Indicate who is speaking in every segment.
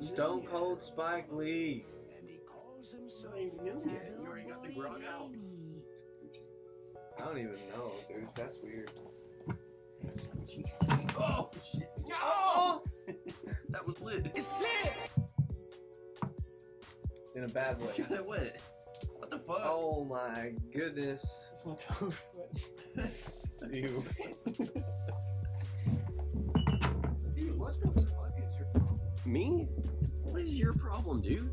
Speaker 1: Stone Cold Spike Lee.
Speaker 2: And he calls himself. Not even new yet. You already got the grog out.
Speaker 1: I don't even know, dude. That's weird.
Speaker 2: Oh shit! Oh, that was lit.
Speaker 3: It's lit.
Speaker 1: In a bad way.
Speaker 2: Kinda wet. What the fuck?
Speaker 1: Oh my goodness.
Speaker 3: It's my toes sweat.
Speaker 1: You.
Speaker 2: Dude, what the fuck is your problem?
Speaker 4: Me?
Speaker 2: What is your problem, dude?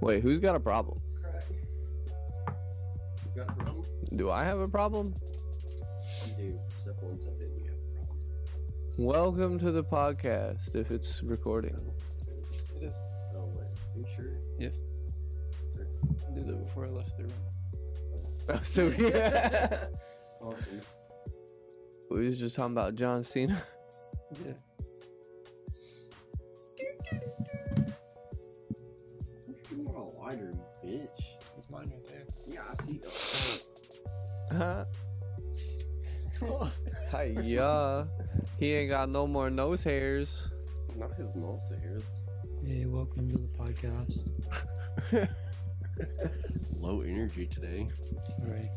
Speaker 4: Wait, who's got a problem?
Speaker 3: Crack.
Speaker 2: got a problem?
Speaker 4: Do I have a problem?
Speaker 2: You do. Step one, step in. You have a problem.
Speaker 4: Welcome to the podcast if it's recording.
Speaker 3: It is.
Speaker 2: Oh wait, are you sure?
Speaker 3: Yes. I did it before I left the room.
Speaker 4: Oh, so yeah.
Speaker 2: Awesome.
Speaker 4: we was just talking about John Cena.
Speaker 3: Yeah.
Speaker 2: You want a lighter, you bitch?
Speaker 3: It's mine
Speaker 2: Mm-hmm.
Speaker 3: right there.
Speaker 2: Yeah, I see. Oh,
Speaker 4: Huh? Hiya. He ain't got no more nose hairs.
Speaker 2: not his nose hairs.
Speaker 5: Hey, welcome to the podcast.
Speaker 2: Low energy today.
Speaker 5: All right.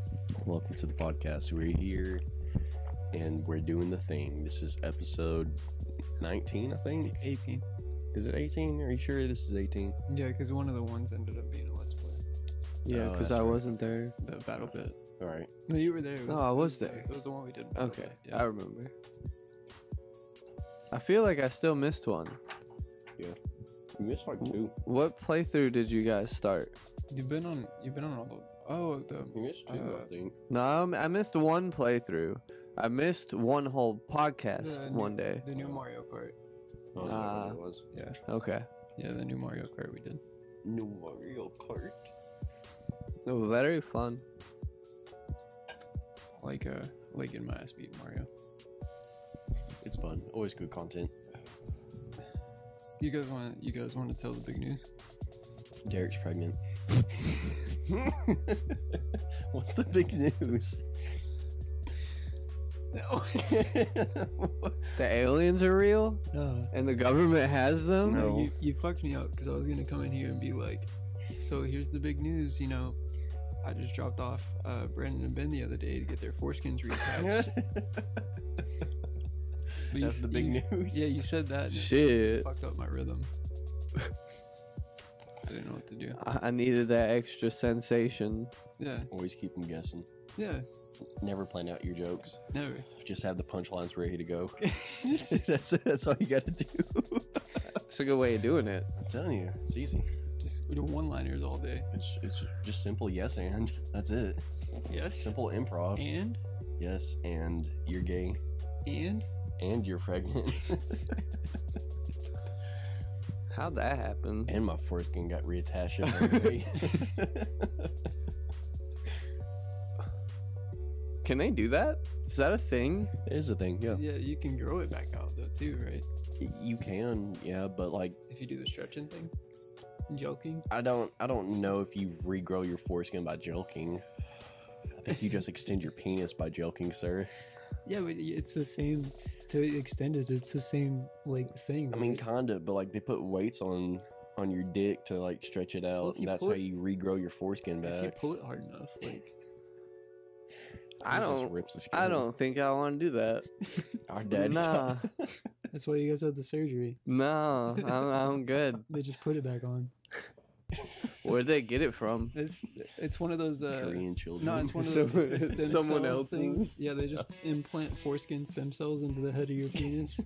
Speaker 2: Welcome to the podcast. We're here and we're doing the thing. This is episode 19, I think.
Speaker 3: 18.
Speaker 2: Is it 18? Are you sure this is 18?
Speaker 3: Yeah, because one of the ones ended up being a let's play.
Speaker 4: Yeah,
Speaker 2: Oh,
Speaker 4: because
Speaker 2: that's
Speaker 4: I
Speaker 2: right.
Speaker 4: wasn't there.
Speaker 3: The battle pit.
Speaker 2: All right.
Speaker 3: No, you were there. It
Speaker 4: No, I was there. Oh.
Speaker 3: It was the one we did. Battle
Speaker 4: Okay,
Speaker 3: Pit, Yeah.
Speaker 4: I remember. I feel like I still missed one.
Speaker 2: You missed like two.
Speaker 4: What playthrough did you guys start?
Speaker 3: You've been on. You've been on all the. Oh, the.
Speaker 2: You missed two,
Speaker 3: Uh,
Speaker 2: I think.
Speaker 4: No, I'm- I missed one playthrough. I missed one whole podcast
Speaker 3: the
Speaker 4: one
Speaker 3: new,
Speaker 4: day.
Speaker 3: The new Mario Kart.
Speaker 2: I don't know what it was.
Speaker 4: Okay.
Speaker 3: Yeah, the new Mario Kart we did.
Speaker 2: New Mario Kart.
Speaker 4: Oh, Very fun.
Speaker 3: Like a like in my ass beat Mario.
Speaker 2: It's fun. Always good content.
Speaker 3: You guys want to you guys want to tell the big news?
Speaker 2: Derek's pregnant. What's the big news?
Speaker 3: No.
Speaker 4: The aliens are real
Speaker 3: No.
Speaker 4: and the government has them?
Speaker 2: No.
Speaker 3: You, you fucked me up because I was gonna come in here and be like, so here's the big news. You know, I just dropped off uh, Brandon and Ben the other day to get their foreskins reattached. But you
Speaker 2: That's
Speaker 3: s-
Speaker 2: the big
Speaker 3: you s-
Speaker 2: news.
Speaker 3: Yeah, you said that. And it
Speaker 4: Shit.
Speaker 3: fucked up my rhythm. I didn't know what to do.
Speaker 4: I I needed that extra sensation.
Speaker 3: Yeah,
Speaker 2: Always keep them guessing.
Speaker 3: yeah,
Speaker 2: Never plan out your jokes.
Speaker 3: never.
Speaker 2: Just have the punchlines ready to go. that's that's all you got to do.
Speaker 4: It's a good way of doing it.
Speaker 2: I'm telling you, it's easy.
Speaker 3: Just we do one-liners all day.
Speaker 2: It's it's just simple yes and. That's it.
Speaker 3: Yes.
Speaker 2: Simple improv.
Speaker 3: And
Speaker 2: Yes and you're gay
Speaker 3: and
Speaker 2: and you're pregnant
Speaker 4: How'd that happen?
Speaker 2: and my foreskin got reattached. every day.
Speaker 4: Can they do that? Is that a thing?
Speaker 2: it is a thing. Yeah,
Speaker 3: yeah, you can grow it back out though too, right?
Speaker 2: you can. Yeah, but like
Speaker 3: If you do the stretching thing. Joking.
Speaker 2: I don't I don't know if you regrow your foreskin by jelking. I think you just extend your penis by jelking, sir.
Speaker 5: Yeah, but it's the same. To extend it, it's the same like thing.
Speaker 2: I mean,
Speaker 5: right?
Speaker 2: kinda, but like they put weights on on your dick to like stretch it out,
Speaker 3: Well, if you
Speaker 2: and that's
Speaker 3: pull
Speaker 2: how
Speaker 3: it-
Speaker 2: you regrow your foreskin
Speaker 3: If you
Speaker 2: back.
Speaker 3: pull it hard enough, like
Speaker 4: I
Speaker 2: It just
Speaker 4: don't-
Speaker 2: Rips the skin.
Speaker 4: I don't think I want to do that.
Speaker 2: Our daddy.
Speaker 4: Nah.
Speaker 5: that's why you guys had the surgery.
Speaker 4: No, I'm, I'm good.
Speaker 5: They just put it back on.
Speaker 4: Where'd they get it from?
Speaker 3: it's it's one of those uh
Speaker 2: Korean children.
Speaker 3: no, it's one of
Speaker 4: So-
Speaker 3: those stem
Speaker 4: someone
Speaker 3: cell
Speaker 4: else's?
Speaker 3: things. Yeah, they just implant foreskin stem cells into the head of your penis.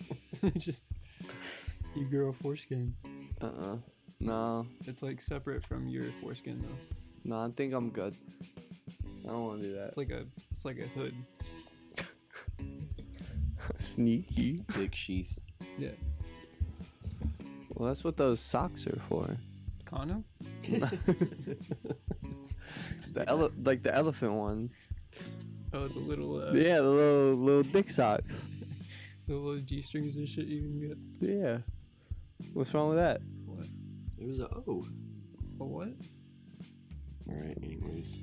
Speaker 5: just you grow a foreskin.
Speaker 4: Uh-uh. No,
Speaker 3: It's like separate from your foreskin though.
Speaker 4: no, I think I'm good. I don't want to do that.
Speaker 3: It's like a it's like a hood.
Speaker 4: Sneaky.
Speaker 2: Dick sheath.
Speaker 3: Yeah.
Speaker 4: Well, that's what those socks are for.
Speaker 3: Condom?
Speaker 4: The ele- like the elephant one.
Speaker 3: Oh, the little uh,
Speaker 4: Yeah, the little little dick socks.
Speaker 3: the little g strings and shit you can get.
Speaker 4: Yeah. What's wrong with that?
Speaker 3: What?
Speaker 2: It was a O.
Speaker 3: A what?
Speaker 2: All right. Anyways,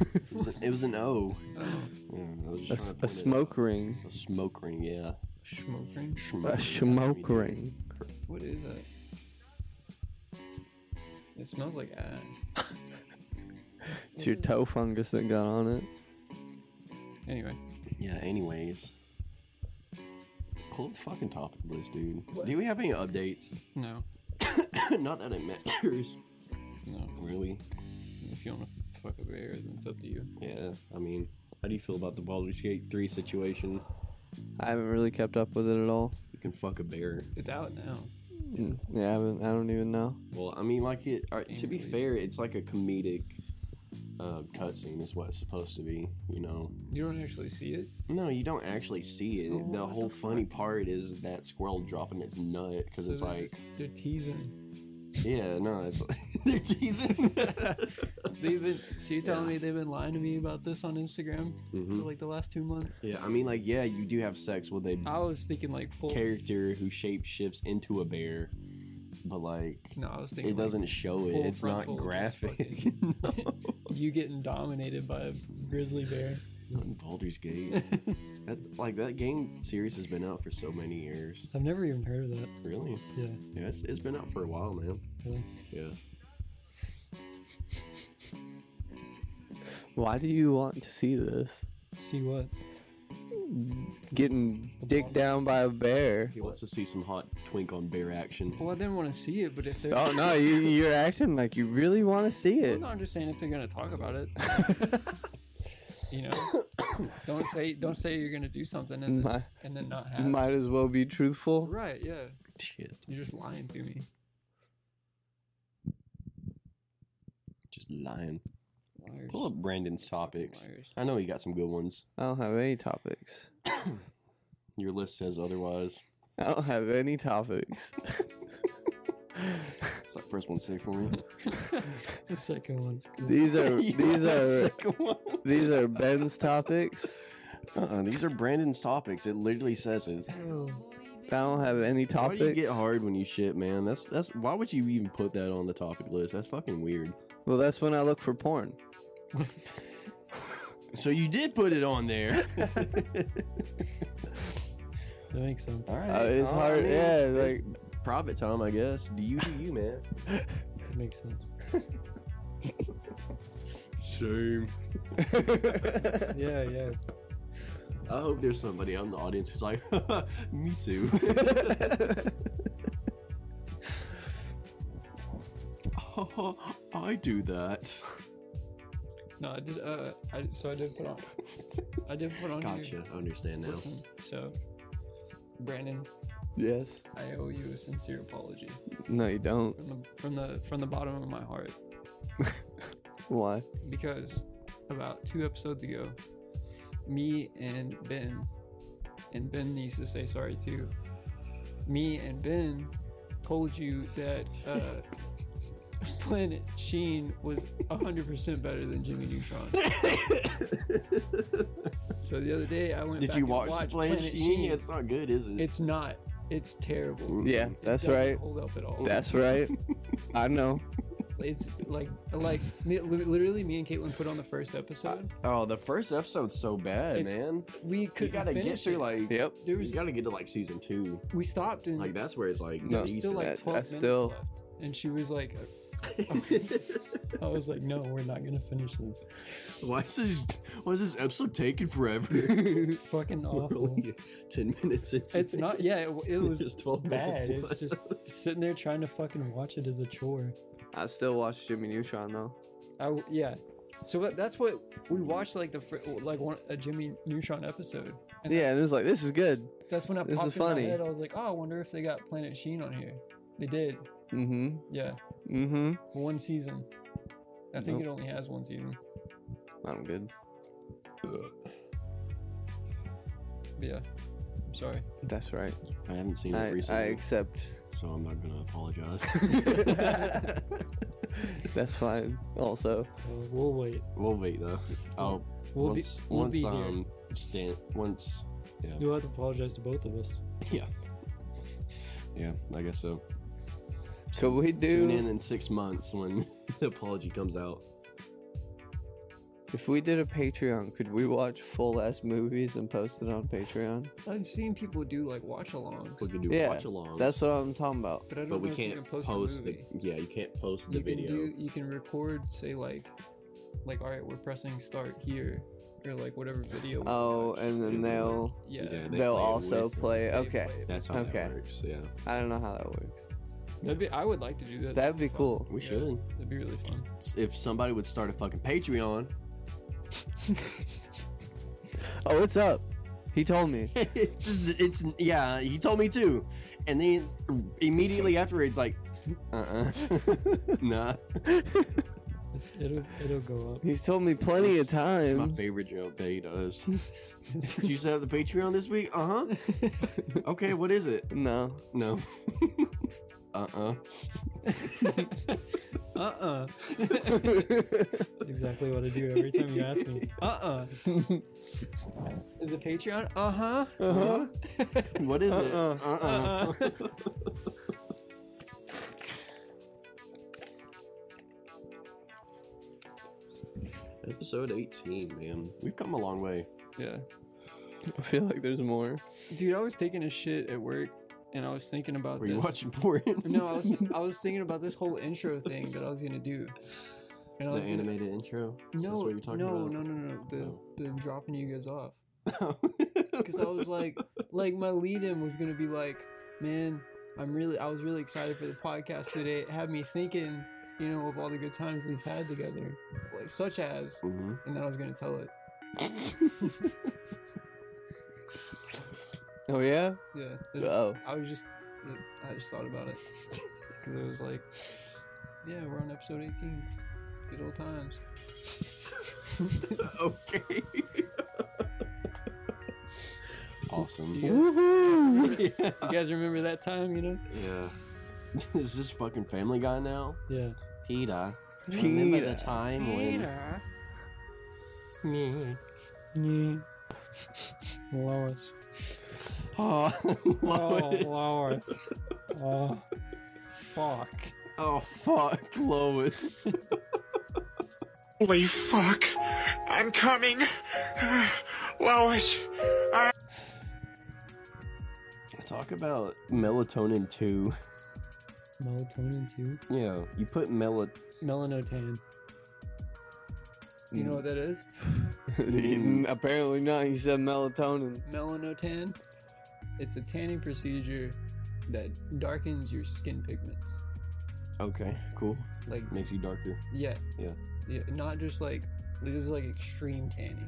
Speaker 2: it, was an, it was an O.
Speaker 3: Oh,
Speaker 2: Yeah, I was
Speaker 4: A,
Speaker 2: just
Speaker 4: s- a
Speaker 2: trying to point it out.
Speaker 4: smoke ring.
Speaker 2: A smoke ring. Yeah.
Speaker 3: smoke ring.
Speaker 2: Smoke
Speaker 4: A smoke ring.
Speaker 3: What is that? It smells like ass.
Speaker 4: It's your toe fungus that got on it.
Speaker 3: Anyway,
Speaker 2: Yeah, anyways. Pull the fucking topic list, dude. Do we have any updates?
Speaker 3: no,
Speaker 2: Not that it matters.
Speaker 3: no.
Speaker 2: Really?
Speaker 3: If you want to fuck up your hair, then it's up to you.
Speaker 2: Yeah, I mean, how do you feel about the Baldur's Gate 3 situation?
Speaker 4: I haven't really kept up with it at all.
Speaker 2: You can fuck a bear.
Speaker 3: It's out now.
Speaker 4: Mm, Yeah, I haven't. I don't even know.
Speaker 2: Well, I mean, like it. All right, to be
Speaker 3: Anyways.
Speaker 2: fair, it's like a comedic uh, cutscene, is what it's supposed to be. You know?
Speaker 3: You don't actually see it.
Speaker 2: No, you don't actually see it. the
Speaker 3: Oh,
Speaker 2: whole
Speaker 3: what the
Speaker 2: funny
Speaker 3: fuck?
Speaker 2: part is that squirrel dropping its nut because
Speaker 3: So
Speaker 2: it's
Speaker 3: they're
Speaker 2: like,
Speaker 3: just- they're teasing.
Speaker 2: yeah, no, it's they're teasing.
Speaker 3: They've been. So you're telling
Speaker 2: Yeah.
Speaker 3: me they've been lying to me about this on Instagram
Speaker 2: Mhm.
Speaker 3: for like the last two months?
Speaker 2: Yeah, I mean, like, yeah, you do have sex with a
Speaker 3: I was thinking like full.
Speaker 2: character who shape shifts into a bear, but like,
Speaker 3: No, I was thinking
Speaker 2: it
Speaker 3: like,
Speaker 2: doesn't show it.
Speaker 3: full
Speaker 2: It's not
Speaker 3: frontal, just
Speaker 2: graphic. no.
Speaker 3: you getting dominated by a grizzly bear.
Speaker 2: Not in Baldur's Gate. That's like that game series has been out for so many years.
Speaker 5: I've never even heard of that.
Speaker 2: Really?
Speaker 5: Yeah.
Speaker 2: Yeah, it's, it's been out for a while, man.
Speaker 5: Really?
Speaker 2: Yeah.
Speaker 4: Why do you want to see this?
Speaker 5: See what?
Speaker 4: Getting dicked down by a bear.
Speaker 2: He wants to see some hot twink on bear action.
Speaker 3: Well, I didn't want to see it, but if they're.
Speaker 4: Oh no, you you're acting like you really want to see
Speaker 3: I'm
Speaker 4: it.
Speaker 3: not understanding if they're gonna talk about it. you know, don't say don't say you're gonna do something and then,
Speaker 4: Might,
Speaker 3: and then not have. it.
Speaker 4: might as well be truthful.
Speaker 3: Right? Yeah,
Speaker 2: Shit.
Speaker 3: you're just lying to me.
Speaker 2: Just lying.
Speaker 3: Liars.
Speaker 2: Pull up Brandon's topics.
Speaker 3: Liars.
Speaker 2: I know you got some good ones.
Speaker 4: I don't have any topics.
Speaker 2: Your list says otherwise.
Speaker 4: I don't have any topics.
Speaker 2: It's that first one safe for me.
Speaker 5: The second one's good.
Speaker 4: These are
Speaker 2: You
Speaker 4: these
Speaker 2: want that
Speaker 4: are
Speaker 2: second one.
Speaker 4: these are Ben's topics.
Speaker 2: Uh-uh, these are Brandon's topics. It literally says it.
Speaker 5: Oh,
Speaker 4: I don't have any
Speaker 2: Why
Speaker 4: topics.
Speaker 2: do you get hard when you shit, man? That's that's why would you even put that on the topic list? That's fucking weird.
Speaker 4: Well, that's when I look for porn.
Speaker 2: So you did put it on there.
Speaker 5: that makes sense.
Speaker 2: All right.
Speaker 4: Uh, it's
Speaker 2: Oh, I
Speaker 4: hard.
Speaker 2: mean,
Speaker 4: yeah,
Speaker 2: it's- it's
Speaker 4: like
Speaker 2: private time, I guess. Do you do you, man?
Speaker 5: That makes sense.
Speaker 2: Shame.
Speaker 5: Yeah, yeah.
Speaker 2: I hope there's somebody out in the audience who's like, me too. oh, I do that.
Speaker 3: No, I did. Uh, I so I did put on. I did put on. here-
Speaker 2: Gotcha. I understand now.
Speaker 3: Listen, so Brandon,
Speaker 4: yes.
Speaker 3: I owe you a sincere apology
Speaker 4: No, you don't.
Speaker 3: from the from the from the bottom of my heart
Speaker 4: Why?
Speaker 3: because about two episodes ago, me and Ben, and Ben needs to say sorry too. Me and Ben told you that uh, Planet Sheen was hundred percent better than Jimmy Neutron. so the other day I went.
Speaker 2: Did
Speaker 3: back
Speaker 2: you
Speaker 3: and
Speaker 2: watch the
Speaker 3: watched
Speaker 2: play?
Speaker 3: Planet Sheen?
Speaker 2: It's not good, is it?
Speaker 3: It's not. It's terrible.
Speaker 4: Yeah,
Speaker 3: It
Speaker 4: that's
Speaker 3: doesn't
Speaker 4: right.
Speaker 3: Hold up at all.
Speaker 4: That's right. I know.
Speaker 3: it's like like me- li- literally me and Caitlin put on the first episode.
Speaker 2: oh, the first episode's so bad,
Speaker 3: It's-
Speaker 2: man.
Speaker 3: We could
Speaker 2: You gotta get through like
Speaker 4: Yep.
Speaker 3: there
Speaker 2: you
Speaker 3: was
Speaker 2: gotta get to like season two.
Speaker 3: we stopped
Speaker 5: Mm-hmm.
Speaker 3: and
Speaker 2: Like that's where it's like
Speaker 4: No.
Speaker 3: there was still
Speaker 2: decent.
Speaker 3: like
Speaker 4: That-
Speaker 3: twelve
Speaker 4: that's
Speaker 3: minutes
Speaker 4: still-
Speaker 3: left, and she was like,
Speaker 5: I was like, no, we're not gonna finish this.
Speaker 2: why is this why is this episode taking forever?
Speaker 5: It's fucking
Speaker 2: We're
Speaker 5: awful.
Speaker 2: only Ten minutes into
Speaker 5: It's
Speaker 2: it.
Speaker 5: not. Yeah, it, it was
Speaker 2: There's twelve
Speaker 5: bad.
Speaker 2: minutes
Speaker 5: It's
Speaker 2: left.
Speaker 5: just sitting there trying to fucking watch it as a chore.
Speaker 4: I still watch Jimmy Neutron though.
Speaker 3: I w yeah. So that- that's what we watched like the fir- like one a Jimmy Neutron episode. And
Speaker 4: Yeah, and it was like this is good.
Speaker 3: That's when I
Speaker 4: This is
Speaker 3: popped in
Speaker 4: funny.
Speaker 3: my head. I was like, oh, I wonder if they got Planet Sheen on here. They did.
Speaker 4: Mm-hmm.
Speaker 3: Yeah,
Speaker 4: Mm-hmm.
Speaker 3: one season. I think
Speaker 4: Nope.
Speaker 3: it only has one season.
Speaker 4: I'm good.
Speaker 3: But yeah, I'm sorry.
Speaker 4: That's right.
Speaker 2: I haven't seen it
Speaker 4: I, I
Speaker 2: recently,
Speaker 4: accept.
Speaker 2: so I'm not gonna apologize.
Speaker 4: That's fine. Also,
Speaker 5: Uh, we'll wait.
Speaker 2: we'll wait though. Oh,
Speaker 5: We'll
Speaker 2: once
Speaker 5: be. We'll
Speaker 2: once
Speaker 5: be here.
Speaker 2: um Stan once yeah
Speaker 5: You'll have to apologize to both of us.
Speaker 2: yeah I guess so.
Speaker 4: could we
Speaker 2: Tune in
Speaker 4: do?
Speaker 2: in six months when the apology comes out.
Speaker 4: If we did a Patreon, could we watch full ass movies and post it on Patreon?
Speaker 3: I've seen people do like watch alongs,
Speaker 2: We could do
Speaker 4: Yeah,
Speaker 2: watch along.
Speaker 4: That's what I'm talking about.
Speaker 3: but I don't
Speaker 2: but
Speaker 3: know
Speaker 2: we
Speaker 3: if you can
Speaker 2: can't
Speaker 3: post,
Speaker 2: post
Speaker 3: the
Speaker 2: the
Speaker 3: movie.
Speaker 2: yeah. You can't post the
Speaker 3: you
Speaker 2: video.
Speaker 3: Can do, you can record, say like, like all right, we're pressing start here, or like whatever video. we
Speaker 4: Oh,
Speaker 3: watch,
Speaker 4: and then they'll
Speaker 3: yeah,
Speaker 2: Yeah,
Speaker 3: they
Speaker 2: they
Speaker 4: they'll
Speaker 2: play it
Speaker 4: also
Speaker 2: with-
Speaker 4: play. Okay,
Speaker 3: play it.
Speaker 2: That's how
Speaker 4: Okay.
Speaker 2: that works. Yeah,
Speaker 4: I don't know how that works.
Speaker 3: That'd be. I would like to do that.
Speaker 4: That'd be
Speaker 3: fun.
Speaker 4: cool.
Speaker 2: we
Speaker 3: Yeah,
Speaker 2: should.
Speaker 3: That'd be really fun.
Speaker 2: If somebody would start a fucking Patreon,
Speaker 4: Oh, it's up. He told me.
Speaker 2: it's just, it's yeah. He told me too, and then immediately after it's like, uh, uh nah.
Speaker 5: It's, it'll it'll go up.
Speaker 4: He's told me plenty of times.
Speaker 2: It's my favorite joke that he does. Did you set up the Patreon this week? Uh huh. Okay, what is it?
Speaker 4: No.
Speaker 2: No. uh uh
Speaker 5: Uh-uh.
Speaker 3: Uh
Speaker 5: That's exactly what I do every time you ask me. Uh-uh.
Speaker 3: uh. Uh uh. Is it Patreon? Uh
Speaker 5: Uh-huh.
Speaker 3: huh.
Speaker 2: Uh huh. What is it?
Speaker 4: Uh-huh. Uh-uh.
Speaker 2: Uh
Speaker 5: Uh-huh.
Speaker 2: uh. Episode 18, man. We've come a long way.
Speaker 3: Yeah.
Speaker 4: I feel like there's more.
Speaker 3: Dude, I was taking a shit at work, and I was thinking about
Speaker 2: Were
Speaker 3: this.
Speaker 2: you watching porn?
Speaker 3: No, I was I was thinking about this whole intro thing that I was gonna do. And
Speaker 2: The
Speaker 3: I was gonna-
Speaker 2: animated intro? Is this
Speaker 3: No,
Speaker 2: what you're talking
Speaker 3: no,
Speaker 2: about? Oh.
Speaker 3: no, no, no, The
Speaker 2: No.
Speaker 3: the dropping you guys off.
Speaker 2: Because
Speaker 3: Because I was like, like my lead in was gonna be like, man, I'm really, I was really excited for the podcast today. It had me thinking, you know, of all the good times we've had together, like such as,
Speaker 2: hmm
Speaker 3: and then I was gonna tell it.
Speaker 4: Oh yeah.
Speaker 3: Yeah. there's-
Speaker 4: Oh.
Speaker 3: I was just, uh, I just thought about it because it was like, yeah, we're on episode 18. Good old times.
Speaker 2: Oh. okay. awesome.
Speaker 3: Yeah.
Speaker 4: Woohoo!
Speaker 2: yeah.
Speaker 3: You guys remember that time, you know?
Speaker 2: Yeah. Is this fucking Family Guy now?
Speaker 5: Yeah.
Speaker 2: Peter. Remember the
Speaker 4: Peter.
Speaker 2: time when
Speaker 5: Yeah. Lois.
Speaker 2: oh, Lois.
Speaker 5: Oh, Lois. Oh, fuck.
Speaker 2: Oh fuck, Lois.
Speaker 6: Holy fuck! I'm coming! Lois!
Speaker 2: Talk about melatonin two.
Speaker 5: Melatonin too.
Speaker 2: Yeah, you put melatonin.
Speaker 5: Melanotan.
Speaker 2: Hmm.
Speaker 3: You know what that is?
Speaker 2: Mm.
Speaker 4: He- Apparently not. He said melatonin.
Speaker 3: Melanotan. It's a tanning procedure that darkens your skin pigments.
Speaker 2: Okay, cool.
Speaker 3: Like,
Speaker 2: Makes you darker.
Speaker 3: yeah.
Speaker 2: Yeah.
Speaker 3: Yeah. Not just like, this is like extreme tanning,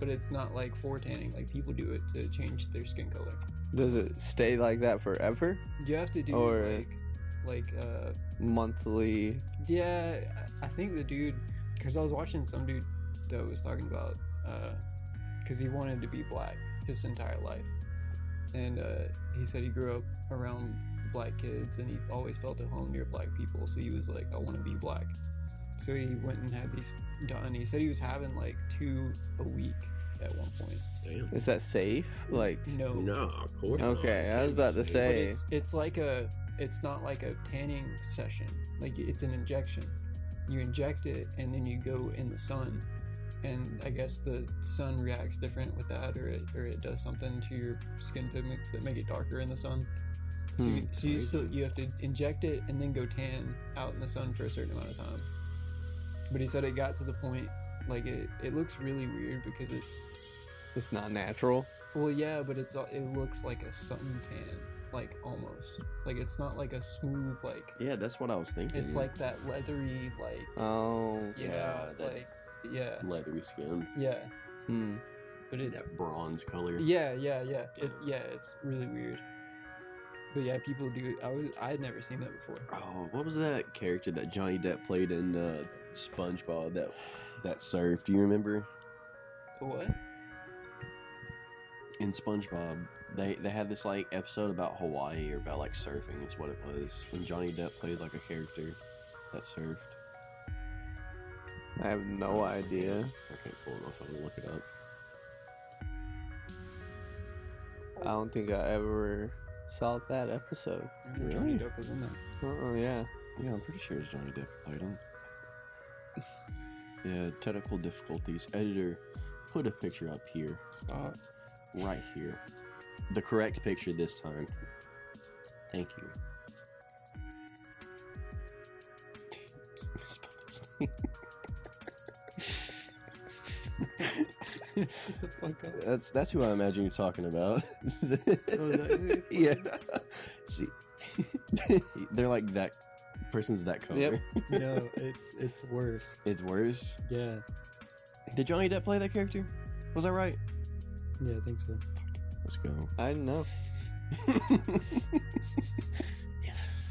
Speaker 3: but it's not like for tanning. Like, people do it to change their skin color.
Speaker 4: Does it stay like that forever?
Speaker 3: You have to do
Speaker 4: Or-
Speaker 3: like, like, uh,
Speaker 4: Monthly.
Speaker 3: Yeah, I I think the dude, because I was watching some dude that was talking about, because he wanted to be black his entire life, and uh, he said he grew up around black kids and he always felt at home near black people, so he was like, I want to be black. So he went and had these done. He said he was having like two a week at one point.
Speaker 2: Damn.
Speaker 4: Is that safe? Like.
Speaker 2: Mm.
Speaker 3: No,
Speaker 2: No, of course. not.
Speaker 4: Okay, I was about to
Speaker 3: but
Speaker 4: say.
Speaker 3: it's it's like a it's not like a tanning session like it's an injection you inject it and then you go in the sun and i guess the sun reacts different with that or it, or it does something to your skin pigments that make it darker in the sun so,
Speaker 4: Hmm,
Speaker 3: you, so you still you have to inject it and then go tan out in the sun for a certain amount of time but he said it got to the point like it, it looks really weird because it's
Speaker 4: It's not natural.
Speaker 3: well, yeah, but it's uh, it looks like a suntan, like almost. Like it's not like a smooth like.
Speaker 2: Yeah, that's what I was thinking.
Speaker 3: It's like that leathery like.
Speaker 4: Oh.
Speaker 3: You know,
Speaker 2: yeah, that-
Speaker 3: like yeah,
Speaker 2: leathery skin,
Speaker 3: yeah.
Speaker 4: Hmm.
Speaker 3: But it's
Speaker 2: that bronze color.
Speaker 3: yeah, yeah, yeah. It, yeah, it's really weird. But yeah, people do. I was I had never seen that before.
Speaker 2: Oh, what was that character that Johnny Depp played in uh, SpongeBob? That that surf. Do you remember
Speaker 3: What?
Speaker 2: in SpongeBob? They they had this like episode about Hawaii or about like surfing is what it was, and Johnny Depp played like a character that surfed.
Speaker 4: I have no idea.
Speaker 2: I can't pull it off. I'm gonna look it up.
Speaker 4: I don't think I ever saw that episode.
Speaker 3: Johnny Depp was in that.
Speaker 4: Oh yeah.
Speaker 2: Yeah, I'm pretty sure it's Johnny Depp who played him. Yeah, technical difficulties. Editor, put a picture up here,
Speaker 3: Stop.
Speaker 2: right here. The correct picture this time. Thank you. Miss Palestine.
Speaker 3: Shut the fuck up. Oh,
Speaker 2: that's that's who I imagine you're talking about.
Speaker 3: that who
Speaker 2: yeah. See, they're like that person's that color.
Speaker 4: Yep.
Speaker 5: no, it's it's worse.
Speaker 2: It's worse.
Speaker 5: Yeah,
Speaker 2: Did Johnny Depp play that character? Was I right?
Speaker 5: yeah, I think so.
Speaker 2: Let's go.
Speaker 4: I didn't know.
Speaker 5: Yes.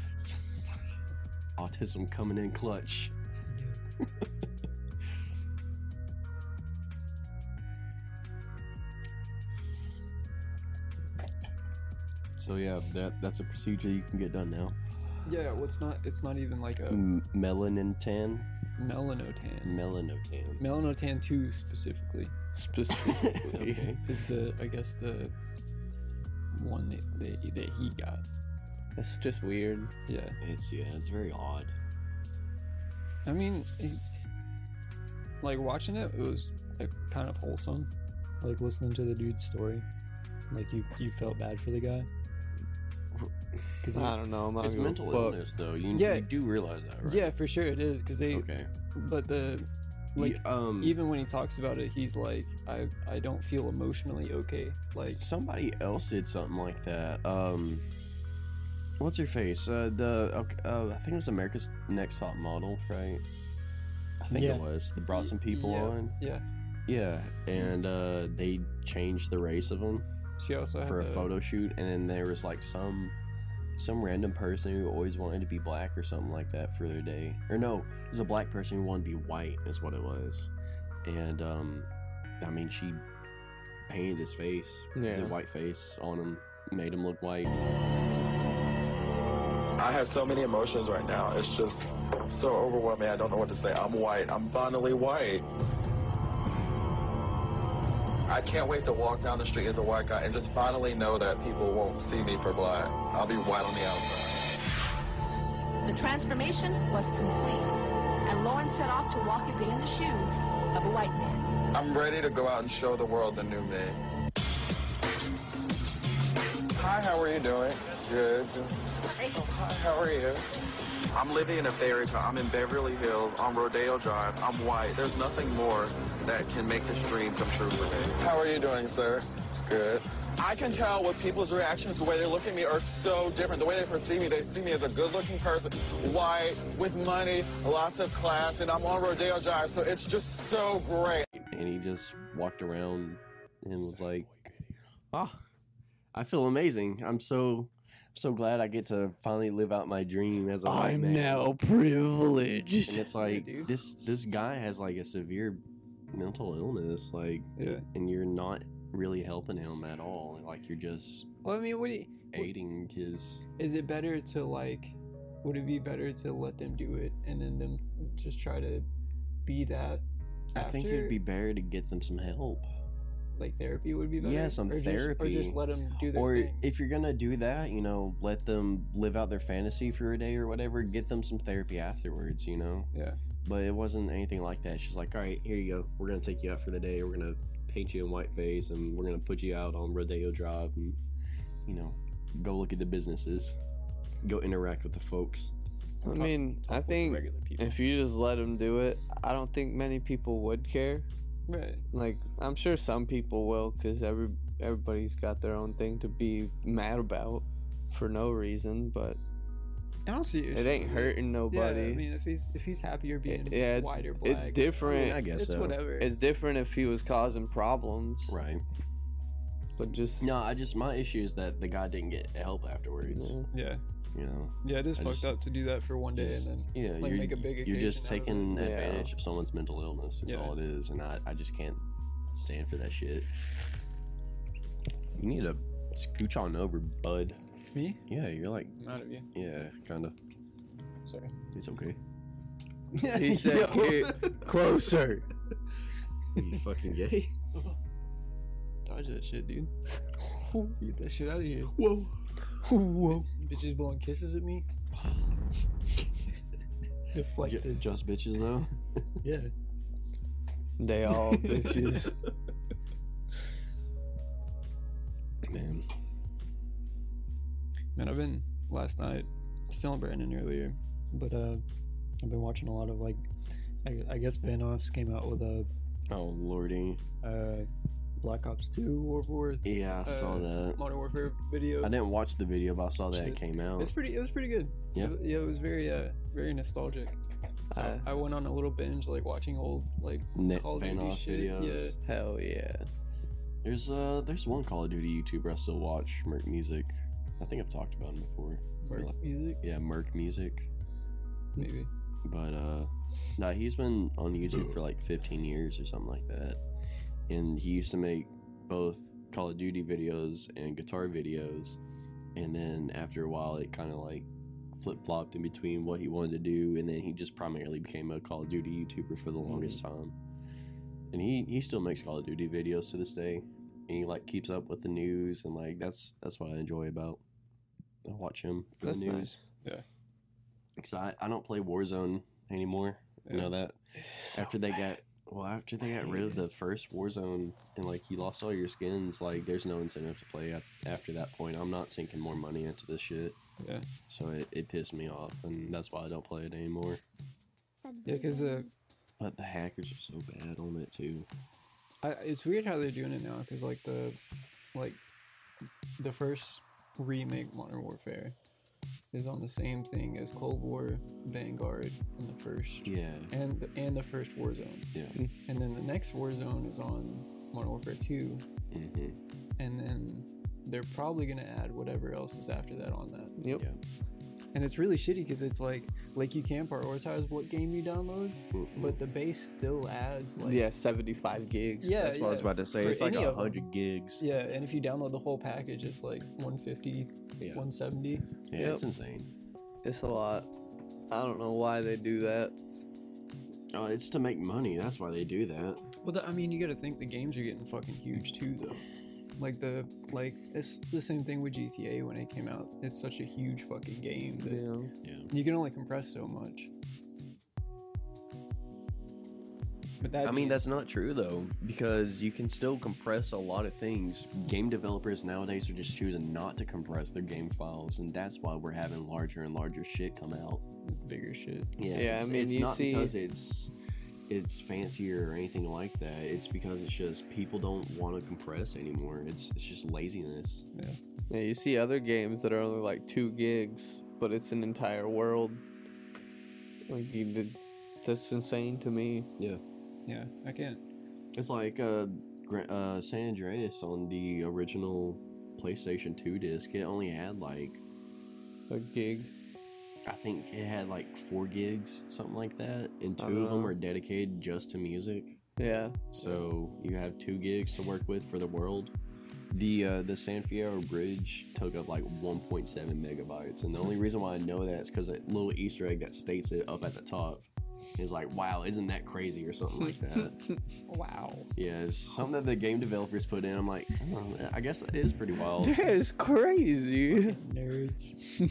Speaker 2: Autism coming in clutch. So yeah, that that's a procedure you can get done now.
Speaker 3: Yeah, well, it's not. It's not even like a
Speaker 2: M- melanin tan,
Speaker 3: melanotan.
Speaker 2: melanotan.
Speaker 3: Melanotan two specifically
Speaker 2: Specifically. okay.
Speaker 3: is the I guess the one that that, that he got.
Speaker 4: That's just weird.
Speaker 3: Yeah,
Speaker 2: It's yeah, it's very odd.
Speaker 3: I mean, it- like watching it, it was like, kind of wholesome.
Speaker 5: Like listening to the dude's story, like you you felt bad for the guy. Because
Speaker 4: I don't know. I'm not
Speaker 2: It's
Speaker 4: gonna
Speaker 2: mental
Speaker 4: fuck.
Speaker 2: illness though. You,
Speaker 3: Yeah.
Speaker 2: you do realize that, right?
Speaker 3: Yeah, for sure it is because they.
Speaker 2: Okay.
Speaker 3: But the like
Speaker 2: Like um,
Speaker 3: even when he talks about it, he's like, I I don't feel emotionally okay. Like
Speaker 2: like somebody else did something like that. Um, what's her face? Uh, the okay, uh, I think it was America's Next Top Model, right? I think
Speaker 5: Yeah.
Speaker 2: it was. They brought some
Speaker 3: Y-
Speaker 2: people
Speaker 3: yeah.
Speaker 2: on.
Speaker 3: yeah,
Speaker 2: Yeah, and uh, they changed the race of them
Speaker 3: she also had
Speaker 2: for a
Speaker 3: the-
Speaker 2: photo shoot, and then there was like some some random person who always wanted to be black or something like that for their day. Or no, it was a black person who wanted to be white, is what it was. And um, I mean, she painted his face,
Speaker 4: Yeah.
Speaker 2: did white face on him, made him look white.
Speaker 7: I have so many emotions right now. It's just so overwhelming. I don't know what to say. I'm white. I'm finally white. I can't wait to walk down the street as a white guy and just finally know that people won't see me for black. I'll be white on the outside.
Speaker 8: The transformation was complete, and Lauren set off to walk a day in the shoes of a white man.
Speaker 7: I'm ready to go out and show the world the new me. Hi, how are you doing? Good. Oh, hi, how are you? I'm living in a fairy tale. I'm in Beverly Hills on Rodeo Drive. I'm white. There's nothing more that can make this dream come true for me. How are you doing, sir? Good. I can tell with people's reactions, the way they look at me are so different. The way they perceive me, they see me as a good-looking person, white, with money, lots of class, and I'm on Rodeo Drive, so it's just so great.
Speaker 2: And he just walked around and was like, "Ah, I feel amazing. I'm so." So glad I get to finally live out my dream as a white man.
Speaker 4: privileged.
Speaker 2: and it's
Speaker 3: Yeah,
Speaker 2: like
Speaker 3: dude.
Speaker 2: this this guy has like a severe mental illness like
Speaker 3: Yeah.
Speaker 2: and you're not really helping him at all like you're just
Speaker 3: Well, I mean, what do you,
Speaker 2: aiding his
Speaker 3: is it better to like? Would it be better to let them do it and then them just try to be that?
Speaker 2: i think it'd
Speaker 3: after?
Speaker 2: be better to get them some help
Speaker 3: like therapy would be better.
Speaker 2: Yeah, some
Speaker 3: or
Speaker 2: therapy.
Speaker 3: just, or just let them do their
Speaker 2: or
Speaker 3: thing.
Speaker 2: if you're gonna do that you know let them live out their fantasy for a day or whatever get them some therapy afterwards you know
Speaker 3: Yeah.
Speaker 2: but it wasn't anything like that she's like all right here you go we're gonna take you out for the day we're gonna paint you in white face and we're gonna put you out on rodeo drive and you know go look at the businesses go interact with the folks
Speaker 4: I mean, I think
Speaker 3: regular people,
Speaker 4: if you just let them do it, I don't think many people would care.
Speaker 3: right?
Speaker 4: Like, I'm sure some people will, because every everybody's got their own thing to be mad about for no reason. But
Speaker 3: I don't see
Speaker 4: it ain't hurting nobody.
Speaker 3: Yeah, I mean, if he's if he's happier being
Speaker 4: yeah, it's-
Speaker 3: white or black,
Speaker 4: it's
Speaker 2: I,
Speaker 4: different.
Speaker 2: mean, I guess
Speaker 3: it's
Speaker 2: so
Speaker 3: whatever.
Speaker 4: It's different if he was causing problems,
Speaker 2: right
Speaker 4: but just
Speaker 2: no i just my issue is that the guy didn't get help afterwards
Speaker 4: Yeah.
Speaker 3: yeah,
Speaker 2: you know
Speaker 3: yeah, it is
Speaker 2: I
Speaker 3: fucked
Speaker 2: just-
Speaker 3: up to do that for one day
Speaker 2: Just-
Speaker 3: and then
Speaker 2: yeah,
Speaker 3: like,
Speaker 2: you're,
Speaker 3: make a big
Speaker 2: you're just
Speaker 3: occasion
Speaker 2: taking
Speaker 4: out of it. Yeah.
Speaker 2: advantage of someone's mental illness. That's
Speaker 3: Yeah.
Speaker 2: all it is, and I, I just can't stand for that shit. You need to scooch on over, bud.
Speaker 3: me,
Speaker 2: Yeah, you're like,
Speaker 3: I'm out of you.
Speaker 2: yeah, kind of.
Speaker 3: Sorry.
Speaker 2: It's okay.
Speaker 4: He said,
Speaker 2: Yo.
Speaker 4: "Get closer."
Speaker 2: you fucking gay.
Speaker 3: Dodge that shit, dude. Get that shit out of here.
Speaker 2: Whoa, whoa.
Speaker 3: Bitches blowing kisses at me.
Speaker 5: Deflected.
Speaker 2: just bitches though.
Speaker 5: Yeah.
Speaker 4: They all bitches.
Speaker 2: Man.
Speaker 3: Man, I've been last night. I was telling Brandon earlier.
Speaker 5: But uh, I've been watching a lot of like, I, gu- I guess Ben Offs came out with a
Speaker 2: Oh lordy.
Speaker 5: uh, Black Ops Two War of War.
Speaker 2: Yeah, I saw
Speaker 3: Uh,
Speaker 2: that.
Speaker 3: Modern Warfare video.
Speaker 2: I didn't watch the video, but I saw that it
Speaker 3: Shit.
Speaker 2: came
Speaker 3: It's
Speaker 2: out.
Speaker 3: pretty. It was pretty good.
Speaker 2: Yeah.
Speaker 3: It wa- yeah. It was very, uh, very nostalgic. So
Speaker 4: Uh,
Speaker 3: I went on a little binge, like watching old, like
Speaker 2: Net
Speaker 3: Call of Duty
Speaker 2: Vanoss
Speaker 3: shit,
Speaker 2: videos.
Speaker 3: yeah.
Speaker 4: hell yeah.
Speaker 2: There's uh there's one Call of Duty YouTuber I still watch, Merc Music. I think I've talked about him before. Or like-
Speaker 3: music,
Speaker 2: Yeah, Merc Music.
Speaker 3: maybe.
Speaker 2: But uh nah, he's been on YouTube for like 15 years or something like that. And he used to make both Call of Duty videos and guitar videos. And then after a while it kind of like flip-flopped in between what he wanted to do and then he just primarily became a Call of Duty YouTuber for the
Speaker 4: Mm-hmm.
Speaker 2: longest time. And he he still makes Call of Duty videos to this day. And he like keeps up with the news and like that's that's what I enjoy about I watch him for
Speaker 4: That's
Speaker 2: the news.
Speaker 4: nice.
Speaker 2: Because I, I don't play Warzone anymore. You
Speaker 3: Yeah.
Speaker 2: know that? after they got well, after they got rid of the first Warzone and like you lost all your skins, like there's no incentive to play at, after that point. I'm not sinking more money into this shit.
Speaker 3: Yeah.
Speaker 2: So it, it pissed me off, and that's why I don't play it anymore.
Speaker 3: Yeah, uh, because the
Speaker 2: But the hackers are so bad on it too.
Speaker 3: I, it's weird how they're doing it now because like the like the first remake modern warfare is on the same thing as cold war vanguard and the first
Speaker 2: Yeah.
Speaker 3: and the, and the first warzone
Speaker 2: Yeah.
Speaker 3: and then the next warzone is on modern warfare 2
Speaker 2: hmm
Speaker 3: and then they're probably going to add whatever else is after that on that
Speaker 4: Yep.
Speaker 2: Yeah.
Speaker 3: and it's really shitty because it's like like you can prioritize what game you download
Speaker 2: Mm-hmm.
Speaker 3: but the base still adds like
Speaker 4: yeah, 75 gigs.
Speaker 3: yeah
Speaker 2: that's what I was
Speaker 3: yeah.
Speaker 2: about to say.
Speaker 3: For
Speaker 2: It's like
Speaker 3: any of
Speaker 2: a
Speaker 3: 'em.
Speaker 2: hundred gigs.
Speaker 3: Yeah, and if you download the whole package, it's like 150,
Speaker 2: Yeah.
Speaker 3: 170.
Speaker 2: Yeah,
Speaker 4: Yep.
Speaker 2: it's insane.
Speaker 4: It's a lot. I don't know why they do that.
Speaker 2: Oh, it's to make money. That's why they do that.
Speaker 3: Well, the, I mean, you got to think the games are getting fucking huge too, though. Like the like it's the same thing with GTA when it came out. It's such a huge fucking game that
Speaker 4: Yeah.
Speaker 3: you can only compress so much. But that
Speaker 2: I mean, that's not true though, because you can still compress a lot of things. Game developers nowadays are just choosing not to compress their game files, and that's why we're having larger and larger shit come out.
Speaker 3: bigger shit.
Speaker 2: Yeah,
Speaker 4: I
Speaker 2: it's,
Speaker 4: mean,
Speaker 2: it's
Speaker 4: you
Speaker 2: not
Speaker 4: see-
Speaker 2: because it's it's fancier or anything like that. It's because it's just people don't want to compress anymore. It's it's just laziness.
Speaker 4: Yeah, you see other games that are only like two gigs, but it's an entire world. Like you did, that's insane to me.
Speaker 3: Yeah, I can't.
Speaker 2: It's like uh, Gra- uh, San Andreas on the original PlayStation 2 disc. It only had like
Speaker 4: A gig.
Speaker 2: I think it had like four gigs, something like that, and 2 of them
Speaker 4: Uh-huh.
Speaker 2: are dedicated just to music.
Speaker 4: Yeah.
Speaker 2: So you have two gigs to work with for the world. The uh, the San Fierro Bridge took up like 1.7 megabytes, and the only reason why I know that is because that little Easter egg that states it up at the top is like, "Wow, isn't that crazy?" or something like that.
Speaker 3: Wow.
Speaker 2: yeah, it's something that the game developers put in. I'm like, oh, I guess that is pretty wild.
Speaker 4: That is crazy.
Speaker 5: Nerds.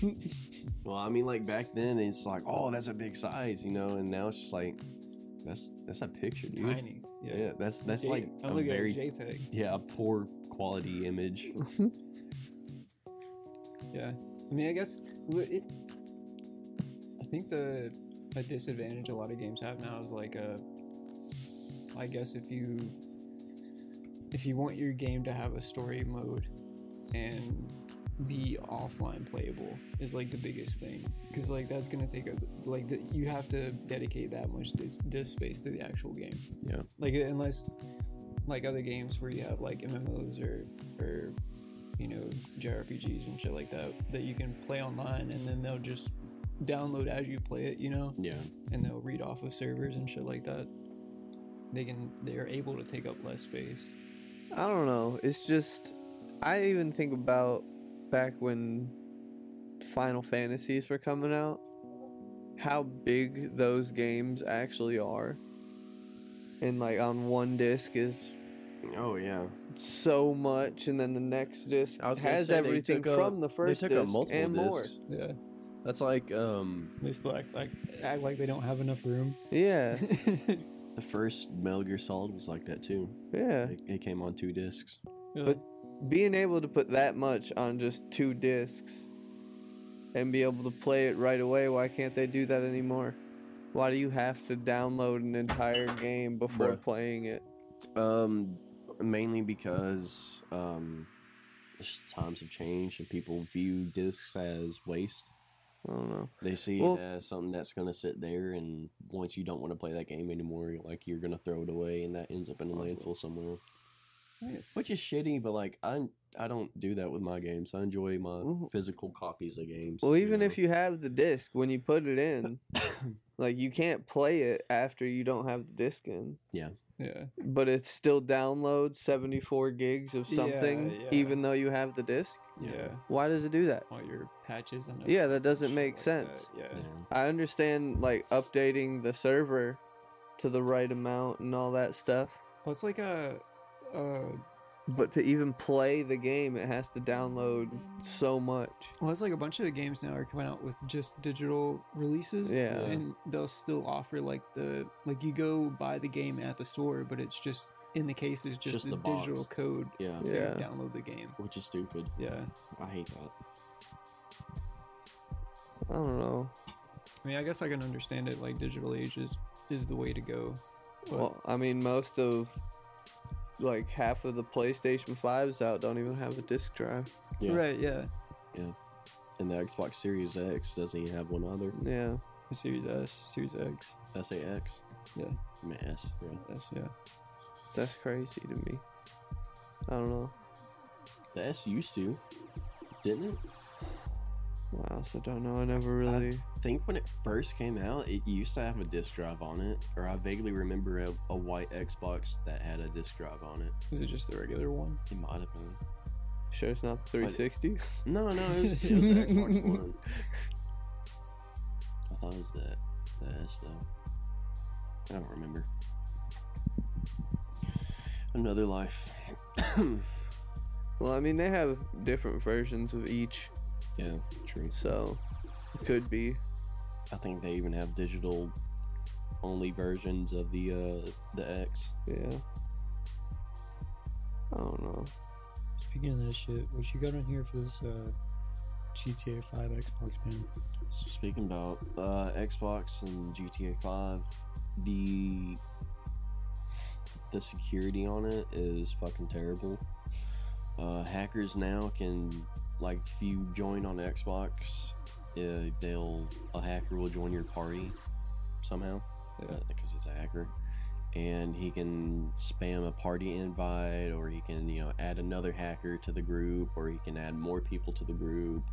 Speaker 2: Well, I mean, like back then, it's like, oh, that's a big size, you know, and now it's just like, that's that's a picture, dude.
Speaker 3: Tiny.
Speaker 2: Yeah. that's that's
Speaker 3: J-
Speaker 2: like
Speaker 3: I'm
Speaker 2: a
Speaker 3: looking at
Speaker 2: very
Speaker 3: JPEG.
Speaker 2: yeah a poor quality image.
Speaker 3: Yeah, I mean, I guess w- it, I think the a disadvantage a lot of games have now is like uh I guess if you if you want your game to have a story mode and be offline playable is like the biggest thing because like that's gonna take up like the, you have to dedicate that much dis- disk space to the actual game.
Speaker 2: Yeah.
Speaker 3: Like unless like other games where you have like MMOs or or you know JRPGs and shit like that that you can play online and then they'll just download as you play it, you know,
Speaker 2: Yeah,
Speaker 3: and they'll read off of servers and shit like that. They can they're able to take up less space.
Speaker 4: I don't know. It's just I even think about back when Final Fantasies were coming out, how big those games actually are. And like on one disc is
Speaker 2: oh yeah.
Speaker 4: so much, and then the next disc
Speaker 2: I was gonna
Speaker 4: has
Speaker 2: say, they
Speaker 4: everything
Speaker 2: took up-
Speaker 4: from the first
Speaker 2: they took up
Speaker 4: disc
Speaker 2: multiple
Speaker 4: and
Speaker 2: discs.
Speaker 3: Yeah,
Speaker 2: That's like um,
Speaker 5: They still act like act like they don't have enough room.
Speaker 4: more. Yeah,
Speaker 2: The first Metal Gear Solid was like that too.
Speaker 4: Yeah.
Speaker 2: It, it came on two discs.
Speaker 4: But being able to put that much on just two discs and be able to play it right away, why can't they do that anymore? Why do you have to download an entire game before
Speaker 2: Bruh.
Speaker 4: playing it?
Speaker 2: Um, mainly because um, just times have changed and people view discs as waste.
Speaker 4: I don't know.
Speaker 2: They see
Speaker 4: Well-
Speaker 2: it as something that's gonna sit there, and once you don't want to play that game anymore, you're like you're gonna throw it away, and that ends up in a landfill somewhere.
Speaker 3: Right.
Speaker 2: Which is shitty, but like I I don't do that with my games. I enjoy my
Speaker 4: Well-
Speaker 2: physical copies of games.
Speaker 4: Well, even if you have the disc, when you put it in, like you can't play it after you don't have the disc in.
Speaker 3: Yeah.
Speaker 4: But it still downloads 74 gigs of
Speaker 3: Yeah,
Speaker 4: something,
Speaker 3: yeah.
Speaker 4: even though you have the disc.
Speaker 3: Yeah.
Speaker 4: Why does it do that?
Speaker 3: All your patches and
Speaker 4: Yeah, that
Speaker 3: updates and
Speaker 4: doesn't
Speaker 3: shit
Speaker 4: make
Speaker 3: like
Speaker 4: sense.
Speaker 3: that,
Speaker 2: know,
Speaker 3: Yeah.
Speaker 2: yeah.
Speaker 4: I understand like updating the server to the right amount and all that stuff,
Speaker 3: Well, it's like a, uh,
Speaker 4: but to even play the game, it has to download so much.
Speaker 3: Well, it's like a bunch of the games now are coming out with just digital releases.
Speaker 4: Yeah.
Speaker 3: And they'll still offer like the like you go buy the game at the store, but it's just in the case it's just,
Speaker 2: Just
Speaker 3: the,
Speaker 2: the
Speaker 3: digital
Speaker 2: box.
Speaker 3: code
Speaker 2: yeah,
Speaker 3: to
Speaker 4: Yeah.
Speaker 3: download the game.
Speaker 2: which is stupid.
Speaker 3: Yeah.
Speaker 2: I hate that.
Speaker 4: I don't know.
Speaker 3: I mean, I guess I can understand it. Like digital age is is the way to go. But
Speaker 4: Well, I mean, most of like half of the PlayStation 5s out don't even have a disc drive.
Speaker 2: Yeah.
Speaker 3: right, yeah.
Speaker 2: And the Xbox Series X doesn't even have one either.
Speaker 4: Yeah.
Speaker 3: The Series S, Series X,
Speaker 2: S A X.
Speaker 3: Yeah.
Speaker 2: I mean, S. Yeah.
Speaker 3: S, yeah.
Speaker 4: That's crazy to me. I don't know.
Speaker 2: The S used to, didn't it?
Speaker 4: Well, I also don't know. I never really.
Speaker 2: I think when it first came out, it used to have a disc drive on it, or I vaguely remember a, a white Xbox that had a disc drive on it.
Speaker 3: Is it just the regular one?
Speaker 2: It might have been.
Speaker 4: Sure, it's not the 360.
Speaker 2: No, no, it was, it was the Xbox One. I thought it was the, the S, though. I don't remember. Another life.
Speaker 4: Well, I mean, they have different versions of each,
Speaker 2: yeah, true.
Speaker 4: so it could be.
Speaker 2: I think they even have digital only versions of the uh, the X.
Speaker 4: Yeah. I don't know.
Speaker 5: Speaking of that shit, what you got on here for this uh, GTA 5 Xbox man?
Speaker 2: So speaking about uh, Xbox and GTA 5, the the security on it is fucking terrible. Uh, hackers now can like if you join on Xbox, uh, they'll a hacker will join your party somehow because it's a hacker, and he can spam a party invite or he can you know add another hacker to the group or he can add more people to the group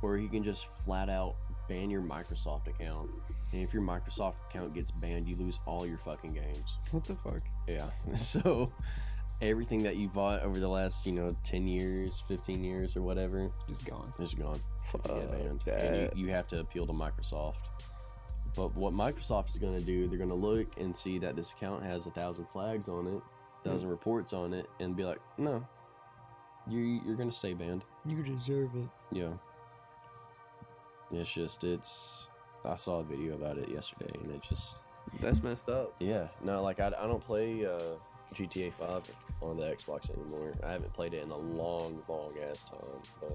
Speaker 2: or he can just flat out ban your Microsoft account. And if your Microsoft account gets banned, you lose all your fucking games.
Speaker 3: What the fuck?
Speaker 2: Yeah. So everything that you bought over the last, you know, 10 years, 15 years or whatever
Speaker 3: Just gone.
Speaker 2: is gone.
Speaker 4: Fuck
Speaker 5: Oh,
Speaker 2: You get banned.
Speaker 4: that.
Speaker 2: And you, you have to appeal to Microsoft. But what Microsoft is going to do, they're going to look and see that this account has a thousand flags on it, thousand
Speaker 5: Hmm.
Speaker 2: reports on it, and be like, no, you, you're going to stay banned.
Speaker 5: You deserve it.
Speaker 2: Yeah. It's just it's I saw a video about it yesterday and it just
Speaker 4: That's messed up.
Speaker 2: yeah, no like I, I don't play uh GTA 5 on the Xbox anymore. I haven't played it in a long long ass time, but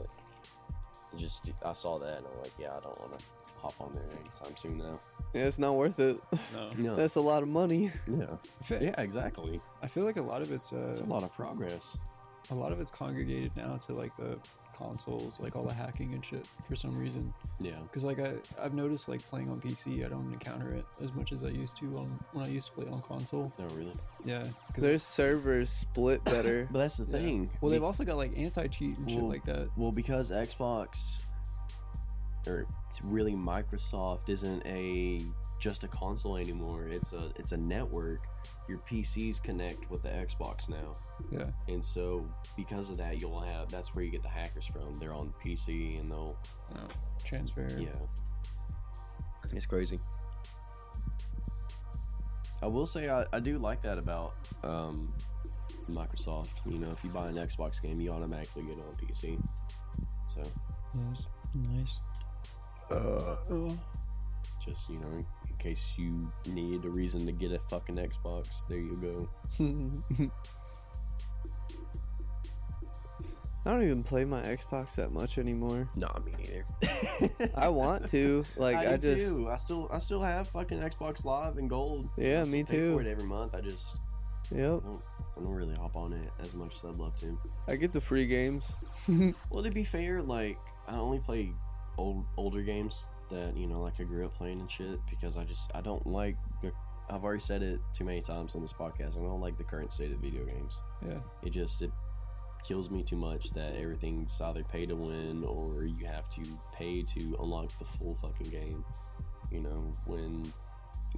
Speaker 2: it just I saw that and I'm like, yeah, I don't want to hop on there anytime soon now.
Speaker 4: Yeah, it's not worth it.
Speaker 3: No.
Speaker 2: No.
Speaker 4: That's a lot of money.
Speaker 2: Yeah. Yeah, exactly.
Speaker 3: I feel like a lot of it's uh,
Speaker 2: It's a lot of progress.
Speaker 3: a lot of it's congregated now to like the consoles, like all the hacking and shit for some reason.
Speaker 2: Yeah.
Speaker 3: Because like I, I've noticed like playing on PC, I don't encounter it as much as I used to on when I used to play on console.
Speaker 2: No, really.
Speaker 3: Yeah.
Speaker 4: Their servers split better.
Speaker 2: But that's the
Speaker 3: Yeah.
Speaker 2: thing.
Speaker 3: Well,
Speaker 2: Be-
Speaker 3: they've also got like anti-cheat and shit
Speaker 2: Well,
Speaker 3: like that.
Speaker 2: Well, because Xbox or it's really Microsoft isn't a just a console anymore. It's a it's a network. Your PCs connect with the Xbox now.
Speaker 3: Yeah.
Speaker 2: And so because of that, you'll have that's where you get the hackers from. They're on PC and they'll
Speaker 3: Transfer.
Speaker 2: yeah. It's crazy. I will say I, I do like that about um, Microsoft. You know, if you buy an Xbox game, you automatically get it on PC. So
Speaker 5: Nice. nice.
Speaker 2: just you know in case you need a reason to get a fucking Xbox, there you go.
Speaker 4: I don't even play my Xbox that much anymore.
Speaker 2: Nah, me neither.
Speaker 4: I want to. Like I,
Speaker 2: do
Speaker 4: just
Speaker 2: too. I still, I still have fucking Xbox Live and Gold.
Speaker 4: Yeah,
Speaker 2: I still
Speaker 4: me
Speaker 2: pay
Speaker 4: too.
Speaker 2: For it every month. I just
Speaker 4: Yep.
Speaker 2: I don't, I don't really hop on it as much as I'd love to.
Speaker 4: I get the free games.
Speaker 2: Well, to be fair, like I only play old older games that you know, like I grew up playing and shit, because I just I don't like the. I've already said it too many times on this podcast. I don't like the current state of video games.
Speaker 3: Yeah.
Speaker 2: It just it kills me too much that everything's either pay to win or you have to pay to unlock the full fucking game. You know when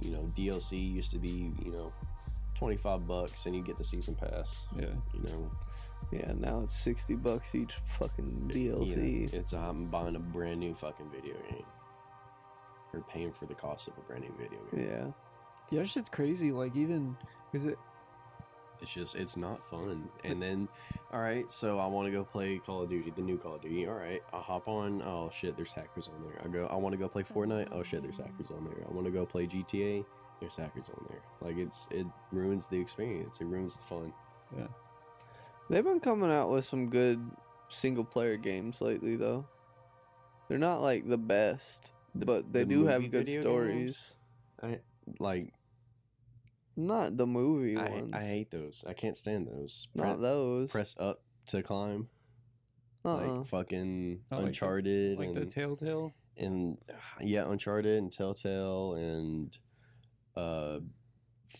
Speaker 2: you know DLC used to be you know twenty five bucks and you get the season pass.
Speaker 3: Yeah.
Speaker 2: You know
Speaker 4: Yeah, now it's sixty bucks each fucking DLC.
Speaker 2: Yeah, it's I'm buying a brand new fucking video game. Or paying for the cost of a brand new video game.
Speaker 4: Yeah.
Speaker 3: Yeah, that shit's crazy. Like even because it
Speaker 2: It's just it's not fun. And then, all right, so I want to go play Call of Duty, the new Call of Duty. All right, I hop on. Oh shit, there's hackers on there. I go. I want to go play Fortnite. Oh shit, there's hackers on there. I want to go play GTA. There's hackers on there. Like it's it ruins the experience. It ruins the fun.
Speaker 4: They've been coming out with some good single player games lately though. They're not like the best, but they
Speaker 2: the
Speaker 4: do have
Speaker 2: movie
Speaker 4: good
Speaker 2: video
Speaker 4: stories.
Speaker 2: I like
Speaker 4: Not the movie
Speaker 2: I,
Speaker 4: ones.
Speaker 2: I hate those. I can't stand those.
Speaker 4: not
Speaker 2: Pre-
Speaker 4: those.
Speaker 2: press up to climb.
Speaker 4: uh-uh.
Speaker 2: like fucking
Speaker 3: I like the-
Speaker 2: Uncharted
Speaker 3: like the
Speaker 2: and,
Speaker 3: Telltale.
Speaker 2: and ah, yeah, Uncharted and Telltale and uh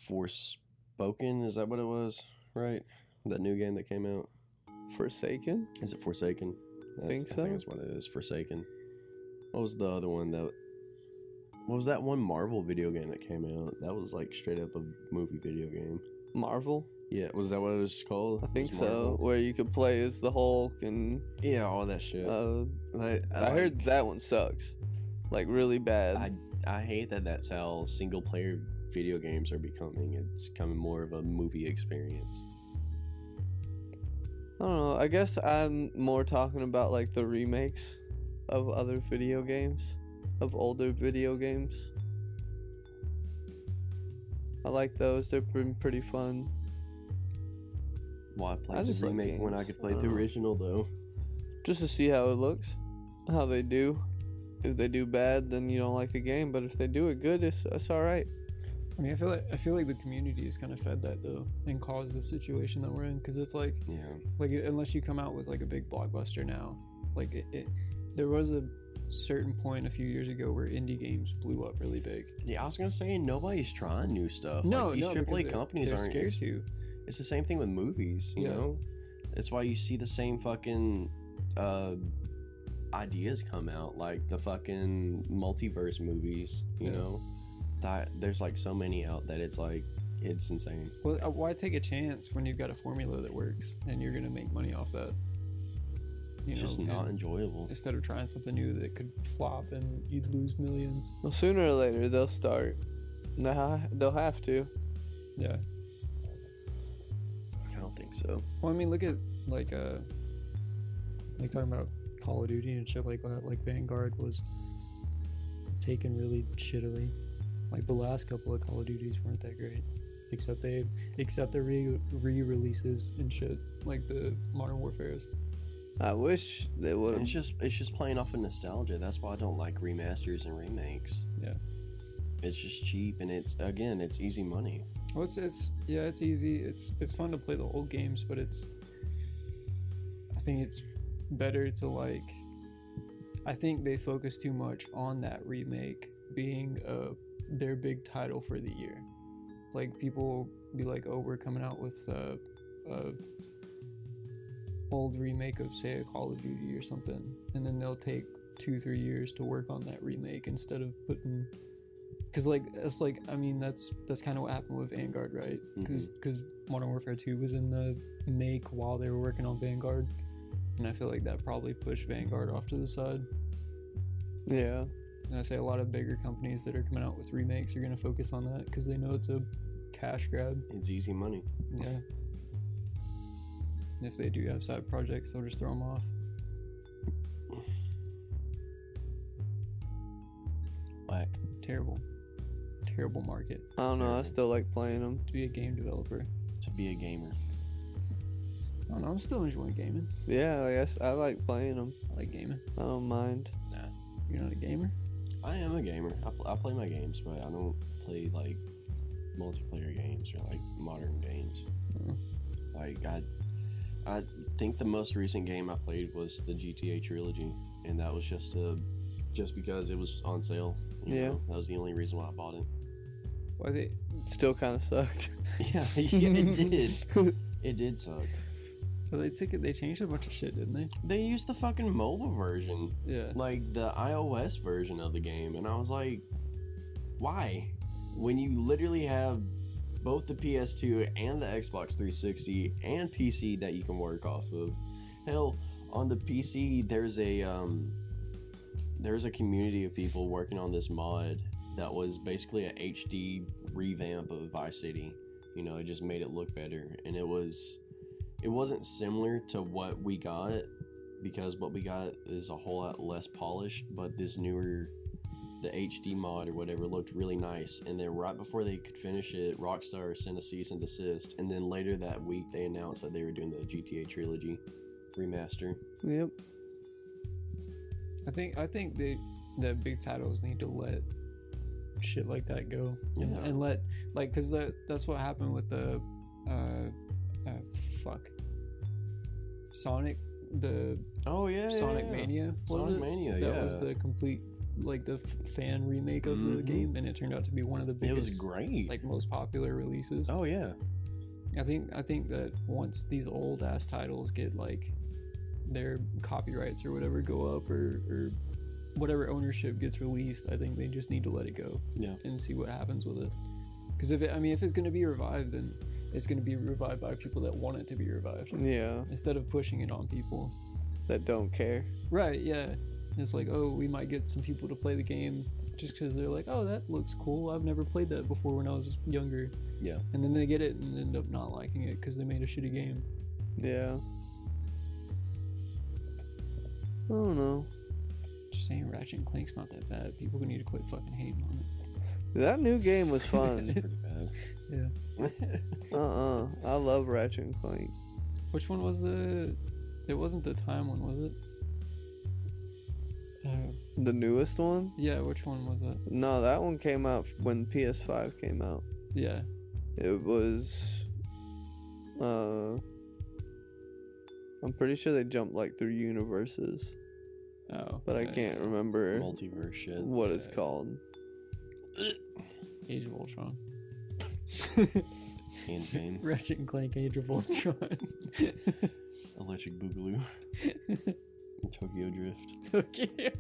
Speaker 2: Forspoken, is that what it was? Right? That new game that came out.
Speaker 4: Forsaken?
Speaker 2: Is it Forsaken?
Speaker 4: Think
Speaker 2: I
Speaker 4: so.
Speaker 2: think that's what it is, Forsaken. What was the other one that what was that one Marvel video game that came out? That was like straight up a movie video game.
Speaker 4: Marvel?
Speaker 2: Yeah, was that what it was called?
Speaker 4: I
Speaker 2: It
Speaker 4: think
Speaker 2: was
Speaker 4: so.
Speaker 2: Marvel?
Speaker 4: Where you could play as the Hulk and
Speaker 2: Yeah, all that shit.
Speaker 4: uh,
Speaker 2: Like,
Speaker 4: I heard
Speaker 2: like-
Speaker 4: that one sucks, like really bad.
Speaker 3: Um,
Speaker 2: I I hate that that's how single player video games are becoming. It's becoming more of a movie experience.
Speaker 4: I don't know. I guess I'm more talking about like the remakes of other video games, of older video games. I like those. They've been pretty fun.
Speaker 2: Why play
Speaker 4: I
Speaker 2: the
Speaker 4: just like
Speaker 2: remake when I
Speaker 4: games.
Speaker 2: could play
Speaker 4: I
Speaker 2: the
Speaker 3: Uh-huh.
Speaker 4: don't know.
Speaker 2: original though?
Speaker 4: Just to see how it looks, how they do. If they do bad, then you don't like the game. But if they do it good, it's, it's all right.
Speaker 3: I mean, I feel like I feel like the community has kind of fed that though, and caused the situation that we're in. Because it's like,
Speaker 2: Yeah,
Speaker 3: like unless you come out with like a big blockbuster now, like it, it there was a certain point a few years ago where indie games blew up really big.
Speaker 2: yeah. I was gonna say nobody's trying new stuff.
Speaker 3: no,
Speaker 2: like, these
Speaker 3: no, because
Speaker 2: AAA
Speaker 3: they're-
Speaker 2: companies
Speaker 3: they're
Speaker 2: aren't.
Speaker 3: scared to.
Speaker 2: It's the same thing with movies. You
Speaker 3: Yeah.
Speaker 2: know, that's why you see the same fucking uh, ideas come out, like the fucking multiverse movies. You
Speaker 3: Yeah.
Speaker 2: know, that there's like so many out that it's like it's insane.
Speaker 3: Well, uh, why take a chance when you've got a formula that works and you're gonna make money off that? You
Speaker 2: It's
Speaker 3: know,
Speaker 2: just
Speaker 3: and
Speaker 2: not enjoyable.
Speaker 3: instead of trying something new that could flop and you'd lose millions.
Speaker 4: Well, sooner or later they'll start. Nah, they'll have to.
Speaker 3: Yeah.
Speaker 2: I don't think so.
Speaker 3: Well, I mean, look at like uh, like talking about Call of Duty and shit like that. Like Vanguard was taken really shittily. Like the last couple of Call of Duties weren't that great, except they except the re re releases and shit like the Modern Warfare's.
Speaker 4: I wish they would.
Speaker 2: It's just it's just playing off of nostalgia. That's why I don't like remasters and remakes.
Speaker 3: Yeah.
Speaker 2: It's just cheap and it's again it's easy money.
Speaker 3: Well, it's it's yeah, it's easy. It's it's fun to play the old games, but it's I think it's better to like. I think they focus too much on that remake being uh their big title for the year. Like people be like, oh, we're coming out with a, a old remake of say a Call of Duty or something, and then they'll take two three years to work on that remake instead of putting because like it's like i mean that's that's kind of what happened with vanguard right because modern warfare 2 was in the make while they were working on vanguard and i feel like that probably pushed vanguard off to the side
Speaker 4: Yeah.
Speaker 3: and i say a lot of bigger companies that are coming out with remakes are going to focus on that because they know it's a cash grab
Speaker 2: It's easy money.
Speaker 3: yeah and if they do have side projects they'll just throw them off
Speaker 2: Whack.
Speaker 3: terrible terrible market
Speaker 4: I don't know. I still like playing them.
Speaker 3: to be a game developer.
Speaker 2: to be a gamer.
Speaker 3: I don't know. I'm still enjoying gaming.
Speaker 4: Yeah, like I, s- I like playing them.
Speaker 3: I like gaming.
Speaker 4: I don't mind.
Speaker 3: You're not a gamer.
Speaker 2: I am a gamer. I, pl- I play my games, but I don't play like multiplayer games or like modern games.
Speaker 3: Mm.
Speaker 2: Like I, I think the most recent game I played was the GTA trilogy, and that was just a, just because it was on sale. you
Speaker 4: Yeah.
Speaker 2: know? that was the only reason why I bought it.
Speaker 3: Why they?
Speaker 4: Still kind of sucked.
Speaker 2: Yeah, yeah it did. It did suck.
Speaker 3: So they took it. They changed a bunch of shit, didn't they?
Speaker 2: They used the fucking mobile version,
Speaker 3: Yeah.
Speaker 2: like the iOS version of the game, and I was like, why? When you literally have both the PS2 and the Xbox 360 and PC that you can work off of. Hell, on the PC there's a um, there's a community of people working on this mod that was basically a HD revamp of Vice City. You know, it just made it look better, and it was it wasn't similar to what we got because what we got is a whole lot less polished, but this newer the HD mod or whatever looked really nice. And then right before they could finish it, Rockstar sent a cease and desist. And then later that week, they announced that they were doing the GTA trilogy remaster.
Speaker 4: yep.
Speaker 3: I think I think they the big titles need to let shit like that go and,
Speaker 2: Yeah.
Speaker 3: and let like because that, that's what happened with the uh, uh fuck Sonic the
Speaker 2: Oh yeah,
Speaker 3: Sonic Mania was
Speaker 2: Sonic
Speaker 3: it?
Speaker 2: Mania,
Speaker 3: that
Speaker 2: yeah.
Speaker 3: was the complete like the f- fan remake of the
Speaker 2: Mhm.
Speaker 3: game and it turned out to be one of the
Speaker 2: it
Speaker 3: biggest
Speaker 2: was great.
Speaker 3: like most popular releases
Speaker 2: oh yeah,
Speaker 3: I think I think that once these old ass titles get like their copyrights or whatever go up or, or whatever ownership gets released, I think they just need to let it go.
Speaker 2: Yeah.
Speaker 3: And see what happens with it. Because if it, I mean, if it's gonna be revived, then it's gonna be revived by people that want it to be revived
Speaker 4: Yeah.
Speaker 3: instead of pushing it on people.
Speaker 4: That don't care.
Speaker 3: Right? Yeah. It's like, oh, we might get some people to play the game just because they're like, oh, that looks cool. I've never played that before when I was younger.
Speaker 2: Yeah.
Speaker 3: And then they get it and end up not liking it because they made a shitty game.
Speaker 4: Yeah. I don't know.
Speaker 3: Just saying, Ratchet and Clank's not that bad. People need to quit fucking hating on it.
Speaker 4: That new game was fun.
Speaker 2: pretty bad.
Speaker 3: Yeah.
Speaker 4: uh uh I love Ratchet and Clank.
Speaker 3: Which one was the? It wasn't the time one, was it? Uh,
Speaker 4: The newest one?
Speaker 3: yeah, which one was it?
Speaker 4: No, that one came out when PS5 came out.
Speaker 3: Yeah,
Speaker 4: It was. Uh. I'm pretty sure they jumped like through universes,
Speaker 3: oh,
Speaker 4: but I
Speaker 3: yeah,
Speaker 4: can't remember
Speaker 2: Multiverse shit.
Speaker 4: what it's
Speaker 3: Yeah.
Speaker 4: called.
Speaker 3: Age of Ultron,
Speaker 2: Hand pain.
Speaker 3: Ratchet and Clank, Age of Ultron,
Speaker 2: Electric Boogaloo. Tokyo Drift.
Speaker 3: Tokyo,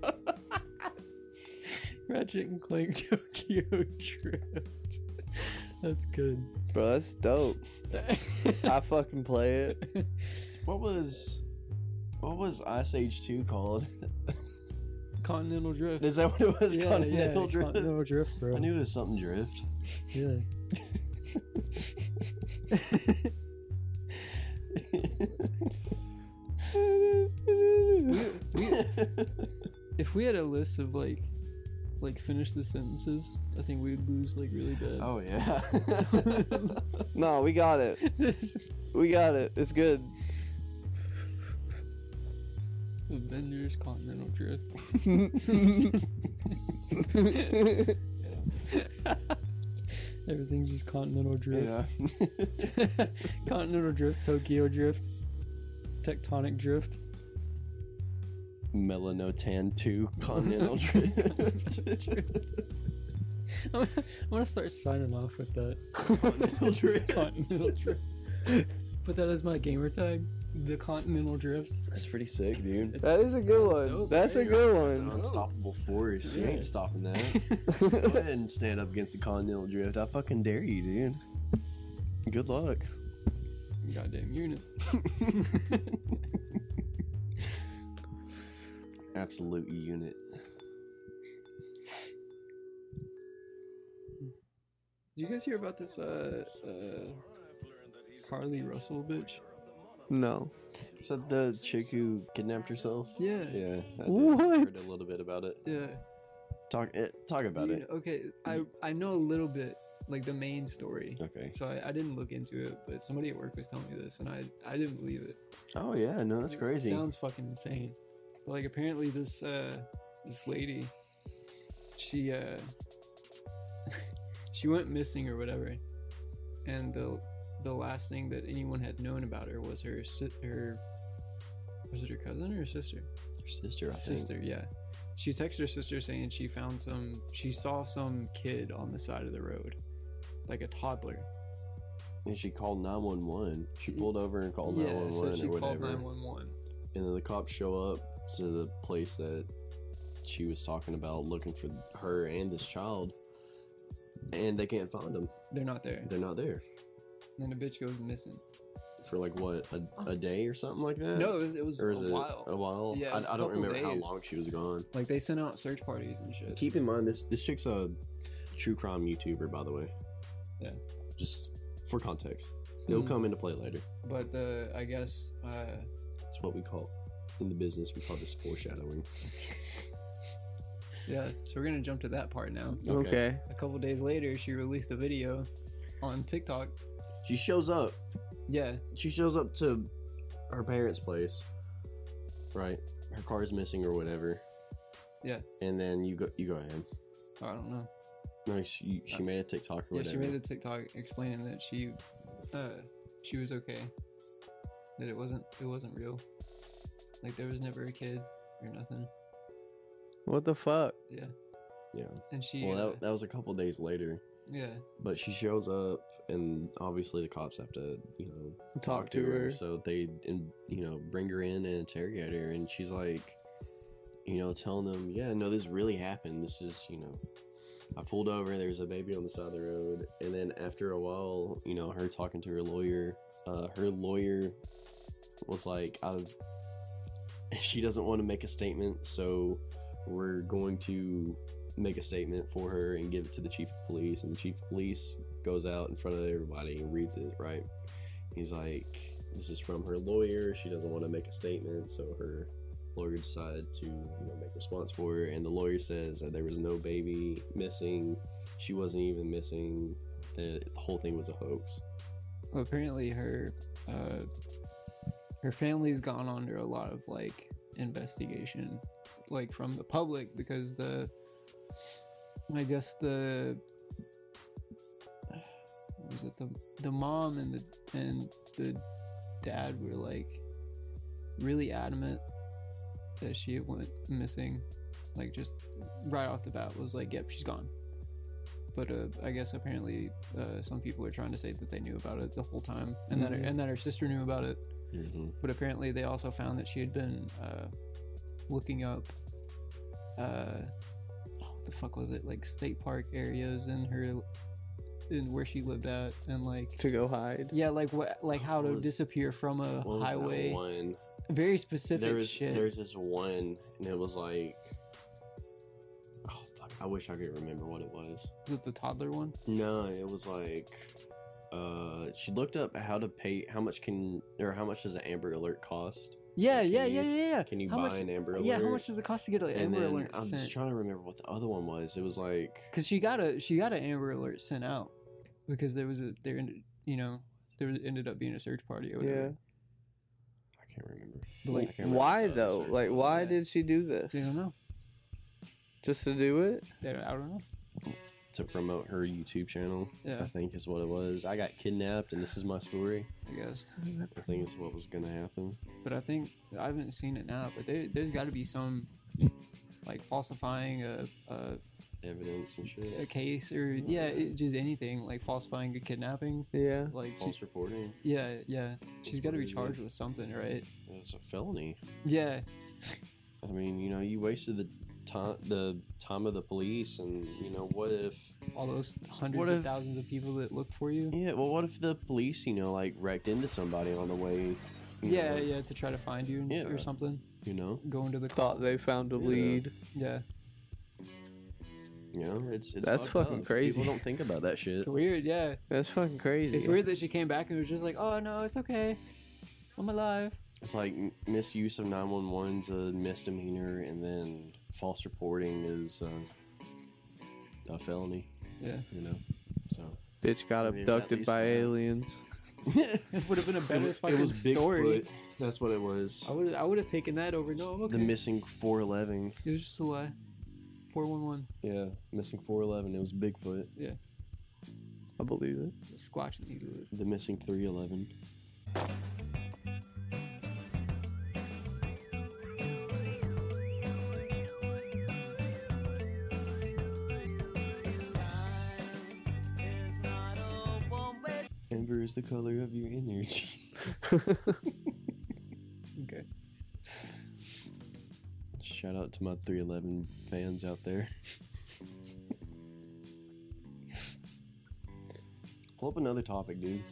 Speaker 3: Ratchet and Clank, Tokyo Drift. That's good.
Speaker 4: Bro, that's dope. I fucking play it.
Speaker 2: What was, what was Ice Age Two called?
Speaker 3: Continental Drift.
Speaker 2: Is that what it was?
Speaker 3: yeah,
Speaker 2: Continental
Speaker 3: yeah,
Speaker 2: Drift.
Speaker 3: Continental Drift, bro.
Speaker 2: I knew it was something drift.
Speaker 5: Yeah.
Speaker 3: If we had a list of like, like finish the sentences, I think we'd lose like really bad.
Speaker 2: oh yeah.
Speaker 4: No, we got it.
Speaker 3: this
Speaker 4: We got it. It's good.
Speaker 3: Avengers Continental Drift. Everything's just Continental Drift.
Speaker 2: yeah.
Speaker 3: Continental Drift, Tokyo Drift, Tectonic Drift.
Speaker 2: Melanotan Two Continental Drift.
Speaker 5: I'm gonna start signing off with that.
Speaker 2: Continental
Speaker 5: Just
Speaker 2: Drift.
Speaker 5: Continental Drift.
Speaker 3: Put that as my gamer tag. The Continental Drift.
Speaker 2: That's pretty sick, dude.
Speaker 4: That is a good one.
Speaker 3: dope.
Speaker 4: That's a
Speaker 3: There you
Speaker 4: good
Speaker 2: It's an
Speaker 4: one.
Speaker 2: unstoppable force. You ain't stopping that. Go ahead and stand up against the Continental Drift. I fucking dare you, dude. Good luck.
Speaker 3: Goddamn unit.
Speaker 2: Absolute unit.
Speaker 3: Did you guys hear about this uh, uh Carly Russell bitch?
Speaker 4: No.
Speaker 2: Is that the chick who kidnapped herself?
Speaker 3: Yeah.
Speaker 2: Yeah. I did.
Speaker 4: What?
Speaker 2: Heard a little bit about it.
Speaker 3: Yeah.
Speaker 2: Talk it. Talk about
Speaker 3: Dude,
Speaker 2: it. Mm-hmm.
Speaker 3: Okay, I I know a little bit, like the main story.
Speaker 2: Okay.
Speaker 3: So I, I didn't look into it, but somebody at work was telling me this, and I I didn't believe it.
Speaker 2: Oh yeah, no, that's
Speaker 3: It
Speaker 2: crazy.
Speaker 3: sounds fucking insane. But, like apparently this uh this lady, she uh she went missing or whatever, and the the last thing that anyone had known about her was her si- her was it her cousin or her sister?
Speaker 2: Your sister, I
Speaker 3: sister, yeah. She texted her sister saying she found some, she saw some kid on the side of the road, like a toddler.
Speaker 2: think. And she called nine one one. She pulled over and called nine
Speaker 3: yeah,
Speaker 2: one
Speaker 3: so
Speaker 2: one
Speaker 3: she
Speaker 2: or
Speaker 3: called
Speaker 2: whatever.
Speaker 3: 911.
Speaker 2: And then the cops show up to the place that she was talking about, looking for her and this child, and they can't find them.
Speaker 3: They're not there.
Speaker 2: They're not there
Speaker 3: And then the bitch goes missing.
Speaker 2: for like what a, a day or something like that.
Speaker 3: No, it was, it was
Speaker 2: Uh, or is
Speaker 3: a
Speaker 2: it
Speaker 3: while.
Speaker 2: a while?
Speaker 3: Yeah, it was a
Speaker 2: I, I don't
Speaker 3: couple
Speaker 2: remember how
Speaker 3: days.
Speaker 2: long she was gone.
Speaker 3: Like they sent out search parties and shit.
Speaker 2: Keep in mind this this chick's a true crime YouTuber, by the way.
Speaker 3: Yeah.
Speaker 2: Just for context, it'll
Speaker 3: Mhm.
Speaker 2: come into play later.
Speaker 3: But the, I guess, uh,
Speaker 2: That's what we call in the business. We call this foreshadowing.
Speaker 3: yeah. So we're gonna jump to that part now.
Speaker 2: Okay.
Speaker 4: Okay.
Speaker 3: A couple days later, she released a video on TikTok.
Speaker 2: She shows up.
Speaker 3: Yeah,
Speaker 2: She shows up to her parents' place. Right. Her car's missing or whatever.
Speaker 3: Yeah.
Speaker 2: And then you go. You go ahead.
Speaker 3: I don't know.
Speaker 2: No, she, she made a TikTok or
Speaker 3: Uh, Yeah,
Speaker 2: whatever.
Speaker 3: she made a TikTok explaining that she, uh, she was okay. That it wasn't, it wasn't real. Like there was never a kid or nothing.
Speaker 4: What the fuck?
Speaker 3: And she,
Speaker 2: well,
Speaker 3: uh,
Speaker 2: that, that was a couple days later.
Speaker 3: yeah,
Speaker 2: But she shows up, and obviously the cops have to, you know,
Speaker 4: Talk,
Speaker 2: talk to her. So they, in, you know, bring her in and interrogate her, and she's like, you know, telling them, yeah, no, this really happened. This is, you know, I pulled over. There's a baby on the side of the road, and then after a while, you know, her talking to her lawyer, uh, her lawyer was like, I've, she doesn't want to make a statement, so we're going to make a statement for her and give it to the chief of police and the chief of police goes out in front of everybody and reads it right he's like this is from her lawyer she doesn't want to make a statement so her lawyer decided to you know make a response for her and the lawyer says that there was no baby missing she wasn't even missing that the whole thing was a hoax
Speaker 3: Well, apparently her, uh, her family's gone under a lot of like investigation, like from the public because the, I guess the, what was it the the mom and the and the dad were like really adamant that she went missing, like just right off the bat was like, yep, she's gone. But uh, I guess apparently uh, some people were trying to say that they knew about it the whole time, and that her, and that her sister knew about it.
Speaker 2: mm-hmm.
Speaker 3: But apparently they also found that she had been uh, looking up, uh, oh, what the fuck was it? Like state park areas in her, in where she lived at, and like
Speaker 4: to go hide.
Speaker 3: yeah, like what, like how to
Speaker 2: What was-
Speaker 3: disappear from a
Speaker 2: what was that
Speaker 3: Uh, highway.
Speaker 2: one
Speaker 3: Very specific
Speaker 2: there was
Speaker 3: shit.
Speaker 2: there's this one and it was like oh fuck i wish i could remember what it was
Speaker 3: Was it the toddler one?
Speaker 2: No, it was like uh she looked up how to pay how much can or how much does an amber alert cost?
Speaker 3: Yeah,
Speaker 2: can
Speaker 3: yeah,
Speaker 2: you-
Speaker 3: yeah, yeah, yeah.
Speaker 2: Can you
Speaker 3: How
Speaker 2: buy
Speaker 3: much-
Speaker 2: an amber alert?
Speaker 3: Yeah, how much does it cost to get an
Speaker 2: and
Speaker 3: Amber
Speaker 2: then
Speaker 3: Alert
Speaker 2: I'm just
Speaker 3: sent?
Speaker 2: trying to remember what the other one was. It was like
Speaker 3: Because she got a she got an Amber Alert sent out because there was a there ended you know there was- ended up being a search party or whatever.
Speaker 4: Yeah.
Speaker 2: I can't remember.
Speaker 3: But like
Speaker 2: I can't remember
Speaker 4: Why
Speaker 2: what the
Speaker 4: though?
Speaker 2: search
Speaker 4: Like,
Speaker 2: was.
Speaker 4: why
Speaker 3: Yeah.
Speaker 4: did she do this?
Speaker 3: they don't know.
Speaker 4: Just to do it?
Speaker 3: They don't, I don't know.
Speaker 2: to promote her YouTube channel, I
Speaker 3: Yeah,
Speaker 2: think is what it was. I got kidnapped and this is my story.
Speaker 3: I guess.
Speaker 2: I think is what was gonna happen.
Speaker 3: But I think I haven't seen it now. But there, there's got to be some like falsifying a, a
Speaker 2: Evidence and shit.
Speaker 3: a case or yeah it, just anything like falsifying a kidnapping.
Speaker 4: Yeah.
Speaker 3: Like she-
Speaker 2: False reporting.
Speaker 3: yeah yeah she's got to
Speaker 2: what
Speaker 3: be
Speaker 2: it is.
Speaker 3: charged with something right?
Speaker 2: It's a felony.
Speaker 3: Yeah
Speaker 2: I mean, you know, you wasted the time the time of the police, and you know, what if?
Speaker 3: all those hundreds
Speaker 2: What
Speaker 3: of
Speaker 2: if-
Speaker 3: thousands of people that look for you.
Speaker 2: Yeah, well, what if the police, you know, like wrecked into somebody on the way? You
Speaker 3: Yeah,
Speaker 2: know,
Speaker 3: yeah, to try to find you
Speaker 2: Yeah.
Speaker 3: or something.
Speaker 2: You know,
Speaker 3: Go into the
Speaker 4: Thought they found a
Speaker 2: Yeah.
Speaker 4: lead.
Speaker 3: Yeah,
Speaker 2: you know, it's it's
Speaker 4: That's
Speaker 2: fucked
Speaker 4: fucking
Speaker 2: up.
Speaker 4: crazy.
Speaker 2: People don't think about that shit.
Speaker 3: it's weird. Yeah,
Speaker 4: That's fucking crazy.
Speaker 3: it's weird that she came back and was just like, "Oh no, it's okay, I'm alive."
Speaker 2: It's like m- misuse of 911's a misdemeanor, and then false reporting is uh, a felony,
Speaker 3: Yeah.
Speaker 2: you know. So
Speaker 4: Bitch got
Speaker 2: I mean, it's at
Speaker 4: abducted
Speaker 2: least
Speaker 4: by
Speaker 2: that.
Speaker 4: aliens.
Speaker 3: It would have been a
Speaker 2: it
Speaker 3: better
Speaker 2: was,
Speaker 3: fucking story.
Speaker 2: Bigfoot. That's what it was.
Speaker 3: I would I would have taken that over. No, I'm okay.
Speaker 2: The missing 411.
Speaker 3: it was just a lie. Four one one.
Speaker 2: Yeah, missing 411. It was Bigfoot.
Speaker 4: I believe it.
Speaker 3: Squatch and eat it.
Speaker 2: The missing 311. Amber is the color of your energy.
Speaker 3: Okay.
Speaker 2: Shout out to my 311 fans out there. Pull up another topic, dude.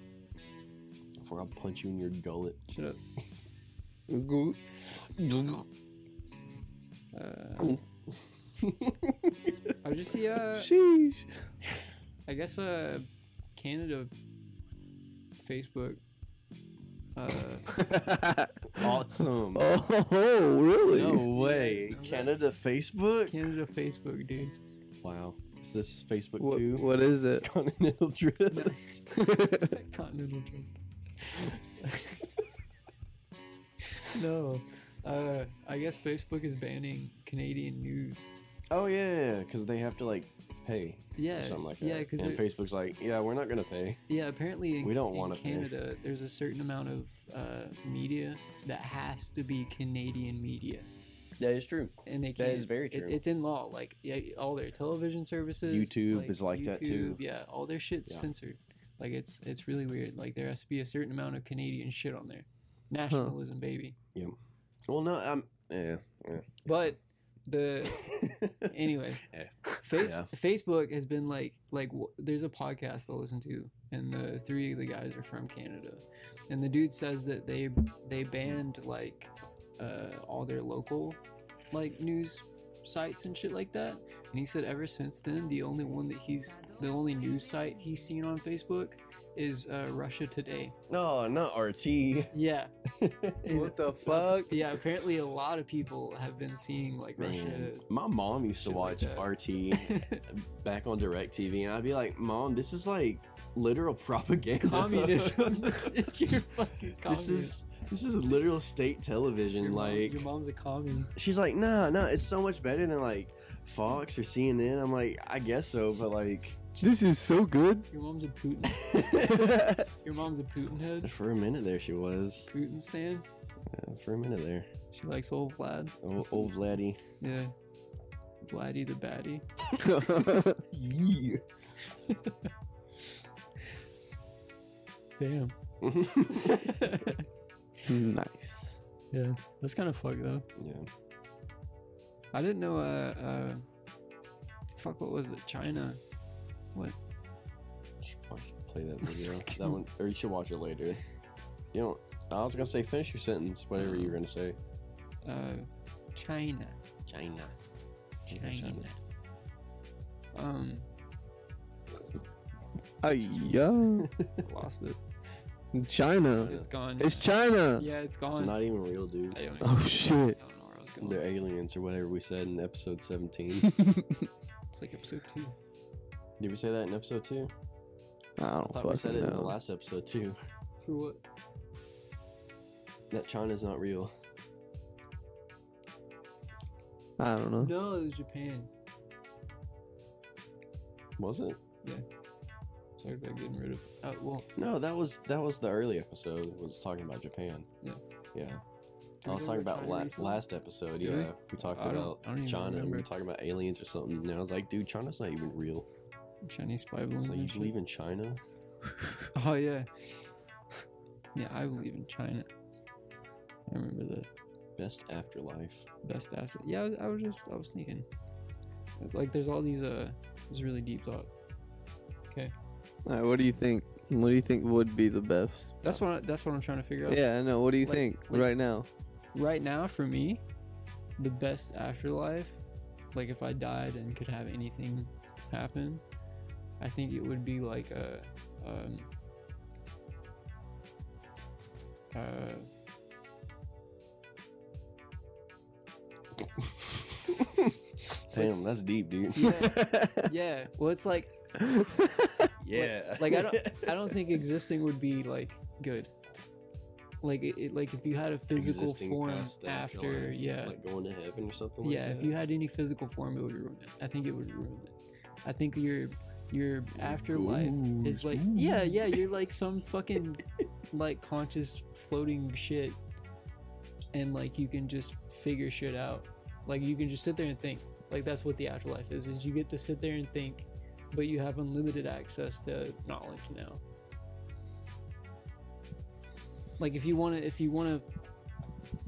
Speaker 2: Before I punch you in your gullet.
Speaker 3: Shut up. Uh, I just see. Uh,
Speaker 4: Sheesh.
Speaker 3: I guess uh, Canada Facebook. Uh,
Speaker 2: awesome.
Speaker 4: Oh, really?
Speaker 2: No way.
Speaker 3: Yes, okay.
Speaker 2: Canada Facebook?
Speaker 3: Canada Facebook, dude.
Speaker 2: Wow. Is this Facebook
Speaker 4: What,
Speaker 2: too?
Speaker 4: what is it?
Speaker 2: Continental drift.
Speaker 3: Continental drift. no, uh, I guess Facebook is banning Canadian news.
Speaker 2: Oh yeah, because they have to like pay
Speaker 3: Yeah,
Speaker 2: or something like that.
Speaker 3: yeah, because
Speaker 2: and Facebook's like, yeah, we're not gonna pay.
Speaker 3: yeah, apparently in,
Speaker 2: We don't
Speaker 3: in
Speaker 2: wanna pay.
Speaker 3: Canada, there's a certain amount of uh, media that has to be Canadian media,
Speaker 2: That is true.
Speaker 3: and they
Speaker 2: That
Speaker 3: can't,
Speaker 2: is very
Speaker 3: it-
Speaker 2: true.
Speaker 3: it's in law, like yeah, all their television services,
Speaker 2: YouTube is like that, too.
Speaker 3: YouTube, Yeah, all their shit's
Speaker 2: Yeah.
Speaker 3: censored. Like it's it's really weird. Like there has to be a certain amount of Canadian shit on there. Nationalism, baby.
Speaker 2: Well, no, I'm yeah. yeah.
Speaker 3: But the anyway,
Speaker 2: Yeah.
Speaker 3: Face-
Speaker 2: Yeah.
Speaker 3: Facebook has been like like w- there's a podcast I listen to, and the three of the guys are from Canada, and the dude says that they they banned like uh, all their local like news sites and shit like that, and he said ever since then the only one that he's the only news site he's seen on Facebook is uh, Russia Today.
Speaker 2: no, not RT.
Speaker 3: Yeah. And-
Speaker 4: What the fuck?
Speaker 3: yeah, apparently a lot of people have been seeing like
Speaker 2: Man,
Speaker 3: Russia.
Speaker 2: my mom used to
Speaker 3: Shit like
Speaker 2: watch
Speaker 3: that.
Speaker 2: RT back on DirecTV, and I'd be like, "Mom, this is like literal propaganda.
Speaker 3: communism. it's your fucking
Speaker 2: this
Speaker 3: communist.
Speaker 2: is this is literal state television.
Speaker 3: your mom-
Speaker 2: like,
Speaker 3: your mom's a commie.
Speaker 2: she's like, nah, nah, it's so much better than like Fox or CNN. I'm like, I guess so, but like,
Speaker 4: This is so good.
Speaker 3: Your mom's a Putin. Your mom's a Putin head.
Speaker 2: for a minute there she was.
Speaker 3: Putin stan.
Speaker 2: Yeah, for a minute there,
Speaker 3: She likes old Vlad.
Speaker 2: o- old laddie.
Speaker 3: Yeah. Vladdy the baddie.
Speaker 2: Yeah.
Speaker 5: Damn.
Speaker 4: nice.
Speaker 5: Yeah. That's kind of fucked up.
Speaker 2: yeah.
Speaker 3: I didn't know. Uh, uh, fuck. What was it? China.
Speaker 2: You should watch- Play that video. That one, or you should watch it later. You know, I was gonna say finish your sentence, whatever you were gonna say.
Speaker 3: Uh, China.
Speaker 2: China.
Speaker 3: China. Um,
Speaker 4: Oh, yeah.
Speaker 3: lost it.
Speaker 4: China.
Speaker 3: It's gone.
Speaker 4: It's China.
Speaker 3: yeah, it's gone.
Speaker 2: It's not even real, dude.
Speaker 3: I don't even-
Speaker 4: Oh, shit.
Speaker 3: I don't know where I was going.
Speaker 2: They're aliens or whatever we said in episode 17. Did
Speaker 3: It's like episode two.
Speaker 2: we say that in episode 2?
Speaker 4: I
Speaker 2: I
Speaker 3: Oh,
Speaker 4: don't
Speaker 2: thought we said
Speaker 4: fucking
Speaker 2: it in the
Speaker 4: know.
Speaker 2: last episode too.
Speaker 3: For what?
Speaker 2: That China's not real.
Speaker 4: I don't know.
Speaker 3: No, it was Japan.
Speaker 2: Was it?
Speaker 3: Sorry about getting rid of. Uh, well,
Speaker 2: No, that was that was the early episode. Was talking about Japan.
Speaker 3: Yeah.
Speaker 2: Yeah.
Speaker 3: do
Speaker 2: I
Speaker 3: we
Speaker 2: was
Speaker 3: go
Speaker 2: talking
Speaker 3: over
Speaker 2: about
Speaker 3: China
Speaker 2: la-
Speaker 3: recently?
Speaker 2: last episode.
Speaker 3: Did
Speaker 2: yeah,
Speaker 3: we?
Speaker 2: we, talked
Speaker 3: I don't-
Speaker 2: about
Speaker 3: I don't even
Speaker 2: China. and We
Speaker 3: remember.
Speaker 2: were talking about aliens or something. And I was like, dude, China's not even real.
Speaker 3: Chinese spy
Speaker 2: It's
Speaker 3: balloon.
Speaker 2: like you
Speaker 3: and shit.
Speaker 2: believe in China?
Speaker 3: Oh yeah. Yeah, I believe in China. I remember the
Speaker 2: Best afterlife.
Speaker 3: best after. Yeah, I was, I was just I was thinking, like, there's all these uh, this really deep thought.
Speaker 4: All right, what do you think? What do you think would be the best?
Speaker 3: That's what I, that's what I'm trying to figure out.
Speaker 4: Yeah, I know. What do you
Speaker 3: Like-
Speaker 4: think
Speaker 3: like-
Speaker 4: right now?
Speaker 3: Right now, for me, the best afterlife, like if I died and could have anything happen, I think it would be like a, um, uh,
Speaker 2: Damn, that's deep, dude.
Speaker 3: Yeah. yeah. Well, it's like
Speaker 2: Yeah.
Speaker 3: like I don't I don't think existing would be like good. Like it, it like if you had a physical
Speaker 2: Existing
Speaker 3: form
Speaker 2: past the
Speaker 3: after,
Speaker 2: afterlife,
Speaker 3: yeah,
Speaker 2: like going to heaven or something.
Speaker 3: yeah.
Speaker 2: like
Speaker 3: If
Speaker 2: that.
Speaker 3: you had any physical form, it would ruin it. I think it would ruin it. I think your your afterlife is like yeah yeah you're like some fucking like conscious floating shit, and like you can just figure shit out. Like you can just sit there and think. Like that's what the afterlife is. Is you get to sit there and think, but you have unlimited access to knowledge now. Like if you want to, if you want to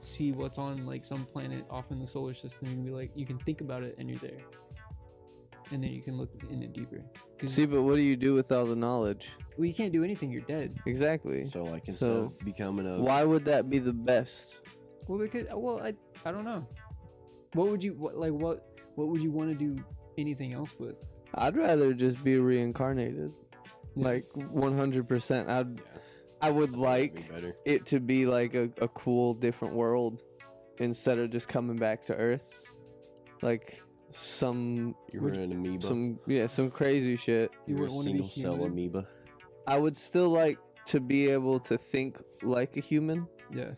Speaker 3: see what's on like some planet off in the solar system and be like you can think about it and you're there and then you can look in it deeper because
Speaker 4: See, but what do you do with all the knowledge?
Speaker 3: well, you can't do anything you're dead
Speaker 4: Exactly.
Speaker 2: So like instead
Speaker 4: So,
Speaker 2: of becoming a
Speaker 4: Why would that be the best?
Speaker 3: well because well i i don't know what would you what like what what would you want to do anything else with
Speaker 4: I'd rather just be reincarnated. Like 100%. I'd
Speaker 2: Yeah.
Speaker 4: I would
Speaker 2: that'd
Speaker 4: like
Speaker 2: be better.
Speaker 4: it to be like a, a cool different world instead of just coming back to earth like some
Speaker 2: You were an amoeba.
Speaker 4: some yeah some crazy shit
Speaker 2: you were a
Speaker 3: wouldn't wanna
Speaker 2: single
Speaker 3: be
Speaker 2: cell
Speaker 3: human.
Speaker 2: amoeba.
Speaker 4: i would still like to be able to think like a human
Speaker 3: yeah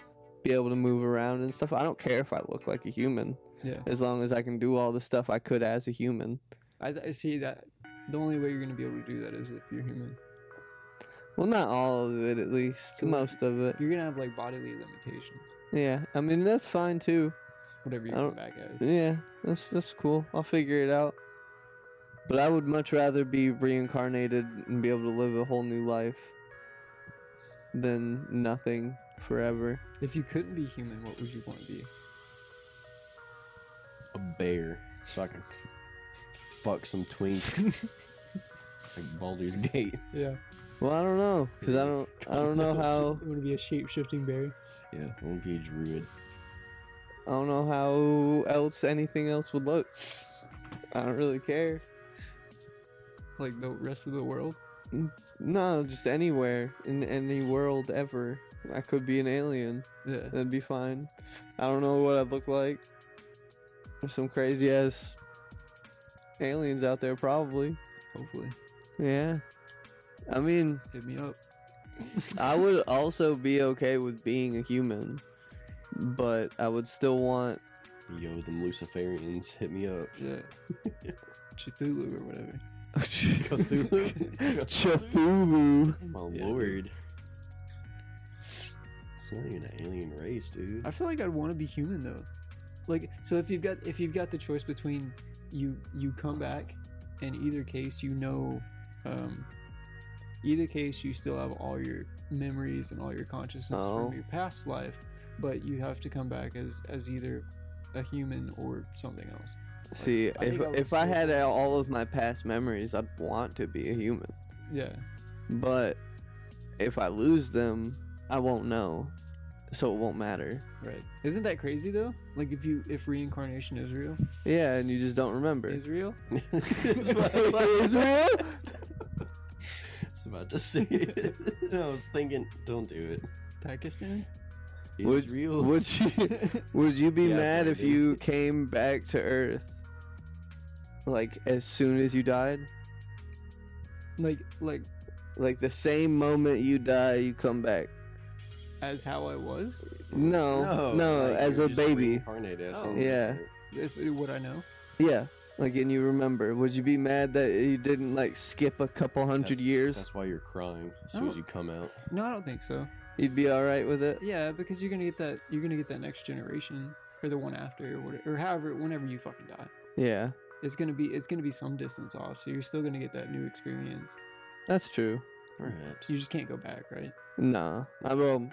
Speaker 4: be able to move around and stuff i don't care if i look like a human
Speaker 3: yeah
Speaker 4: as long as i can do all the stuff i could as a human
Speaker 3: i, I see that the only way you're going to be able to do that is if you're human
Speaker 4: well not all of it at least
Speaker 3: Cool.
Speaker 4: most of it
Speaker 3: you're going to have like bodily limitations
Speaker 4: yeah i mean that's fine too
Speaker 3: whatever you
Speaker 4: I
Speaker 3: come
Speaker 4: don't-
Speaker 3: back as
Speaker 4: Yeah, that's that's cool. I'll figure it out. But I would much rather be reincarnated and be able to live a whole new life than nothing forever.
Speaker 3: if you couldn't be human what would you want to be
Speaker 2: A bear. So I can fuck some twink. like Baldur's Gate.
Speaker 3: yeah
Speaker 4: Well, I don't know, cause I don't, I don't know how,
Speaker 3: you want to be a shape-shifting berry
Speaker 2: Yeah, I want to be a druid.
Speaker 4: I don't know how else anything else would look. I don't really care.
Speaker 3: like the rest of the world
Speaker 4: No, just anywhere in any world ever, I could be an alien.
Speaker 3: yeah
Speaker 4: That'd be fine. I don't know what I'd look like. There's some crazy ass aliens out there, probably.
Speaker 3: hopefully
Speaker 4: Yeah. I mean,
Speaker 3: hit me up
Speaker 4: I would also be okay with being a human, but I would still want.
Speaker 2: Yo, them Luciferians hit me up.
Speaker 3: yeah Cthulhu or whatever
Speaker 2: Cthulhu.
Speaker 4: Cthulhu.
Speaker 2: My
Speaker 4: Yeah,
Speaker 2: lord. It's not even an alien race, dude.
Speaker 3: I feel like I'd want to be human though like so if you've got if you've got the choice between you you come back in either case you know um either case you still have all your memories and all your consciousness
Speaker 4: Oh.
Speaker 3: from your past life but you have to come back as as either a human or something else
Speaker 4: See,
Speaker 3: I
Speaker 4: if
Speaker 3: think I would
Speaker 4: if I
Speaker 3: still-
Speaker 4: had all of my past memories, I'd want to be a human.
Speaker 3: yeah
Speaker 4: But if I lose them, I won't know, so it won't matter.
Speaker 3: right isn't that crazy though like if you if reincarnation is real
Speaker 4: Yeah, and you just don't remember.
Speaker 3: is real
Speaker 2: it's, about,
Speaker 4: Israel?
Speaker 2: it's about to say it. I was thinking, don't do it.
Speaker 3: Pakistan?
Speaker 2: It's
Speaker 4: Would-
Speaker 2: real.
Speaker 4: Would you would you be
Speaker 2: Yeah,
Speaker 4: mad if
Speaker 2: maybe.
Speaker 4: you came back to Earth? Like as soon as you died?
Speaker 3: Like like
Speaker 4: Like the same moment you die, you come back.
Speaker 3: as how I was?
Speaker 4: No. No,
Speaker 2: like,
Speaker 4: as
Speaker 2: you're
Speaker 4: a
Speaker 2: just
Speaker 4: baby.
Speaker 2: reincarnated as
Speaker 3: Oh.
Speaker 2: something
Speaker 4: Yeah.
Speaker 2: different.
Speaker 3: If, would I know?
Speaker 4: Yeah. Like and you remember. Would you be mad that you didn't like skip a couple hundred
Speaker 2: That's-
Speaker 4: years?
Speaker 2: That's why you're crying as soon as
Speaker 3: Oh.
Speaker 2: you come out.
Speaker 3: No, I don't think so.
Speaker 4: You'd be alright with it?
Speaker 3: Yeah, because you're gonna get that you're gonna get that next generation or the one after or whatever or however whenever you fucking die.
Speaker 4: Yeah.
Speaker 3: It's gonna be it's gonna be some distance off, so you're still gonna get that new experience.
Speaker 4: That's true.
Speaker 2: Perhaps.
Speaker 3: You just can't go back, right?
Speaker 4: Nah. I will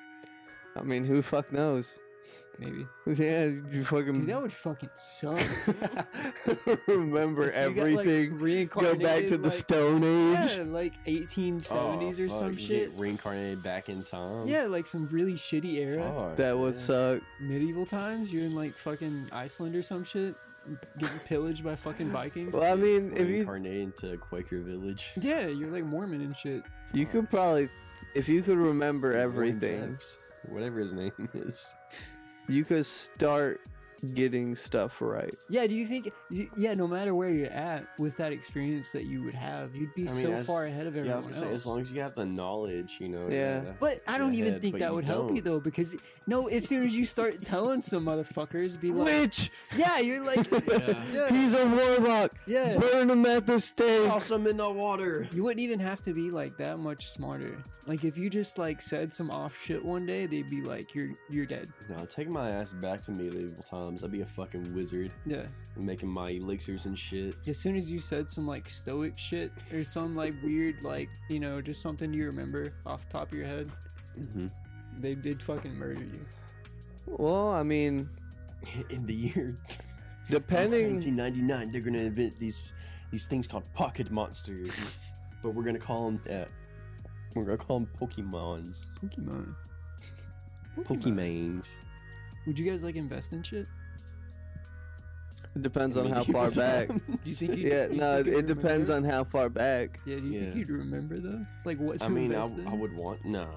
Speaker 4: I mean who fuck knows?
Speaker 3: Maybe.
Speaker 4: Yeah, you fucking
Speaker 3: Dude, that would fucking suck.
Speaker 4: remember
Speaker 3: If you got, like,
Speaker 4: everything. Go
Speaker 3: reincarnated,
Speaker 4: back to the
Speaker 3: like-
Speaker 4: Stone Age.
Speaker 3: Yeah, like 1870s
Speaker 2: Oh,
Speaker 3: or
Speaker 2: fuck,
Speaker 3: some
Speaker 2: you get
Speaker 3: shit.
Speaker 2: Reincarnated back in time.
Speaker 3: Yeah, like some really shitty era.
Speaker 2: Fuck,
Speaker 4: That
Speaker 2: man.
Speaker 4: would suck.
Speaker 3: medieval times you're in like fucking iceland or some shit getting pillaged by fucking vikings
Speaker 4: Well, I mean, if you
Speaker 2: Reincarnated into a Quaker village.
Speaker 3: yeah you're like mormon and shit
Speaker 4: you could probably, if you could remember
Speaker 2: Going
Speaker 4: everything,
Speaker 2: Depths, Whatever his name is.
Speaker 4: you could start getting stuff right.
Speaker 3: Yeah, do you think? you- Yeah, no matter where you're at, with that experience that you would have, you'd be
Speaker 2: I mean,
Speaker 3: so
Speaker 2: as-
Speaker 3: far ahead of everyone
Speaker 2: Yeah, I was gonna say
Speaker 3: else.
Speaker 2: as long as you have the knowledge, you know.
Speaker 4: Yeah.
Speaker 3: but I don't
Speaker 2: you're
Speaker 3: even
Speaker 2: ahead,
Speaker 3: think
Speaker 2: but
Speaker 3: that
Speaker 2: you
Speaker 3: would help you
Speaker 2: don't.
Speaker 3: though, because no, as soon as you start telling some motherfuckers, be like,
Speaker 4: Lich!
Speaker 3: yeah, you're like, yeah,
Speaker 4: He's a warlock!
Speaker 3: yeah.
Speaker 4: Burn him at the stake!
Speaker 2: Awesome in the water.
Speaker 3: You wouldn't even have to be like that much smarter. Like if you just like said some off shit one day, they'd be like, "You're you're dead."
Speaker 2: No, take my ass back to medieval times. I'd be a fucking wizard,
Speaker 3: Yeah.
Speaker 2: making my elixirs and shit.
Speaker 3: As soon as you said some like stoic shit or some like weird like you know just something you remember off the top of your head,
Speaker 2: Mm-hmm.
Speaker 3: they did fucking murder you.
Speaker 4: Well, I mean,
Speaker 2: In the year
Speaker 4: depending.
Speaker 2: 1999, they're gonna invent these these things called pocket monsters, but we're gonna call them that. We're gonna call them Pokemons,
Speaker 3: Pokemon.
Speaker 2: Pokemans.
Speaker 3: Would you guys like invest in shit?
Speaker 4: It depends on
Speaker 2: I mean,
Speaker 4: how far
Speaker 2: was-
Speaker 4: back.
Speaker 3: Do you think? You'd,
Speaker 4: Yeah,
Speaker 3: you
Speaker 4: no,
Speaker 3: think
Speaker 4: it,
Speaker 3: you'd
Speaker 4: it depends
Speaker 3: remember?
Speaker 4: on how far back.
Speaker 3: Yeah, do you think
Speaker 2: Yeah.
Speaker 3: you'd remember though? Like what? To
Speaker 2: I mean, I,
Speaker 3: invest in?
Speaker 2: I would want nah.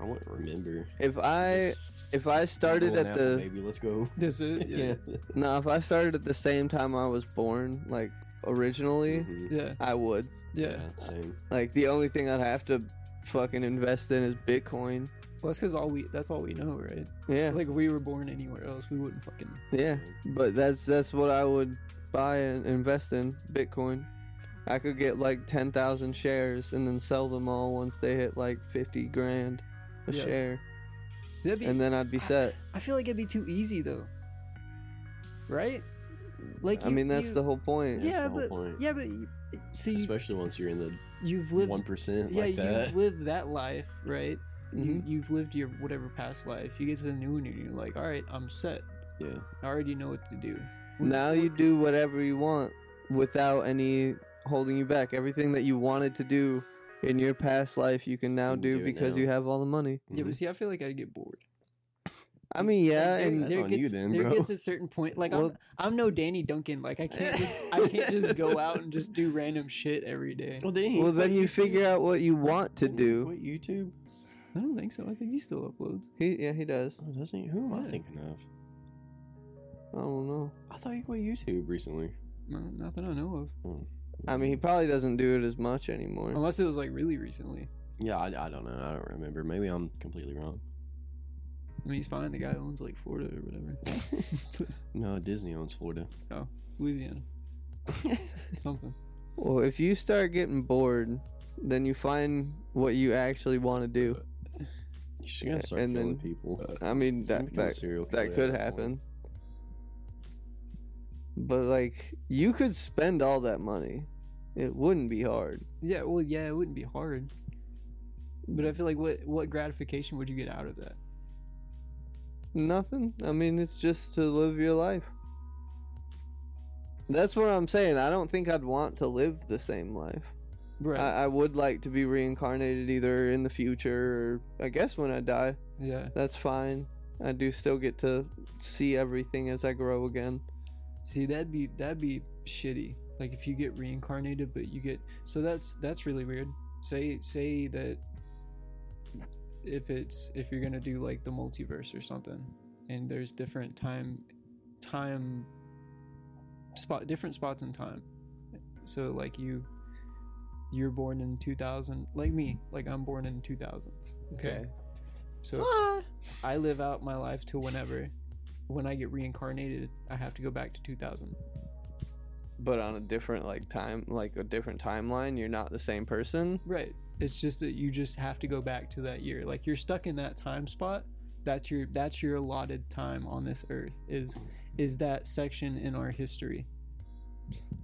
Speaker 2: I wouldn't remember.
Speaker 4: If I if I started
Speaker 2: Golden
Speaker 4: at
Speaker 2: apple,
Speaker 4: the
Speaker 2: baby. Let's go.
Speaker 3: That's it.
Speaker 2: Yeah.
Speaker 3: Yeah.
Speaker 4: no, if I started at the same time I was born, like originally,
Speaker 2: Mhm.
Speaker 3: Yeah.
Speaker 4: I would.
Speaker 3: Yeah.
Speaker 2: Same.
Speaker 4: Like the only thing I'd have to fucking invest in is Bitcoin.
Speaker 3: Well, that's because all we—that's all we know, right?
Speaker 4: Yeah,
Speaker 3: Like, if we were born anywhere else, we wouldn't fucking.
Speaker 4: yeah. But that's that's what I would buy and invest in Bitcoin. I could get like ten thousand shares and then sell them all once they hit like fifty grand a
Speaker 3: Yeah.
Speaker 4: share,
Speaker 3: See, that'd be-
Speaker 4: and then I'd be set.
Speaker 3: I feel like it'd be too easy though, right? Like,
Speaker 4: I
Speaker 3: you-
Speaker 4: mean, that's
Speaker 3: you-
Speaker 4: the whole point.
Speaker 2: That's
Speaker 3: Yeah,
Speaker 2: the whole
Speaker 3: but-
Speaker 2: point.
Speaker 3: Yeah, but you, so you,
Speaker 2: Especially once you're in the
Speaker 3: you've lived.
Speaker 2: one percent
Speaker 3: yeah,
Speaker 2: like that.
Speaker 3: you've lived that life, right? You,
Speaker 2: Mm-hmm.
Speaker 4: Mhm.
Speaker 3: you've lived your whatever past life. You get to the new one, and you're like, all right, I'm set.
Speaker 2: Yeah.
Speaker 3: I already know what to do.
Speaker 4: Now you do whatever you want without any holding you back. Everything that you wanted to do in your past life, you can now
Speaker 2: You can
Speaker 4: do
Speaker 2: do it
Speaker 4: because
Speaker 2: now.
Speaker 4: you have all the money.
Speaker 3: Yeah,
Speaker 2: Mm-hmm.
Speaker 3: but see, I feel like I'd get bored.
Speaker 4: I mean, yeah,
Speaker 3: Like, there-
Speaker 4: and
Speaker 2: That's
Speaker 3: there
Speaker 2: on you
Speaker 3: gets-
Speaker 2: then,
Speaker 3: there
Speaker 2: bro.
Speaker 3: gets a certain point. Like
Speaker 4: Well-
Speaker 3: I'm, I'm no Danny Duncan. Like I can't just, I can't just go out and just do random shit every day.
Speaker 2: Well, dang,
Speaker 4: well, then you figure out what you want to do.
Speaker 2: What YouTube?
Speaker 3: I don't think so. I think he still uploads.
Speaker 4: He, yeah, he does.
Speaker 2: Oh, doesn't he? Who am I
Speaker 3: Yeah.
Speaker 2: thinking of?
Speaker 4: I don't know.
Speaker 2: I thought you quit YouTube recently.
Speaker 3: No, nothing I know of.
Speaker 2: Oh.
Speaker 4: I mean, he probably doesn't do it as much anymore.
Speaker 3: Unless it was like really recently.
Speaker 2: Yeah, I, I don't know. I don't remember. Maybe I'm completely wrong.
Speaker 3: I mean, he's fine. The guy owns like Florida or whatever.
Speaker 2: No, Disney owns Florida.
Speaker 3: oh, Louisiana. Something.
Speaker 4: Well, if you start getting bored, then you find what you actually want to do.
Speaker 2: You should gonna
Speaker 4: Yeah,
Speaker 2: start
Speaker 4: and
Speaker 2: killing
Speaker 4: then-
Speaker 2: people.
Speaker 4: I mean,
Speaker 2: He's gonna
Speaker 4: that,
Speaker 2: become a
Speaker 4: that
Speaker 2: serial killer
Speaker 4: that
Speaker 2: at
Speaker 4: could
Speaker 2: point.
Speaker 4: happen. But like, you could spend all that money; it wouldn't be hard.
Speaker 3: Yeah. Well, yeah. It wouldn't be hard. But I feel like what what gratification would you get out of that?
Speaker 4: Nothing. I mean, it's just to live your life. That's what I'm saying. I don't think I'd want to live the same life.
Speaker 3: Right.
Speaker 4: I, I would like to be reincarnated either in the future or I guess when I die.
Speaker 3: yeah.
Speaker 4: That's fine. I do still get to see everything as I grow again.
Speaker 3: See, that'd be that'd be shitty. Like if you get reincarnated, but you get so that's that's really weird. Say say that if it's if you're gonna do like the multiverse or something, and there's different time time spot different spots in time. So like you you're born in 2000, like me, like I'm born in 2000. okay. So I live out my life to whenever. When I get reincarnated, I have to go back to 2000.
Speaker 4: But on a different like time, like a different timeline, you're not the same person.
Speaker 3: Right. It's just that you just have to go back to that year. Like you're stuck in that time spot. That's your that's your allotted time on this earth is is that section in our history.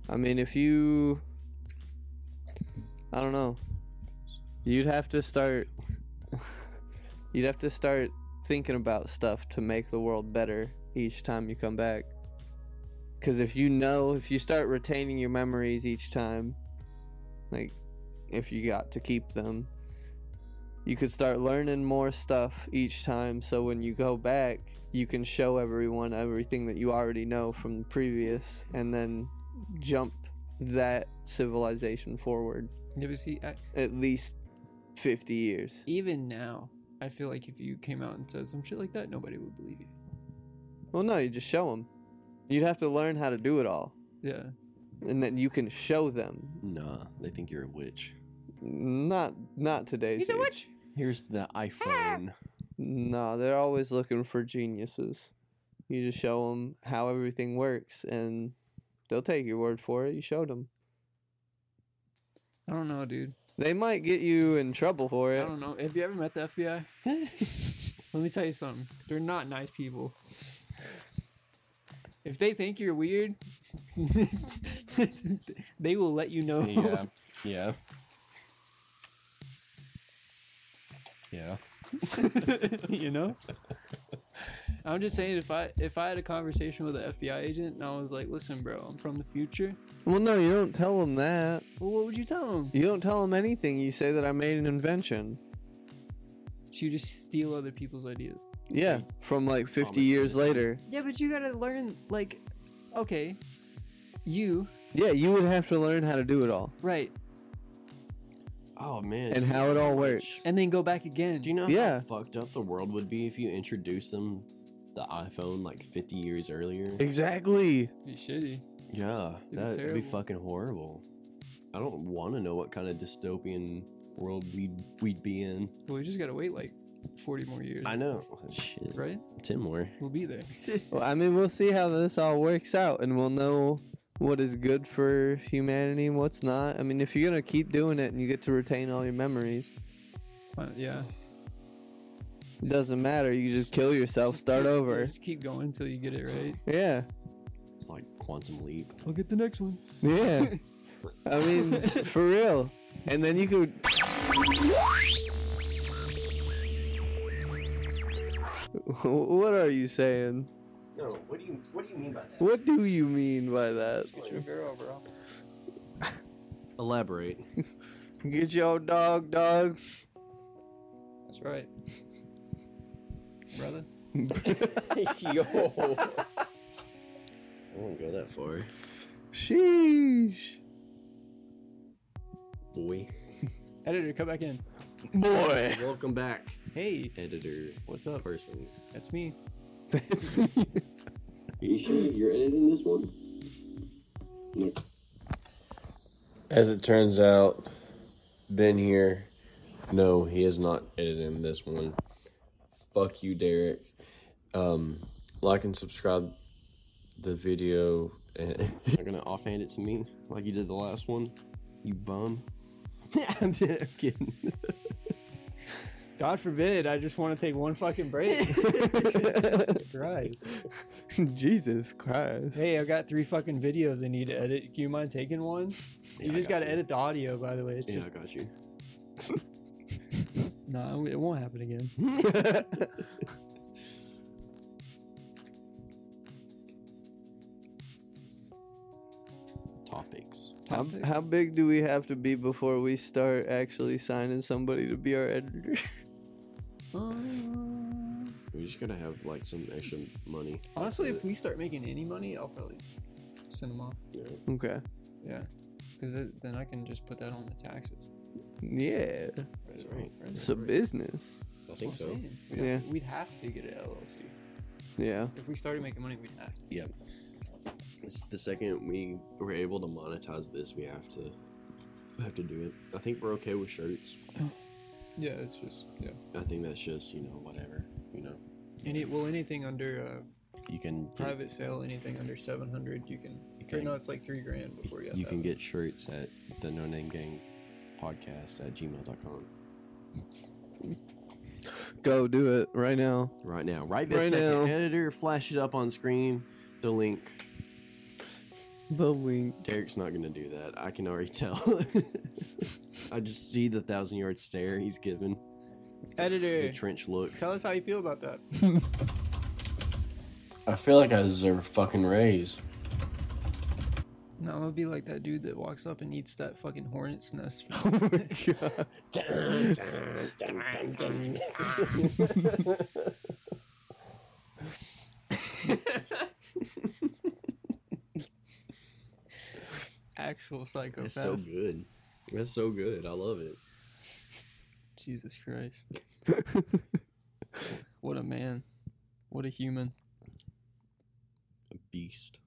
Speaker 4: I mean, if you, I don't know, you'd have to start, you'd have to start thinking about stuff to make the world better each time you come back. Because if you know, if you start retaining your memories each time, like if you got to keep them, you could start learning more stuff each time. So when you go back, you can show everyone everything that you already know from the previous, and then jump that civilization forward
Speaker 3: Yeah, but see, I,
Speaker 4: at least 50 years.
Speaker 3: even now, I feel like if you came out and said some shit like that, nobody would believe you.
Speaker 4: Well, no, you just show them. You'd have to learn how to do it all,
Speaker 3: Yeah.
Speaker 4: and then you can show them.
Speaker 2: Nah, they think you're a witch.
Speaker 4: Not not today's
Speaker 8: He's a
Speaker 4: age.
Speaker 8: witch.
Speaker 2: Here's the iPhone.
Speaker 4: No, they're always looking for geniuses. You just show them how everything works, and they'll take your word for it. You showed them.
Speaker 3: I don't know, dude.
Speaker 4: They might get you in trouble for
Speaker 3: I
Speaker 4: it.
Speaker 3: don't know. Have you ever met the FBI? Let me tell you something. They're not nice people. If they think you're weird, they will let you know.
Speaker 2: Yeah. Yeah. Yeah.
Speaker 3: you know i'm just saying if i if i had a conversation with an fbi agent and i was like listen bro i'm from the future
Speaker 4: Well, no, you don't tell them that.
Speaker 3: well what would you tell them
Speaker 4: You don't tell them anything. You say that I made an invention.
Speaker 3: you just steal other people's ideas
Speaker 4: Yeah, from like 50
Speaker 2: promise
Speaker 4: years
Speaker 2: innocence.
Speaker 4: later.
Speaker 3: yeah but you gotta learn like okay you
Speaker 4: Yeah, you would have to learn how to do it all
Speaker 3: right
Speaker 2: Oh man.
Speaker 4: and how it all works.
Speaker 3: and then go back again
Speaker 2: Do you know
Speaker 4: Yeah.
Speaker 2: how fucked up the world would be if you introduced them the iPhone like 50 years earlier?
Speaker 4: Exactly.
Speaker 3: be shitty
Speaker 2: Yeah,
Speaker 3: be
Speaker 2: that, would be
Speaker 3: terrible.
Speaker 2: fucking horrible. I don't want to know what kind of dystopian world we'd we'd be in.
Speaker 3: well we just gotta wait like 40 more years
Speaker 2: I know. Shit.
Speaker 3: right
Speaker 2: Ten more.
Speaker 3: we'll be there
Speaker 4: Well, I mean, we'll see how this all works out, and we'll know what is good for humanity and what's not. I mean, if you're gonna keep doing it and you get to retain all your memories,
Speaker 3: Uh, yeah
Speaker 4: it doesn't matter. You just kill yourself, start
Speaker 3: Yeah,
Speaker 4: over.
Speaker 3: just keep going until you get it right
Speaker 4: Yeah,
Speaker 2: It's like quantum leap.
Speaker 3: i'll get the next one
Speaker 4: yeah. I mean, for real. And then you could. What are you saying?
Speaker 1: No, what do you what do you mean by that?
Speaker 4: What do you mean by that?
Speaker 1: Get your girl, bro.
Speaker 2: Elaborate.
Speaker 4: Get your dog, dog.
Speaker 3: that's right brother
Speaker 2: Yo. I won't go that far,
Speaker 4: Sheesh.
Speaker 2: boy.
Speaker 3: editor come back in
Speaker 4: Boy.
Speaker 2: Welcome back,
Speaker 3: hey
Speaker 2: editor. What's up, person?
Speaker 3: that's me
Speaker 2: Are you sure you're editing this one? As it turns out, Ben here. No, he is not editing this one. Fuck you, Derek. Um, like and subscribe the video. And You're gonna offhand it to me like you did the last one. You bum. I'm kidding.
Speaker 3: God forbid, I just want to take one fucking break. Christ.
Speaker 4: Jesus Christ.
Speaker 3: Hey, I got three fucking videos I need to edit. Do you mind taking one?
Speaker 2: Yeah,
Speaker 3: you
Speaker 2: I
Speaker 3: just
Speaker 2: got
Speaker 3: got to
Speaker 2: you.
Speaker 3: edit the audio, by the way. It's
Speaker 2: Yeah, I
Speaker 3: just,
Speaker 2: got you.
Speaker 3: no, it won't happen again.
Speaker 2: Hmm? Topics.
Speaker 4: How, how big do we have to be before we start actually signing somebody to be our editor?
Speaker 2: We just gotta have like some extra money.
Speaker 3: Honestly,
Speaker 2: That's
Speaker 3: if we start making any money, I'll probably send them off.
Speaker 2: it, you know.
Speaker 4: okay.
Speaker 3: Yeah. Because then I can just put that on the taxes.
Speaker 4: Yeah.
Speaker 2: That's right.
Speaker 4: It's a business.
Speaker 2: I think
Speaker 3: That's what
Speaker 2: so.
Speaker 3: I'm saying. We'd, have to, we'd have to get an LLC.
Speaker 4: Yeah.
Speaker 3: If we started making money, we'd have to.
Speaker 2: It's the second we were able to monetize this, we have to we have to do it. I think we're okay with shirts.
Speaker 3: Yeah, it's just, yeah.
Speaker 2: I think that's just you know whatever you know.
Speaker 3: Any, well, anything under uh,
Speaker 2: You can get,
Speaker 3: private sale, anything under 700, you can.
Speaker 2: You
Speaker 3: Or
Speaker 2: can,
Speaker 3: no, it's like three grand before you have
Speaker 2: you
Speaker 3: to
Speaker 2: can
Speaker 3: have-
Speaker 2: get shirts at the No Name Gang podcast at gmail.com
Speaker 4: Go do it right now.
Speaker 2: right now. Right this
Speaker 4: Right now.
Speaker 2: second, editor, flash it up on screen. The link.
Speaker 4: The link.
Speaker 2: Derek's not gonna do that. I can already tell. I just see the thousand yard stare he's given. The
Speaker 3: Editor,
Speaker 2: trench look.
Speaker 3: tell us how you feel about that.
Speaker 2: I feel like I deserve a fucking raise.
Speaker 3: No, I'm gonna be like that dude that walks up and eats that fucking hornet's nest.
Speaker 4: Oh
Speaker 3: Actual
Speaker 2: That's
Speaker 3: psychopath.
Speaker 2: so good. That's so good. I love it.
Speaker 3: Jesus Christ. what a man. What a human.
Speaker 2: A Beast.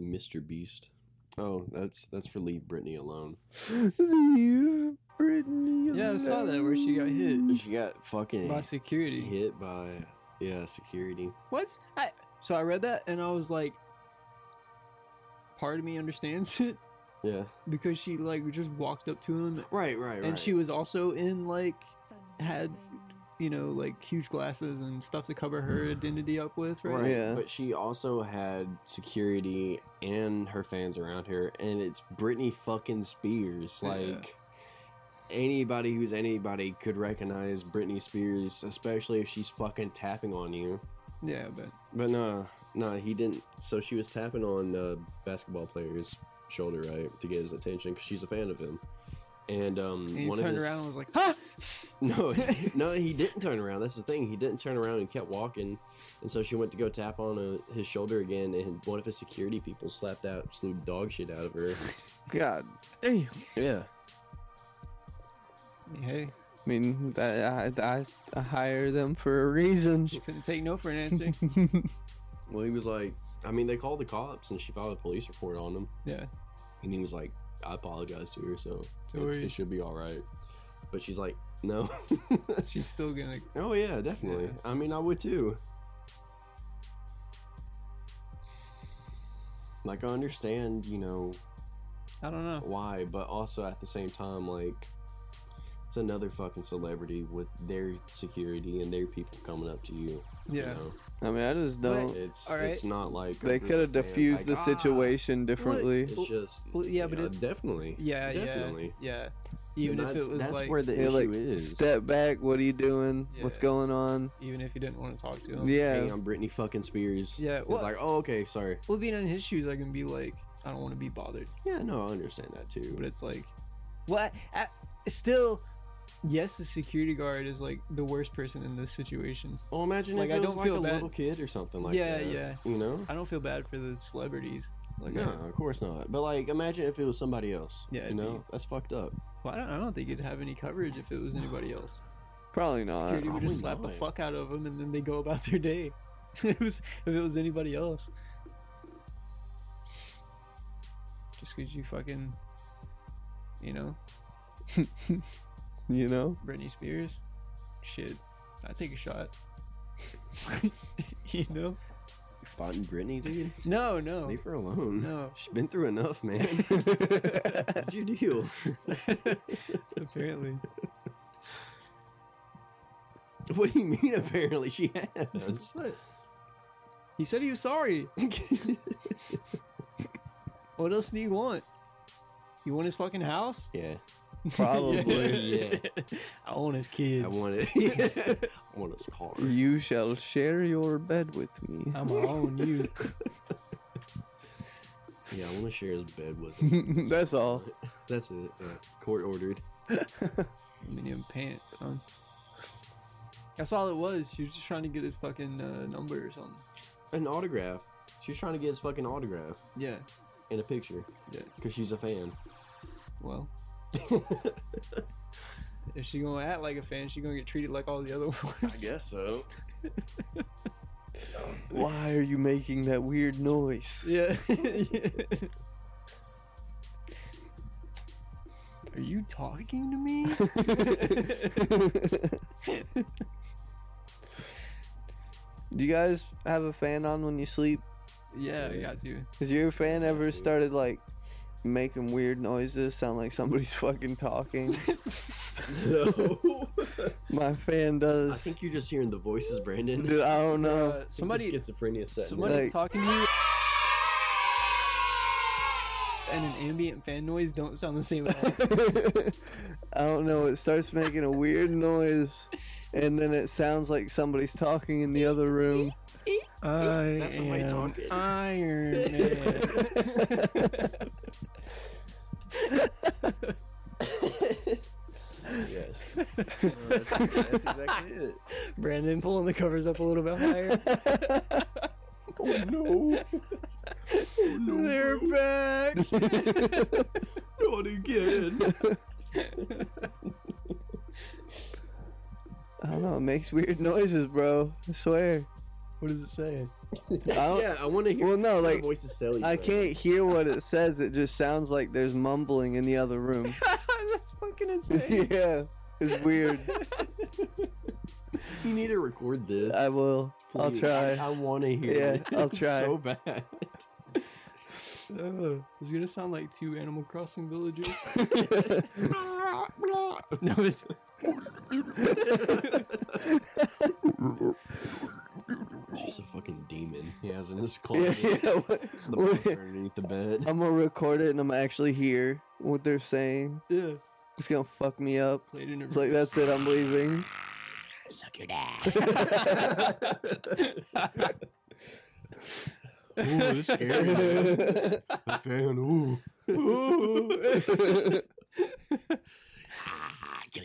Speaker 2: Mr. Beast. Oh, that's that's for leave Britney alone.
Speaker 4: Leave Brittany.
Speaker 3: Yeah, I saw that where she got hit
Speaker 2: She got fucking
Speaker 3: by security.
Speaker 2: hit by yeah security.
Speaker 3: What's I? So I read that and I was like, part of me understands it
Speaker 2: Yeah.
Speaker 3: because she like just walked up to him
Speaker 2: Right. Right. Right.
Speaker 3: and she was also in like had you know like huge glasses and stuff to cover her identity up with, right?
Speaker 2: Mm. Right.
Speaker 4: Yeah.
Speaker 2: But she also had security and her fans around her, and it's Britney fucking Spears.
Speaker 3: Yeah.
Speaker 2: Like anybody who's anybody could recognize Britney Spears, especially if she's fucking tapping on you.
Speaker 3: Yeah, but
Speaker 2: But nah, nah, he didn't. So she was tapping on uh, basketball player's shoulder, right, to get his attention because she's a fan of him. And um,
Speaker 3: and he
Speaker 2: one
Speaker 3: turned
Speaker 2: of his
Speaker 3: around and was like, "Ha!"
Speaker 2: no, no, he didn't turn around. That's the thing. He didn't turn around and kept walking. And so she went to go tap on uh his shoulder again, and one of his security people slapped absolute dog shit out of her.
Speaker 4: God damn.
Speaker 2: Yeah.
Speaker 3: Hey,
Speaker 4: I mean, I, I, I hire them for a reason.
Speaker 3: she couldn't take no for an answer.
Speaker 2: Well, he was like, I mean, they called the cops, and she filed a police report on him.
Speaker 3: Yeah.
Speaker 2: And he was like, I apologize to her, so
Speaker 3: Don't
Speaker 2: it,
Speaker 3: worry.
Speaker 2: it should be all right. But she's like, no.
Speaker 3: She's still gonna.
Speaker 2: oh yeah, definitely.
Speaker 3: Yeah.
Speaker 2: I mean, I would too. Like, I understand, you know,
Speaker 3: I don't know.
Speaker 2: why, but also at the same time, like, it's another fucking celebrity with their security and their people coming up to you. you
Speaker 3: Yeah.
Speaker 2: know?
Speaker 4: I mean, I just
Speaker 3: But-
Speaker 4: don't.
Speaker 2: it's
Speaker 3: All right.
Speaker 2: it's not like a
Speaker 4: they
Speaker 2: group
Speaker 4: could have
Speaker 2: of fans,
Speaker 4: diffused the
Speaker 2: like, "Ah!"
Speaker 4: situation differently.
Speaker 2: It's just
Speaker 3: Well, yeah, but
Speaker 2: you know,
Speaker 3: it's-
Speaker 2: definitely
Speaker 3: Yeah,
Speaker 2: definitely.
Speaker 3: yeah, yeah. Even
Speaker 2: And
Speaker 3: if
Speaker 2: that's,
Speaker 3: it was
Speaker 2: that's
Speaker 3: like,
Speaker 2: where the
Speaker 4: Yeah,
Speaker 2: issue
Speaker 4: like,
Speaker 2: is.
Speaker 4: Step back. What are you doing? What's
Speaker 3: Yeah. Oh,
Speaker 4: going on?
Speaker 3: even if you didn't want to talk to him.
Speaker 4: Yeah.
Speaker 2: Hey, I'm Britney fucking Spears.
Speaker 3: Yeah,
Speaker 2: it's
Speaker 3: well-
Speaker 2: like, oh, okay, sorry.
Speaker 3: Well, being in his shoes, I can be like, I don't want to be bothered.
Speaker 2: Yeah, no, I understand that too.
Speaker 3: But it's like, what? I, still, yes, the security guard is like the worst person in this situation.
Speaker 2: well, imagine
Speaker 3: like,
Speaker 2: if it
Speaker 3: I
Speaker 2: was
Speaker 3: don't
Speaker 2: like
Speaker 3: feel
Speaker 2: a
Speaker 3: bad-
Speaker 2: little kid or something like
Speaker 3: Yeah,
Speaker 2: that.
Speaker 3: yeah.
Speaker 2: You know?
Speaker 3: I don't feel bad for the celebrities. Like,
Speaker 2: No,
Speaker 3: I,
Speaker 2: of course not. But like, imagine if it was somebody else.
Speaker 3: Yeah,
Speaker 2: you
Speaker 3: it'd
Speaker 2: know,
Speaker 3: be-
Speaker 2: that's fucked up.
Speaker 3: well, I, don't, I don't think you'd have any coverage if it was anybody else.
Speaker 4: Probably not.
Speaker 3: Security would just
Speaker 2: Uh, probably
Speaker 3: slap the
Speaker 2: not.
Speaker 3: fuck out of them, and then they go about their day. it was if it was anybody else. Just because you fucking, you know,
Speaker 4: You know?
Speaker 3: Britney Spears, shit, I take a shot. you know?
Speaker 2: Fighting Britney, dude.
Speaker 3: No, no,
Speaker 2: Leave her alone.
Speaker 3: no.
Speaker 2: She's been through enough, man. What's your deal?
Speaker 3: Apparently,
Speaker 2: What do you mean? Apparently, she has.
Speaker 3: he said he was sorry. What else do you want? You want his fucking house?
Speaker 2: yeah,
Speaker 4: Probably.
Speaker 2: Yeah.
Speaker 3: I want his kids.
Speaker 2: I want it. I want his car.
Speaker 4: You shall share your bed with me.
Speaker 3: I'm gonna own you.
Speaker 2: Yeah, I want to share his bed with him.
Speaker 4: That's all.
Speaker 2: That's it. Yeah. Court ordered.
Speaker 3: Medium pants, son. That's all it was. She was just trying to get his fucking uh, number or something.
Speaker 2: An autograph. She's trying to get his fucking autograph
Speaker 3: Yeah.
Speaker 2: and a picture.
Speaker 3: Yeah.
Speaker 2: Cause she's a fan.
Speaker 3: Well. if she gonna act like a fan, she gonna get treated like all the other ones.
Speaker 2: guess so.
Speaker 4: Why are you making that weird noise?
Speaker 3: Yeah. Are you talking to me?
Speaker 4: Do you guys have a fan on when you sleep?
Speaker 3: yeah, I got to.
Speaker 4: Has your fan ever started like making weird noises, sound like somebody's fucking talking?
Speaker 2: No.
Speaker 4: My fan does.
Speaker 2: I think you're just hearing the voices, Brandon.
Speaker 4: Dude, I don't know.
Speaker 3: Uh, somebody,
Speaker 2: schizophrenia set.
Speaker 3: somebody
Speaker 4: Like-
Speaker 3: talking to you. And an ambient fan noise don't sound the same. At all.
Speaker 4: I don't know. It starts making a weird noise, and then it sounds like somebody's talking in the other room.
Speaker 3: I
Speaker 2: That's somebody talking.
Speaker 3: Iron Man.
Speaker 2: yes. that's, exactly it.
Speaker 3: Brandon pulling the covers up a little bit higher.
Speaker 2: Oh,
Speaker 4: They're back.
Speaker 2: Not again.
Speaker 4: I don't know. It makes weird noises, bro. I swear.
Speaker 3: What does it say?
Speaker 4: I don't,
Speaker 2: yeah, I want to hear.
Speaker 4: Well, no,
Speaker 2: what
Speaker 4: like,
Speaker 2: voices Sally's
Speaker 4: I
Speaker 2: saying.
Speaker 4: can't hear what it says. It just sounds like there's mumbling in the other room.
Speaker 3: That's fucking insane.
Speaker 4: yeah, it's weird.
Speaker 2: You need to record this.
Speaker 4: I will. I'll
Speaker 2: please.
Speaker 4: try.
Speaker 2: I, want to hear.
Speaker 4: Yeah,
Speaker 2: it.
Speaker 4: I'll
Speaker 2: It's
Speaker 4: try.
Speaker 2: So bad.
Speaker 3: Ugh, it's gonna sound like two Animal Crossing villages.
Speaker 5: No, it's
Speaker 2: Just a fucking demon. He has in his
Speaker 4: yeah,
Speaker 2: closet.
Speaker 4: yeah. what-
Speaker 2: It's the
Speaker 4: what-
Speaker 2: monster underneath the bed.
Speaker 4: I'm gonna record it and I'm actually hear what they're saying.
Speaker 3: yeah,
Speaker 4: It's gonna fuck me up.
Speaker 3: played in a
Speaker 4: It's like that's it. I'm leaving.
Speaker 2: Suck your dad. Ooh, this is scary. man. The fan. Ooh.
Speaker 3: Ooh.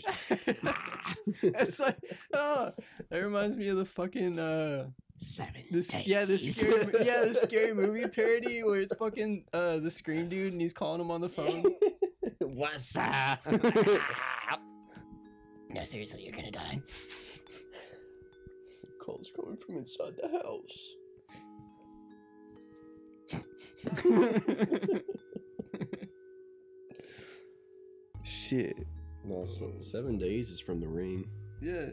Speaker 3: it's like, oh, that reminds me of the fucking uh,
Speaker 2: Seven.
Speaker 3: this yeah this scary, mo- yeah the scary movie parody where it's fucking uh the scream dude and he's calling him on the phone.
Speaker 2: What's up?
Speaker 9: No, seriously, you're gonna die.
Speaker 2: Calls coming from inside the house.
Speaker 4: Shit.
Speaker 2: No, so seven days is from the ring.
Speaker 3: yeah.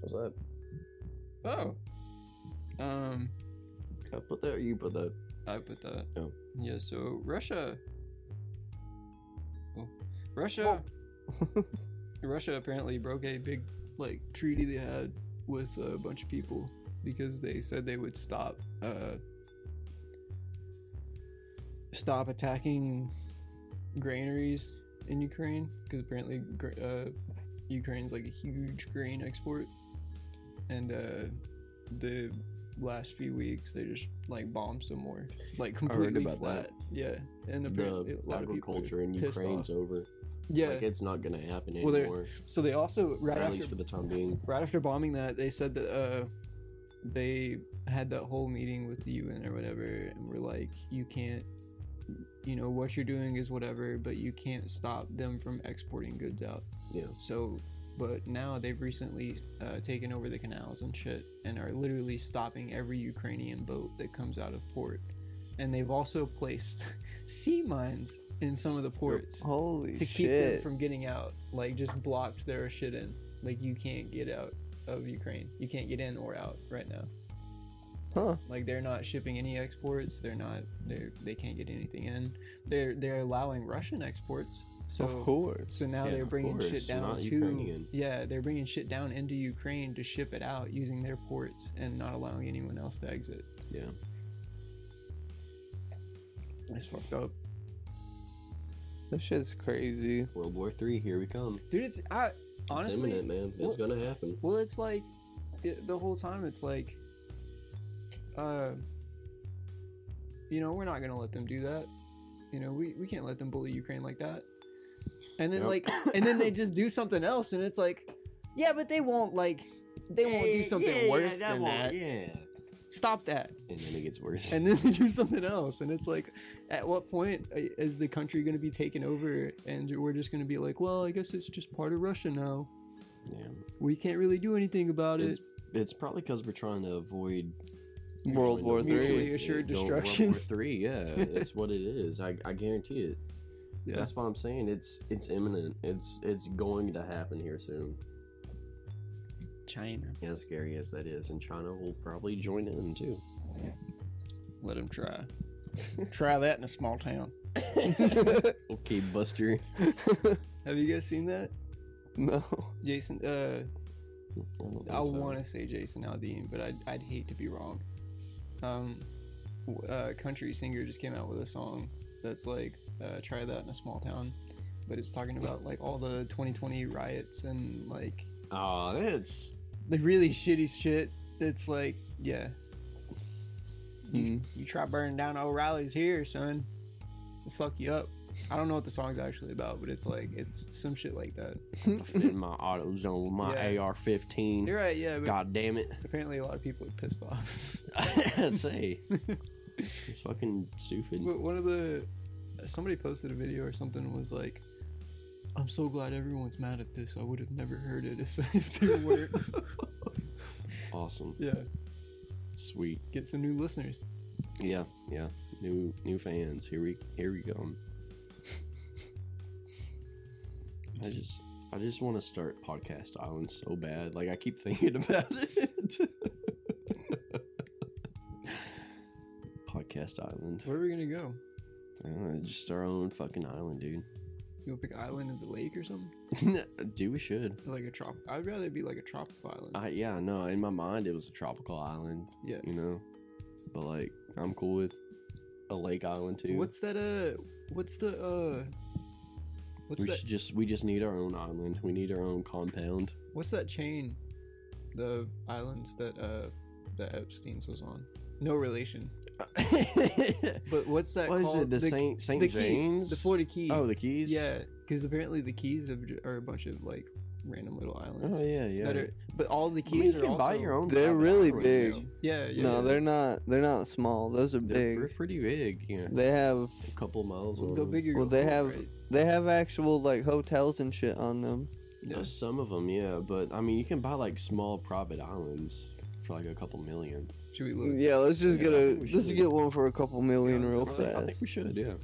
Speaker 2: What's that?
Speaker 3: Oh. Um,
Speaker 2: I put that or you put that?
Speaker 3: I put that.
Speaker 2: Oh.
Speaker 3: Yeah. So Russia. Oh. Russia. Russia apparently broke a big like treaty they had with a bunch of people because they said they would stop uh stop attacking granaries in Ukraine because apparently gra- uh, Ukraine's like a huge grain export and uh the last few weeks they just like bombed some more like completely
Speaker 2: about
Speaker 3: flat
Speaker 2: that.
Speaker 3: yeah and apparently
Speaker 2: The
Speaker 3: a lot of people are
Speaker 2: agriculture in
Speaker 3: pissed off.
Speaker 2: Ukraine's over.
Speaker 3: yeah
Speaker 2: Like it's not gonna happen
Speaker 3: Well, they're-
Speaker 2: anymore.
Speaker 3: so they also right
Speaker 2: At
Speaker 3: after
Speaker 2: least for the time being.
Speaker 3: right after bombing that they said that uh they had that whole meeting with the UN or whatever and were like you can't you know what you're doing is whatever but you can't stop them from exporting goods out
Speaker 2: Yeah.
Speaker 3: so but now they've recently uh, taken over the canals and shit and are literally stopping every Ukrainian boat that comes out of port and they've also placed sea mines in some of the ports
Speaker 4: Holy
Speaker 3: to keep them
Speaker 4: shit.
Speaker 3: from getting out. Like just blocked their shit in. Like you can't get out of Ukraine. You can't get in or out right now.
Speaker 4: Huh.
Speaker 3: Like they're not shipping any exports. They're not. They they can't get anything in. They're they're allowing Russian exports. So
Speaker 4: of course.
Speaker 3: so now
Speaker 2: Yeah,
Speaker 3: they're
Speaker 2: of
Speaker 3: bringing
Speaker 2: course,
Speaker 3: shit down
Speaker 2: not
Speaker 3: to
Speaker 2: Ukrainian.
Speaker 3: yeah they're bringing shit down into Ukraine to ship it out using their ports and not allowing anyone else to exit.
Speaker 2: Yeah.
Speaker 3: That's fucked up.
Speaker 4: That shit's crazy.
Speaker 2: World War Three, here we come.
Speaker 3: Dude, it's I
Speaker 2: it's
Speaker 3: honestly
Speaker 2: imminent, man. It's
Speaker 3: what-
Speaker 2: gonna happen.
Speaker 3: Well, it's like it, the whole time it's like, uh, you know, we're not gonna let them do that. You know, we, we can't let them bully Ukraine like that. And then
Speaker 2: Yep.
Speaker 3: like, and then they just do something else, and it's like, yeah, but they won't like, they won't do something worse than that.
Speaker 2: Yeah.
Speaker 3: Stop that.
Speaker 2: And then it gets worse.
Speaker 3: And then they do something else, and it's like, at what point uh, is the country gonna be taken over, and we're just gonna be like, well, I guess it's just part of Russia now.
Speaker 2: yeah.
Speaker 3: We can't really do anything about it.
Speaker 2: It's it's probably because we're trying to avoid
Speaker 4: World War
Speaker 3: Mutually
Speaker 4: Three.
Speaker 3: assured
Speaker 2: Go
Speaker 3: destruction.
Speaker 2: World War Three, yeah, that's what it is. I, I guarantee it.
Speaker 3: Yeah.
Speaker 2: That's why I'm saying it's it's imminent. It's it's going to happen here soon.
Speaker 3: China.
Speaker 2: As scary as that is, and China will probably join in too.
Speaker 3: Let him try. try that in a small town.
Speaker 2: Okay, Buster.
Speaker 3: Have you guys seen that?
Speaker 4: No.
Speaker 3: Jason, uh,
Speaker 2: don't
Speaker 3: I
Speaker 2: think so.
Speaker 3: want to say Jason Aldean, but I'd, I'd hate to be wrong. Um, w- uh, country singer just came out with a song that's like, uh, try that in a small town, but it's talking about like all the 2020 riots and like
Speaker 2: Aw, that's
Speaker 3: the really shitty shit. It's like, yeah,
Speaker 2: Hmm.
Speaker 4: Mm.
Speaker 3: you try burning down O'Reilly's here, son. We'll fuck you up. I don't know what the song's actually about, but it's like it's some shit like that.
Speaker 2: in my auto zone, my
Speaker 3: Yeah.
Speaker 2: AR-15.
Speaker 3: You're right, yeah, but
Speaker 2: God damn it!
Speaker 3: apparently a lot of people are pissed off.
Speaker 2: I'd say it's fucking stupid.
Speaker 3: but one of the somebody posted a video or something was like, I'm so glad everyone's mad at this. I would have never heard it if, if they weren't.
Speaker 2: Awesome.
Speaker 3: yeah,
Speaker 2: Sweet.
Speaker 3: get some new listeners.
Speaker 2: Yeah, yeah. New new fans. Here we here we go. I just I just want to start Podcast Island so bad. Like I keep thinking about it. Podcast Island.
Speaker 3: Where are we gonna go?
Speaker 2: I don't know, just our own fucking island, dude.
Speaker 3: You want to pick an island in the lake or something?
Speaker 2: dude, we should.
Speaker 3: Like a trop? I'd rather it be like a tropical island.
Speaker 2: I yeah, no. In my mind, it was a tropical island,
Speaker 3: yeah.
Speaker 2: you know. But like, I'm cool with a lake island too.
Speaker 3: What's that? Uh, what's the uh? What's
Speaker 2: we
Speaker 3: that?
Speaker 2: should just we just need our own island. We need our own compound.
Speaker 3: What's that chain? The islands that uh, that Epstein's was on. No relation.
Speaker 2: what
Speaker 3: But what's that?
Speaker 2: is
Speaker 3: called?
Speaker 2: it? The, Saint Saint
Speaker 3: the
Speaker 2: James?
Speaker 3: Keys, the Florida Keys.
Speaker 2: Oh, the Keys.
Speaker 3: Yeah, because apparently the Keys have, are a bunch of like random little
Speaker 2: Oh
Speaker 3: islands.
Speaker 2: yeah, yeah.
Speaker 3: That are, but all the
Speaker 2: I mean,
Speaker 3: keys
Speaker 2: you
Speaker 3: are
Speaker 2: can
Speaker 3: also,
Speaker 2: buy your own.
Speaker 4: They're
Speaker 2: private
Speaker 4: really
Speaker 2: islands,
Speaker 4: big.
Speaker 2: though.
Speaker 3: Yeah, yeah.
Speaker 4: No,
Speaker 3: yeah.
Speaker 4: they're not. They're not small. Those are
Speaker 2: They're pre-
Speaker 4: big.
Speaker 2: pretty big. You know,
Speaker 4: They have
Speaker 2: a couple miles.
Speaker 3: Go
Speaker 2: on them.
Speaker 3: bigger.
Speaker 4: Well,
Speaker 3: go
Speaker 4: they
Speaker 3: home,
Speaker 4: have-
Speaker 3: right?
Speaker 4: they have actual like hotels and shit on them.
Speaker 3: Yeah.
Speaker 2: Uh, Some of them, yeah. But I mean, you can buy like small private islands for like a couple million.
Speaker 3: Should we look?
Speaker 4: Yeah, let's just
Speaker 2: Yeah,
Speaker 4: get
Speaker 2: I
Speaker 4: a
Speaker 2: think we
Speaker 4: let's
Speaker 2: should.
Speaker 4: get one for a couple million
Speaker 3: Yeah,
Speaker 4: real
Speaker 3: let's have
Speaker 2: I
Speaker 4: fast.
Speaker 2: think we should. Yeah.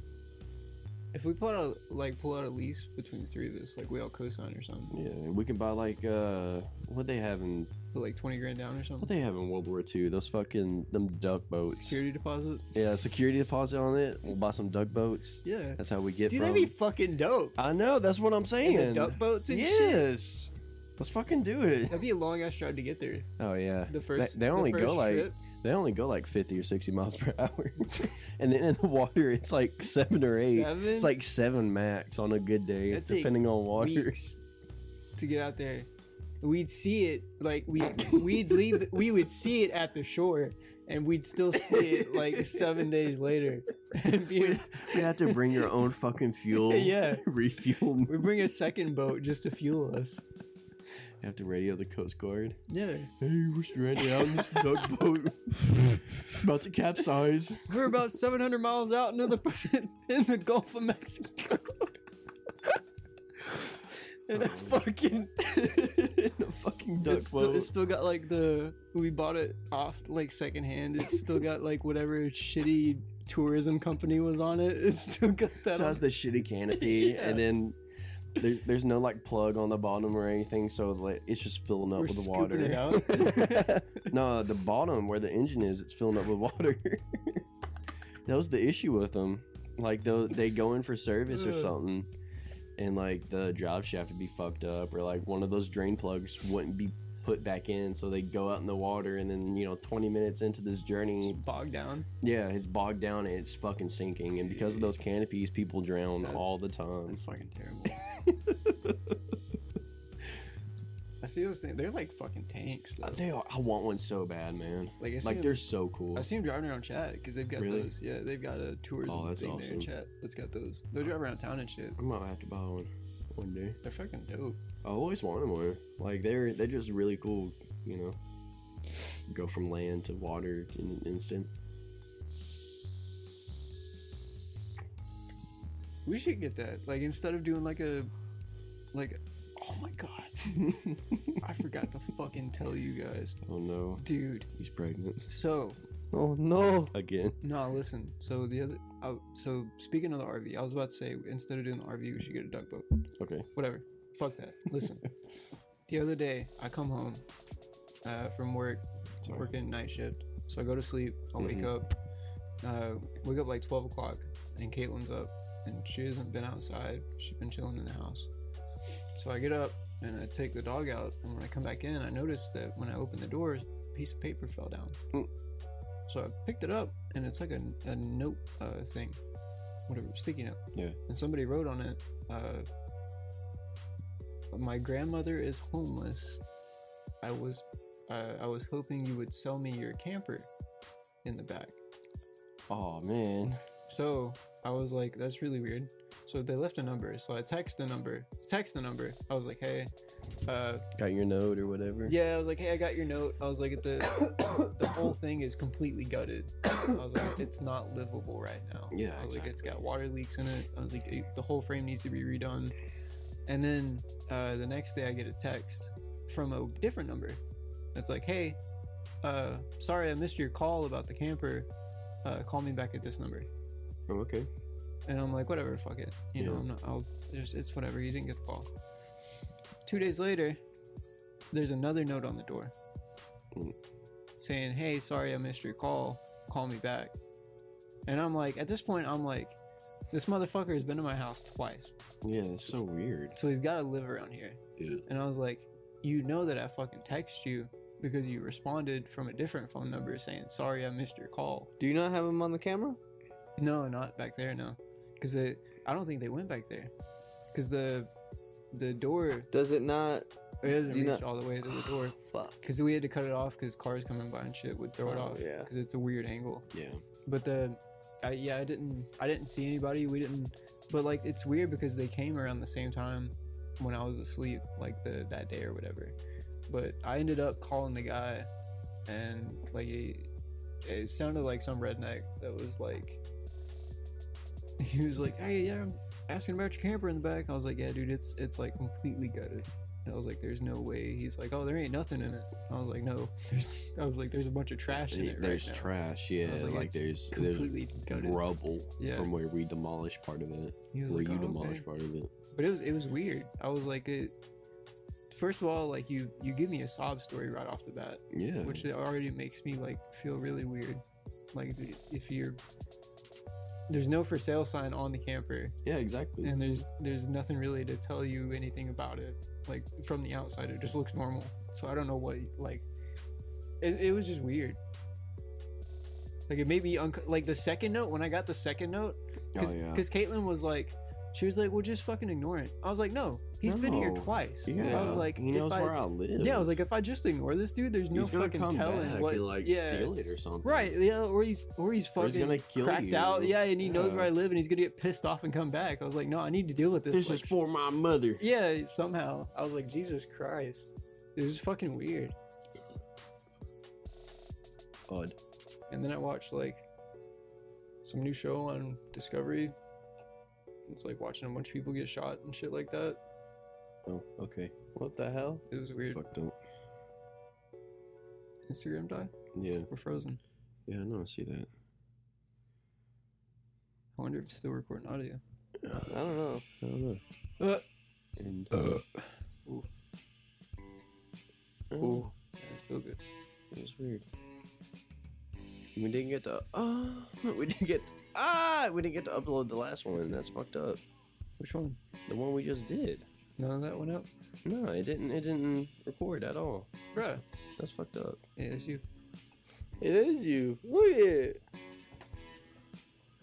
Speaker 3: If we put out like pull out a lease between the three of us, like we all co-sign or something,
Speaker 2: Yeah, and we can buy like uh, what they have in
Speaker 3: put like twenty grand down or
Speaker 2: what
Speaker 3: something.
Speaker 2: they have in World War II. Those fucking them duck boats.
Speaker 3: Security deposit.
Speaker 2: Yeah, security deposit on it. We'll buy some duck boats.
Speaker 3: Yeah.
Speaker 2: That's how we get
Speaker 3: Dude,
Speaker 2: from.
Speaker 3: that'd be fucking dope.
Speaker 2: I know. That's what I'm saying.
Speaker 3: And the duck boats and shit.
Speaker 2: yes. Let's fucking do it.
Speaker 3: That'd be a long ass drive to get there.
Speaker 2: Oh yeah.
Speaker 3: The first.
Speaker 2: they, they only
Speaker 3: the
Speaker 2: go
Speaker 3: first
Speaker 2: like
Speaker 3: trip.
Speaker 2: they only go like 50 or 60 miles per hour, and then in the water it's like seven or eight.
Speaker 3: Seven
Speaker 2: It's like seven max on a good day,
Speaker 3: That'd take
Speaker 2: depending on water.
Speaker 3: weeks to get out there. We'd see it like we we'd leave. the- we would see it at the shore, and we'd still see it like seven days later. And be-
Speaker 2: You have to bring your own fucking fuel.
Speaker 3: Yeah.
Speaker 2: refuel.
Speaker 3: we bring a second boat just to fuel us.
Speaker 2: You have to radio the Coast Guard.
Speaker 3: Yeah,
Speaker 2: Hey, we're stranded out in this duck boat, about to capsize.
Speaker 3: we're about seven hundred miles out into the in the Gulf of Mexico. And a fucking
Speaker 2: the fucking duck
Speaker 3: it's still,
Speaker 2: boat.
Speaker 3: it's still got like the we bought it off like secondhand. It's still got like whatever shitty tourism company was on it. It's still got that.
Speaker 2: so
Speaker 3: on-
Speaker 2: has the shitty canopy,
Speaker 3: Yeah.
Speaker 2: and then there's there's no like plug on the bottom or anything, so like it's just filling up
Speaker 3: we're
Speaker 2: with
Speaker 3: scooping
Speaker 2: water.
Speaker 3: it out.
Speaker 2: No, the bottom where the engine is, it's filling up with water. that was the issue with them. Like they they go in for service or
Speaker 3: Ugh.
Speaker 2: something, and like the drive shaft would be fucked up, or like one of those drain plugs wouldn't be put back in, so they go out in the water, and then you know twenty minutes into this journey,
Speaker 3: bogged down.
Speaker 2: yeah, it's bogged down and it's fucking sinking, and because of those canopies, people drown
Speaker 3: That's-
Speaker 2: all the time.
Speaker 3: That's fucking terrible. I see those things. They're like fucking tanks. Though.
Speaker 2: Uh, They are, I want one so bad, man.
Speaker 3: Like I see
Speaker 2: Like
Speaker 3: them-
Speaker 2: they're so cool.
Speaker 3: I see them driving around Chat because they've got
Speaker 2: Really?
Speaker 3: those. Yeah, they've got a tourism
Speaker 2: Oh, that's
Speaker 3: thing there in
Speaker 2: awesome.
Speaker 3: Chat that's got those. They'll drive around town and shit.
Speaker 2: I might have to buy one one day.
Speaker 3: They're fucking dope.
Speaker 2: I always wanted one. Like they're they're just really cool, you know. Go from land to water in an instant.
Speaker 3: We should get that. Like instead of doing like a, like, oh my god, I forgot to fucking tell you guys,
Speaker 2: Oh no,
Speaker 3: dude.
Speaker 2: he's pregnant
Speaker 3: So
Speaker 4: Oh no!
Speaker 2: again.
Speaker 3: no, listen. So the other, I, so speaking of the RV, I was about to say instead of doing the RV, we should get a duck boat.
Speaker 2: Okay.
Speaker 3: Whatever. Fuck that. Listen. the other day, I come home uh, from work,
Speaker 2: Sorry.
Speaker 3: working night shift. So I go to sleep. I wake
Speaker 2: Mhm.
Speaker 3: up. Uh, wake up like 12 o'clock, and Caitlin's up, and she hasn't been outside. She's been chilling in the house. So I get up and I take the dog out, and when I come back in, I notice that when I open the doors, a piece of paper fell down.
Speaker 2: Mm.
Speaker 3: So I picked it up, and it's like a, a note uh, thing, whatever, sticky note.
Speaker 2: Yeah.
Speaker 3: And somebody wrote on it, uh, "My grandmother is homeless. I was, uh, I was hoping you would sell me your camper in the back."
Speaker 2: Oh man.
Speaker 3: So I was like, that's really weird. So they left a number. So I text the number. Text the number. I was like, hey, uh,
Speaker 2: Got your note or whatever.
Speaker 3: yeah. I was like, hey, I got your note. I was like, the the whole thing is completely gutted. I was like, it's not livable right now.
Speaker 2: Yeah,
Speaker 3: I was like, it's got water leaks in it. I was like, it- the whole frame needs to be redone. And then uh, the next day, I get a text from a different number. It's like, hey, uh, sorry I missed your call about the camper. Uh, call me back at this number.
Speaker 2: Oh, okay.
Speaker 3: And I'm like, whatever, fuck it. You know,
Speaker 2: Yeah.
Speaker 3: I'm not, I'll, there's, it's whatever. You didn't get the call. Two days later, there's another note on the door
Speaker 2: Mm.
Speaker 3: saying, hey, sorry I missed your call. Call me back. And I'm like, at this point, I'm like, this motherfucker has been to my house twice.
Speaker 2: Yeah, that's so weird.
Speaker 3: So he's got to live around here.
Speaker 2: Yeah.
Speaker 3: And I was like, you know that I fucking text you because you responded from a different phone number saying, sorry I missed your call.
Speaker 4: Do you not have him on the camera?
Speaker 3: No, not back there. No, because I don't think they went back there, because the the door
Speaker 4: Does it not?
Speaker 3: it doesn't
Speaker 4: You
Speaker 3: reach
Speaker 4: know-
Speaker 3: all the way to the door.
Speaker 4: Fuck.
Speaker 3: Because we had to cut it off because cars coming by and shit would throw it
Speaker 4: Oh,
Speaker 3: off.
Speaker 4: yeah.
Speaker 3: Because it's a weird angle.
Speaker 2: Yeah.
Speaker 3: But the, I yeah I didn't I didn't see anybody. We didn't. But like it's weird because they came around the same time when I was asleep, like the that day or whatever. But I ended up calling the guy, and like he, it sounded like some redneck that was like. He was like, "Hey, yeah, I'm asking about your camper in the back." I was like, "Yeah, dude, it's it's like completely gutted." And I was like, "There's no way." He's like, "Oh, there ain't nothing in it." I was like, "No, there's." I was like, "There's a bunch of trash in it."
Speaker 2: There's
Speaker 3: right now."
Speaker 2: trash. Yeah,
Speaker 3: was like,
Speaker 2: like,
Speaker 3: it's
Speaker 2: there's there's
Speaker 3: completely gutted.
Speaker 2: rubble
Speaker 3: Yeah.
Speaker 2: from where we demolished part of it,
Speaker 3: He was
Speaker 2: where
Speaker 3: like,
Speaker 2: you
Speaker 3: "Oh, okay."
Speaker 2: demolished part of it.
Speaker 3: but it was it was weird. I was like, it. First of all, like you you give me a sob story right off the bat,
Speaker 2: Yeah.
Speaker 3: which it already makes me like feel really weird. Like if- if you're there's no for sale sign on the camper,
Speaker 2: yeah, exactly.
Speaker 3: and there's there's nothing really to tell you anything about it. Like from the outside, it just looks normal. So I don't know what like. It, it was just weird. Like it made me unc like the second note when I got the second note,
Speaker 2: oh
Speaker 3: because
Speaker 2: yeah.
Speaker 3: Caitlin was like, she was like, "Well, just fucking ignore it." I was like, "No, he's been here
Speaker 2: No.
Speaker 3: twice."
Speaker 2: yeah.
Speaker 3: I was like,
Speaker 2: he
Speaker 3: if
Speaker 2: knows
Speaker 3: I-
Speaker 2: where I live.
Speaker 3: Yeah, I was like, if I just ignore this dude, there's no
Speaker 2: he's gonna
Speaker 3: fucking
Speaker 2: come
Speaker 3: telling
Speaker 2: back
Speaker 3: what.
Speaker 2: and like
Speaker 3: yeah,
Speaker 2: steal it or something.
Speaker 3: right. Yeah, or he's or he's
Speaker 2: Or
Speaker 3: fucking
Speaker 2: he's gonna kill
Speaker 3: cracked
Speaker 2: you.
Speaker 3: out. Yeah, and he knows where I
Speaker 2: Yeah.
Speaker 3: live, and he's gonna get pissed off and come back. I was like, "No, I need to deal with this."
Speaker 2: This
Speaker 3: like,
Speaker 2: is for my mother.
Speaker 3: Yeah, somehow I was like, "Jesus Christ." It was fucking weird.
Speaker 2: Odd.
Speaker 3: And then I watched like some new show on Discovery. It's like watching a bunch of people get shot and shit like that.
Speaker 2: Oh, okay.
Speaker 4: What the hell?
Speaker 3: It was weird.
Speaker 2: Fucked up.
Speaker 3: Instagram die?
Speaker 2: Yeah.
Speaker 3: We're frozen.
Speaker 2: Yeah, I know. I see that.
Speaker 3: I wonder if it's still recording audio.
Speaker 4: I don't know.
Speaker 2: I don't know.
Speaker 3: Uh,
Speaker 2: And
Speaker 3: Ooh.
Speaker 2: Ooh.
Speaker 3: I feel good.
Speaker 2: It was Oh, weird. We didn't get to. Ah, we didn't get. Ah, we didn't get to upload the last one. That's fucked up.
Speaker 3: Which one?
Speaker 2: The one we just did.
Speaker 3: None of that went up?
Speaker 2: No, it didn't. It didn't record at all.
Speaker 3: Bruh.
Speaker 2: That's fucked up.
Speaker 3: Yeah, it's you.
Speaker 4: It is you. Look at it.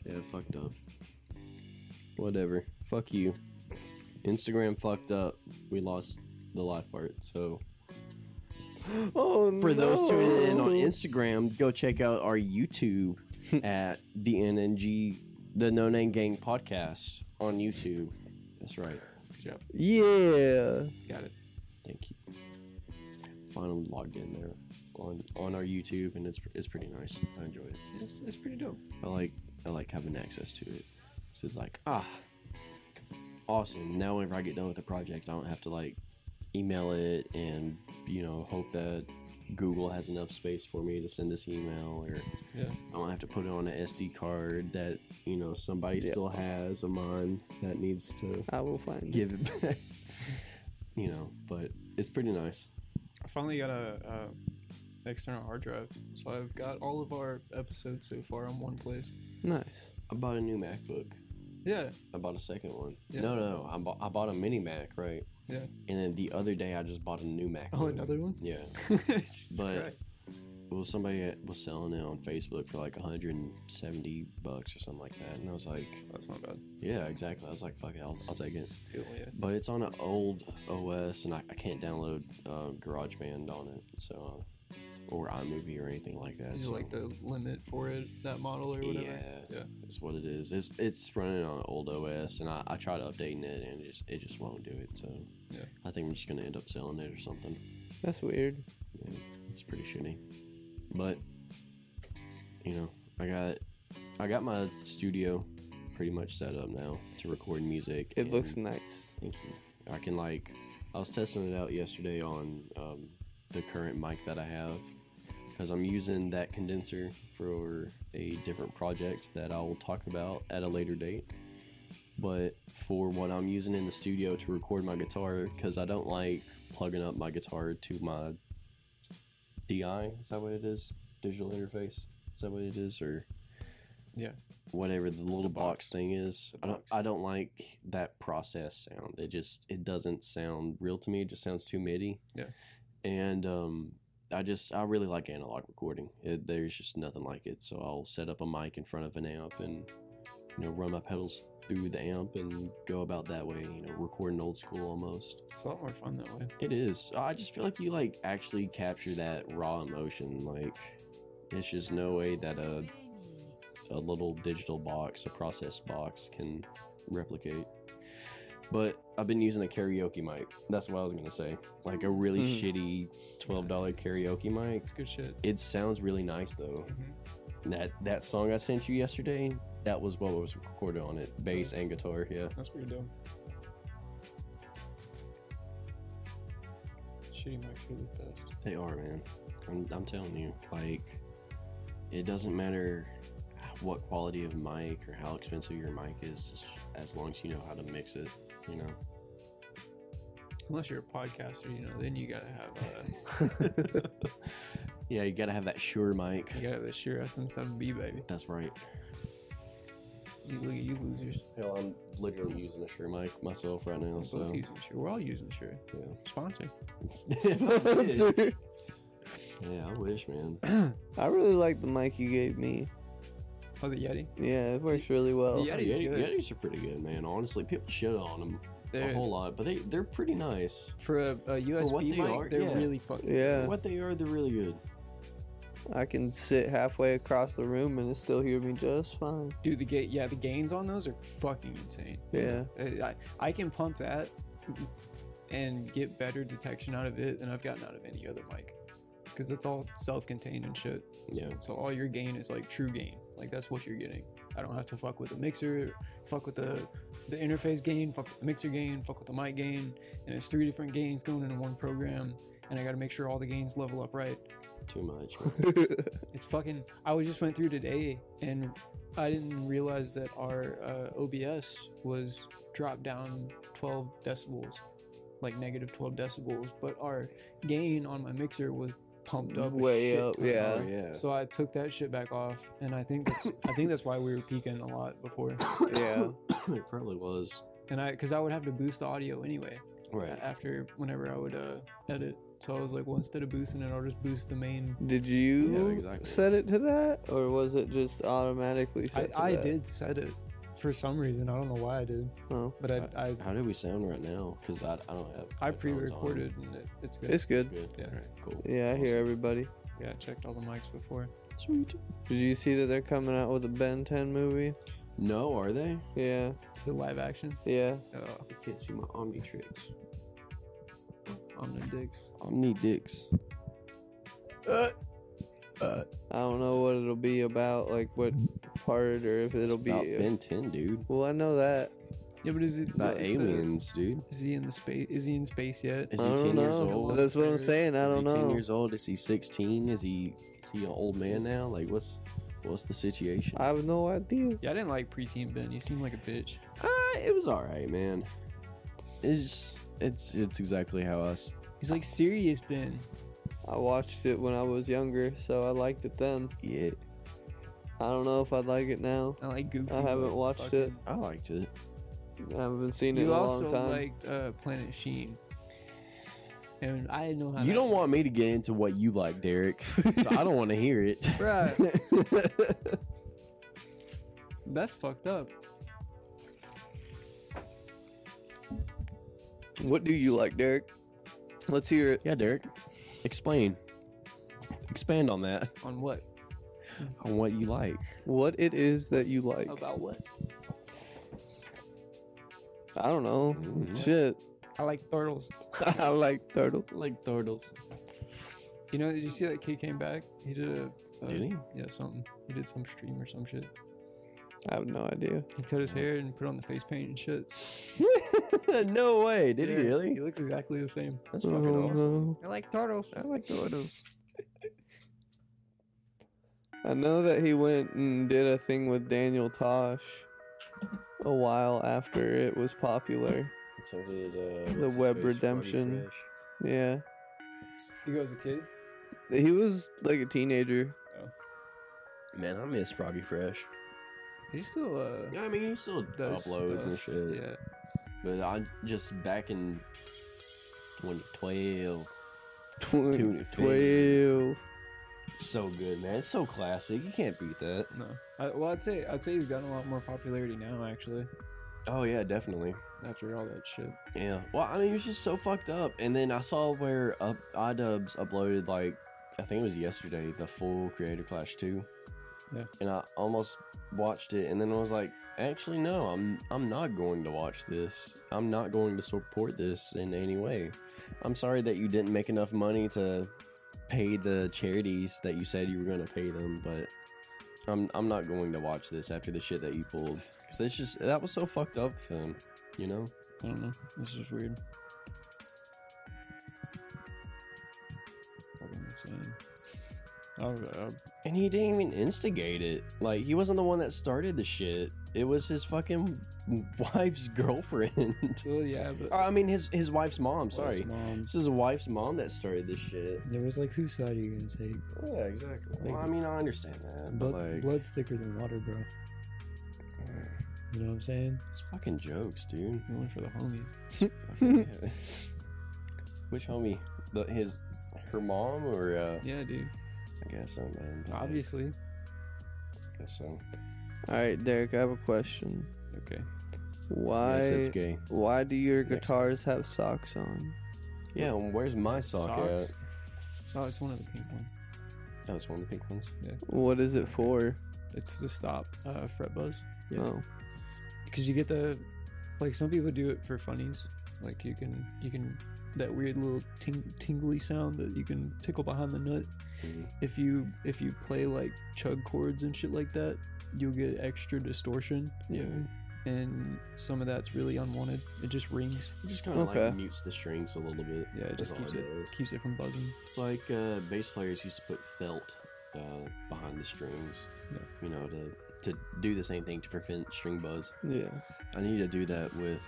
Speaker 2: Yeah, fucked up. Whatever. Fuck you. Instagram fucked up. We lost the live part. So
Speaker 4: Oh no.
Speaker 2: for those tuning in on Instagram, go check out our YouTube at the NNG, the No Name Gang podcast on YouTube. That's right.
Speaker 3: Good job.
Speaker 4: Yeah.
Speaker 3: Got it.
Speaker 2: Thank you. Finally logged in there on on our YouTube, and it's it's pretty nice. I enjoy it.
Speaker 3: It's, it's pretty dope.
Speaker 2: I like I like having access to it. So it's like ah, awesome. Now whenever I get done with the project, I don't have to like email it and you know hope that Google has enough space for me to send this email, or
Speaker 3: Yeah.
Speaker 2: I don't have to put it on an SD card that you know somebody
Speaker 4: Yeah.
Speaker 2: still has of mine that needs to
Speaker 4: I will find it.
Speaker 2: give it back. you know, but it's pretty nice.
Speaker 3: I finally got a uh, external hard drive. So I've got all of our episodes so far in one place.
Speaker 4: Nice.
Speaker 2: I bought a new MacBook.
Speaker 3: Yeah.
Speaker 2: I bought a second one.
Speaker 3: Yeah.
Speaker 2: No, no, I bought, I bought a mini Mac, right?
Speaker 3: Yeah.
Speaker 2: And then the other day, I just bought a new Mac.
Speaker 3: Oh, another one?
Speaker 2: Yeah.
Speaker 3: Jesus
Speaker 2: But-
Speaker 3: Christ.
Speaker 2: Well, somebody at- was selling it on Facebook for like 170 bucks or something like that, and I was like,
Speaker 3: That's not bad.
Speaker 2: "Yeah, exactly." I was like, "Fuck it, I'll, I'll take it."
Speaker 3: Still, yeah.
Speaker 2: But it's on an old OS, and I, I can't download uh, GarageBand on it, so uh, or iMovie or anything like that.
Speaker 3: Is
Speaker 2: so-
Speaker 3: like the limit for it, that model or whatever?
Speaker 2: Yeah,
Speaker 3: Yeah.
Speaker 2: that's what it is. It's it's running on old OS, and I, I tried updating it, and it just it just won't do it. So
Speaker 3: Yeah.
Speaker 2: I think I'm just gonna end up selling it or something.
Speaker 4: That's weird.
Speaker 2: Yeah, it's pretty shitty, but you know, I got I got my studio pretty much set up now to record music.
Speaker 4: It
Speaker 2: and-
Speaker 4: looks nice.
Speaker 2: Thank you. I can like I was testing it out yesterday on um, the current mic that I have because I'm using that condenser for a different project that I will talk about at a later date. But for what I'm using in the studio to record my guitar, because I don't like plugging up my guitar to my DI. Is that what it is? Digital interface. Is that what it is? Or
Speaker 1: Yeah.
Speaker 2: whatever the little
Speaker 1: box.
Speaker 2: box, thing is.
Speaker 1: The
Speaker 2: I don't
Speaker 1: box.
Speaker 2: I don't like that process sound. It just it doesn't sound real to me. It just sounds too MIDI.
Speaker 1: Yeah.
Speaker 2: And um I just I really like analog recording. It, there's just nothing like it. So I'll set up a mic in front of an amp and you know run my pedals through the amp and go about that way. You know, recording old school almost.
Speaker 3: It's a lot more fun that way.
Speaker 2: It is. I just feel like you like actually capture that raw emotion. Like it's just no way that a a little digital box, a processed box, can replicate. But I've been using a karaoke mic. That's what I was gonna say. Like a really
Speaker 4: Mhm.
Speaker 2: shitty twelve dollar karaoke mic.
Speaker 3: It's good shit.
Speaker 2: It sounds really nice though.
Speaker 3: Mhm.
Speaker 2: That that song I sent you yesterday, that was what was recorded on it. Bass and guitar, yeah.
Speaker 3: That's pretty dope. Shitty mics are the best.
Speaker 2: They are, man. I'm, I'm telling you, like, it doesn't matter what quality of mic or how expensive your mic is, as long as you know how to mix it. You know,
Speaker 3: Unless you're a podcaster, you know, then you gotta have uh,
Speaker 2: yeah, you gotta have that sure mic.
Speaker 3: you gotta have the sheer SM7B baby.
Speaker 2: That's right.
Speaker 3: You look at you losers.
Speaker 2: Hell, I'm literally using a sure mic myself right now.
Speaker 3: Let's
Speaker 2: So,
Speaker 3: use the sheer. We're all using sheer.
Speaker 2: uh, yeah,
Speaker 3: Sponsor.
Speaker 4: Sir,
Speaker 2: yeah, I wish, man.
Speaker 4: I really like the mic you gave me.
Speaker 3: Oh, the Yeti.
Speaker 4: Yeah, it works really well.
Speaker 3: Yeah. Yeti's
Speaker 2: Yeti-
Speaker 3: good.
Speaker 2: Yetis are pretty good, man. Honestly, people shit on them a
Speaker 3: They're,
Speaker 2: whole lot, but they they're pretty nice.
Speaker 3: for a, a USB
Speaker 2: what they
Speaker 3: mic,
Speaker 2: are,
Speaker 3: they're
Speaker 2: yeah.
Speaker 3: really fucking.
Speaker 4: Yeah,
Speaker 2: What they are, they're really good.
Speaker 4: I can sit halfway across the room and it still hear me just fine.
Speaker 3: Dude, the gate. Yeah, the gains on those are fucking insane.
Speaker 4: Yeah,
Speaker 3: I, I- I can pump that and get better detection out of it than I've gotten out of any other mic because it's all self-contained and shit.
Speaker 2: Yeah.
Speaker 3: So all your gain is like true gain. Like that's what you're getting. I don't have to fuck with the mixer, fuck with the the interface gain, fuck with the mixer gain, fuck with the mic gain, and it's three different gains going into one program. And I got to make sure all the gains level up right.
Speaker 2: Too much. man.
Speaker 3: It's fucking. I was just went through today, and I didn't realize that our uh, OBS was dropped down 12 decibels, like negative 12 decibels. But our gain on my mixer was pumped up a
Speaker 4: Way
Speaker 3: shit
Speaker 4: up,
Speaker 3: ton.
Speaker 4: yeah.
Speaker 2: Oh yeah.
Speaker 3: So I took that shit back off, and I think that's, I think that's why we were peaking a lot before.
Speaker 4: yeah.
Speaker 2: it probably was.
Speaker 3: And I, because I would have to boost the audio anyway
Speaker 2: Right.
Speaker 3: after whenever I would uh, edit. So I was like, well, instead of boosting it, I'll just boost the main
Speaker 4: Did you
Speaker 2: Yeah, exactly.
Speaker 4: set it to that, or was it just automatically
Speaker 3: I,
Speaker 4: set to
Speaker 3: I
Speaker 4: that?
Speaker 3: did set it for some reason. I don't know why I did.
Speaker 4: Oh.
Speaker 3: But I, I,
Speaker 2: How do we sound right now? Because I, I don't have.
Speaker 3: I,
Speaker 2: headphones on.
Speaker 3: pre-recorded and it, it's good.
Speaker 4: It's
Speaker 2: It's
Speaker 4: good.
Speaker 2: good.
Speaker 3: Yeah.
Speaker 2: All right. Cool.
Speaker 4: Yeah, I hear everybody.
Speaker 3: yeah, I checked all the mics before.
Speaker 2: Sweet.
Speaker 4: Did you see that they're coming out with a Ben 10 movie?
Speaker 2: No, are they?
Speaker 4: Yeah,
Speaker 3: Is it live action?
Speaker 4: yeah.
Speaker 3: Oh,
Speaker 2: I can't see my Omni tricks.
Speaker 3: I'm the dicks.
Speaker 2: Omni dicks.
Speaker 4: I don't know what it'll be about, like what part, or if it'll
Speaker 2: it's
Speaker 4: be.
Speaker 2: about Ben 10, dude.
Speaker 4: Well, I know that.
Speaker 3: Yeah, but is it
Speaker 2: About
Speaker 3: is it the-
Speaker 2: aliens, dude.
Speaker 3: is he in the space? Is he in space yet?
Speaker 2: Is
Speaker 4: I
Speaker 2: he
Speaker 4: don't
Speaker 2: 10 years
Speaker 4: know.
Speaker 2: old?
Speaker 4: That's what I'm saying. I
Speaker 2: is
Speaker 4: don't
Speaker 2: he 10
Speaker 4: know.
Speaker 2: years old? Is he 16? Is he is he an old man now? Like, what's what's the situation?
Speaker 4: I have no idea.
Speaker 3: yeah, I didn't like preteen Ben. You seem like a bitch.
Speaker 2: Uh, it was all right, man. It's just, it's it's exactly how us.
Speaker 3: He's like serious Ben.
Speaker 4: I watched it when I was younger, so I liked it then.
Speaker 2: Yeah,
Speaker 4: I don't know if I'd like it now.
Speaker 3: I like goofy.
Speaker 4: I haven't
Speaker 3: but
Speaker 4: watched it
Speaker 3: fucking-
Speaker 2: I liked it.
Speaker 4: I haven't seen it in
Speaker 3: You
Speaker 4: a
Speaker 3: also
Speaker 4: long time.
Speaker 3: liked uh, Planet Sheen. And I didn't know how.
Speaker 2: You
Speaker 3: that
Speaker 2: don't
Speaker 3: worked.
Speaker 2: want me to get into what you like, Derek. so I don't want to hear it.
Speaker 3: Bruh, that's fucked up.
Speaker 4: What do you like, Derek? Let's hear it.
Speaker 2: yeah, Derek, explain, expand on that,
Speaker 3: On what?
Speaker 2: on what you like.
Speaker 4: What it is that you like?
Speaker 3: About what?
Speaker 4: I don't know.
Speaker 2: Mm-hmm.
Speaker 4: Shit.
Speaker 3: I like turtles.
Speaker 4: I like turtle.
Speaker 2: Like turtles.
Speaker 3: You know, did you see that kid came back? He did a. a
Speaker 2: Did he?
Speaker 3: Yeah, something. He did some stream or some shit.
Speaker 4: I have no idea.
Speaker 3: He cut his hair and put on the face paint and shit.
Speaker 4: Uh,
Speaker 2: no way. Did
Speaker 3: Yeah,
Speaker 2: he really?
Speaker 3: He looks exactly the same. Uh-huh.
Speaker 2: That's fucking
Speaker 4: Oh,
Speaker 2: awesome.
Speaker 4: no.
Speaker 3: I like turtles.
Speaker 2: I like those.
Speaker 4: I know that he went and did a thing with Daniel Tosh a while after it was popular.
Speaker 2: So did uh,
Speaker 4: The
Speaker 2: what's his
Speaker 4: web
Speaker 2: face, Roddy
Speaker 4: redemption.
Speaker 2: Fresh.
Speaker 4: Yeah.
Speaker 5: You guys a kid?
Speaker 4: He was like a teenager.
Speaker 2: Man, I miss Froggy Fresh.
Speaker 3: He's still uh
Speaker 2: Yeah, I mean, he still
Speaker 3: does
Speaker 2: uploads and
Speaker 3: stuff.
Speaker 2: shit.
Speaker 3: Yeah.
Speaker 2: But I just back in 2012. Tune
Speaker 4: Twenty
Speaker 2: it,
Speaker 4: twelve.
Speaker 2: So good, man. It's so classic. You can't beat that.
Speaker 3: No. I, well, I'd say I'd say he's gotten a lot more popularity now, actually,
Speaker 2: Oh yeah, definitely.
Speaker 3: after all that shit.
Speaker 2: Yeah. Well, I mean, it was just so fucked up. And then I saw where up, iDubbbz uploaded like I think it was yesterday the full Creator Clash two.
Speaker 3: Yeah.
Speaker 2: And I almost watched it, and then I was like, actually, no, I'm I'm not going to watch this. I'm not going to support this in any way. I'm sorry that you didn't make enough money to pay the charities that you said you were going to pay them, but I'm I'm not going to watch this after the shit that you pulled because it's just that was so fucked up of him, you know.
Speaker 3: I don't know. This is weird. Fucking insane. I was, uh,
Speaker 2: And he didn't even instigate it. Like he wasn't the one that started the shit. It was his fucking wife's girlfriend.
Speaker 3: well, yeah, but
Speaker 2: I mean his his wife's mom,
Speaker 5: Wife's
Speaker 2: Oh, sorry.
Speaker 5: mom.
Speaker 2: It's his wife's mom that started this shit.
Speaker 5: There was like, whose side are you gonna take?
Speaker 2: Yeah, exactly.
Speaker 5: Like-
Speaker 2: Well, I mean I understand that, but
Speaker 5: Blood,
Speaker 2: like
Speaker 5: blood's thicker than water, bro. You know what I'm saying?
Speaker 2: it's fucking jokes, dude.
Speaker 3: I went for the homies.
Speaker 2: Fucking yeah. Which homie? The, his her mom or uh
Speaker 3: Yeah, dude.
Speaker 2: I guess so man. but, like,
Speaker 3: Obviously.
Speaker 2: I guess so.
Speaker 4: All right, Derek, I have a question.
Speaker 3: Okay.
Speaker 4: Why?
Speaker 2: Yes, it's gay.
Speaker 4: Why do your
Speaker 2: Next one.
Speaker 4: guitars have socks on?
Speaker 2: Yeah, and where's my sock
Speaker 3: Socks?
Speaker 2: at?
Speaker 3: Oh, it's one of the pink ones.
Speaker 2: That was one of the pink ones.
Speaker 4: What is it for?
Speaker 3: It's to stop uh, fret buzz.
Speaker 4: Oh,
Speaker 3: because you get the like some people do it for funnies like you can you can that weird little ting- tingly sound that you can tickle behind the nut
Speaker 2: Mhm.
Speaker 3: if you if you play like chug chords and shit like that you'll get extra distortion
Speaker 2: Yeah.
Speaker 3: and some of that's really unwanted it just rings
Speaker 2: It just kind of
Speaker 4: Okay.
Speaker 2: like mutes the strings a little bit.
Speaker 3: yeah it
Speaker 2: That's
Speaker 3: just
Speaker 2: all
Speaker 3: keeps
Speaker 2: it
Speaker 3: it,
Speaker 2: is.
Speaker 3: keeps it from buzzing
Speaker 2: It's like uh, bass players used to put felt uh, behind the strings,
Speaker 3: Yeah.
Speaker 2: you know, to to do the same thing to prevent string buzz.
Speaker 4: yeah.
Speaker 2: I need to do that with.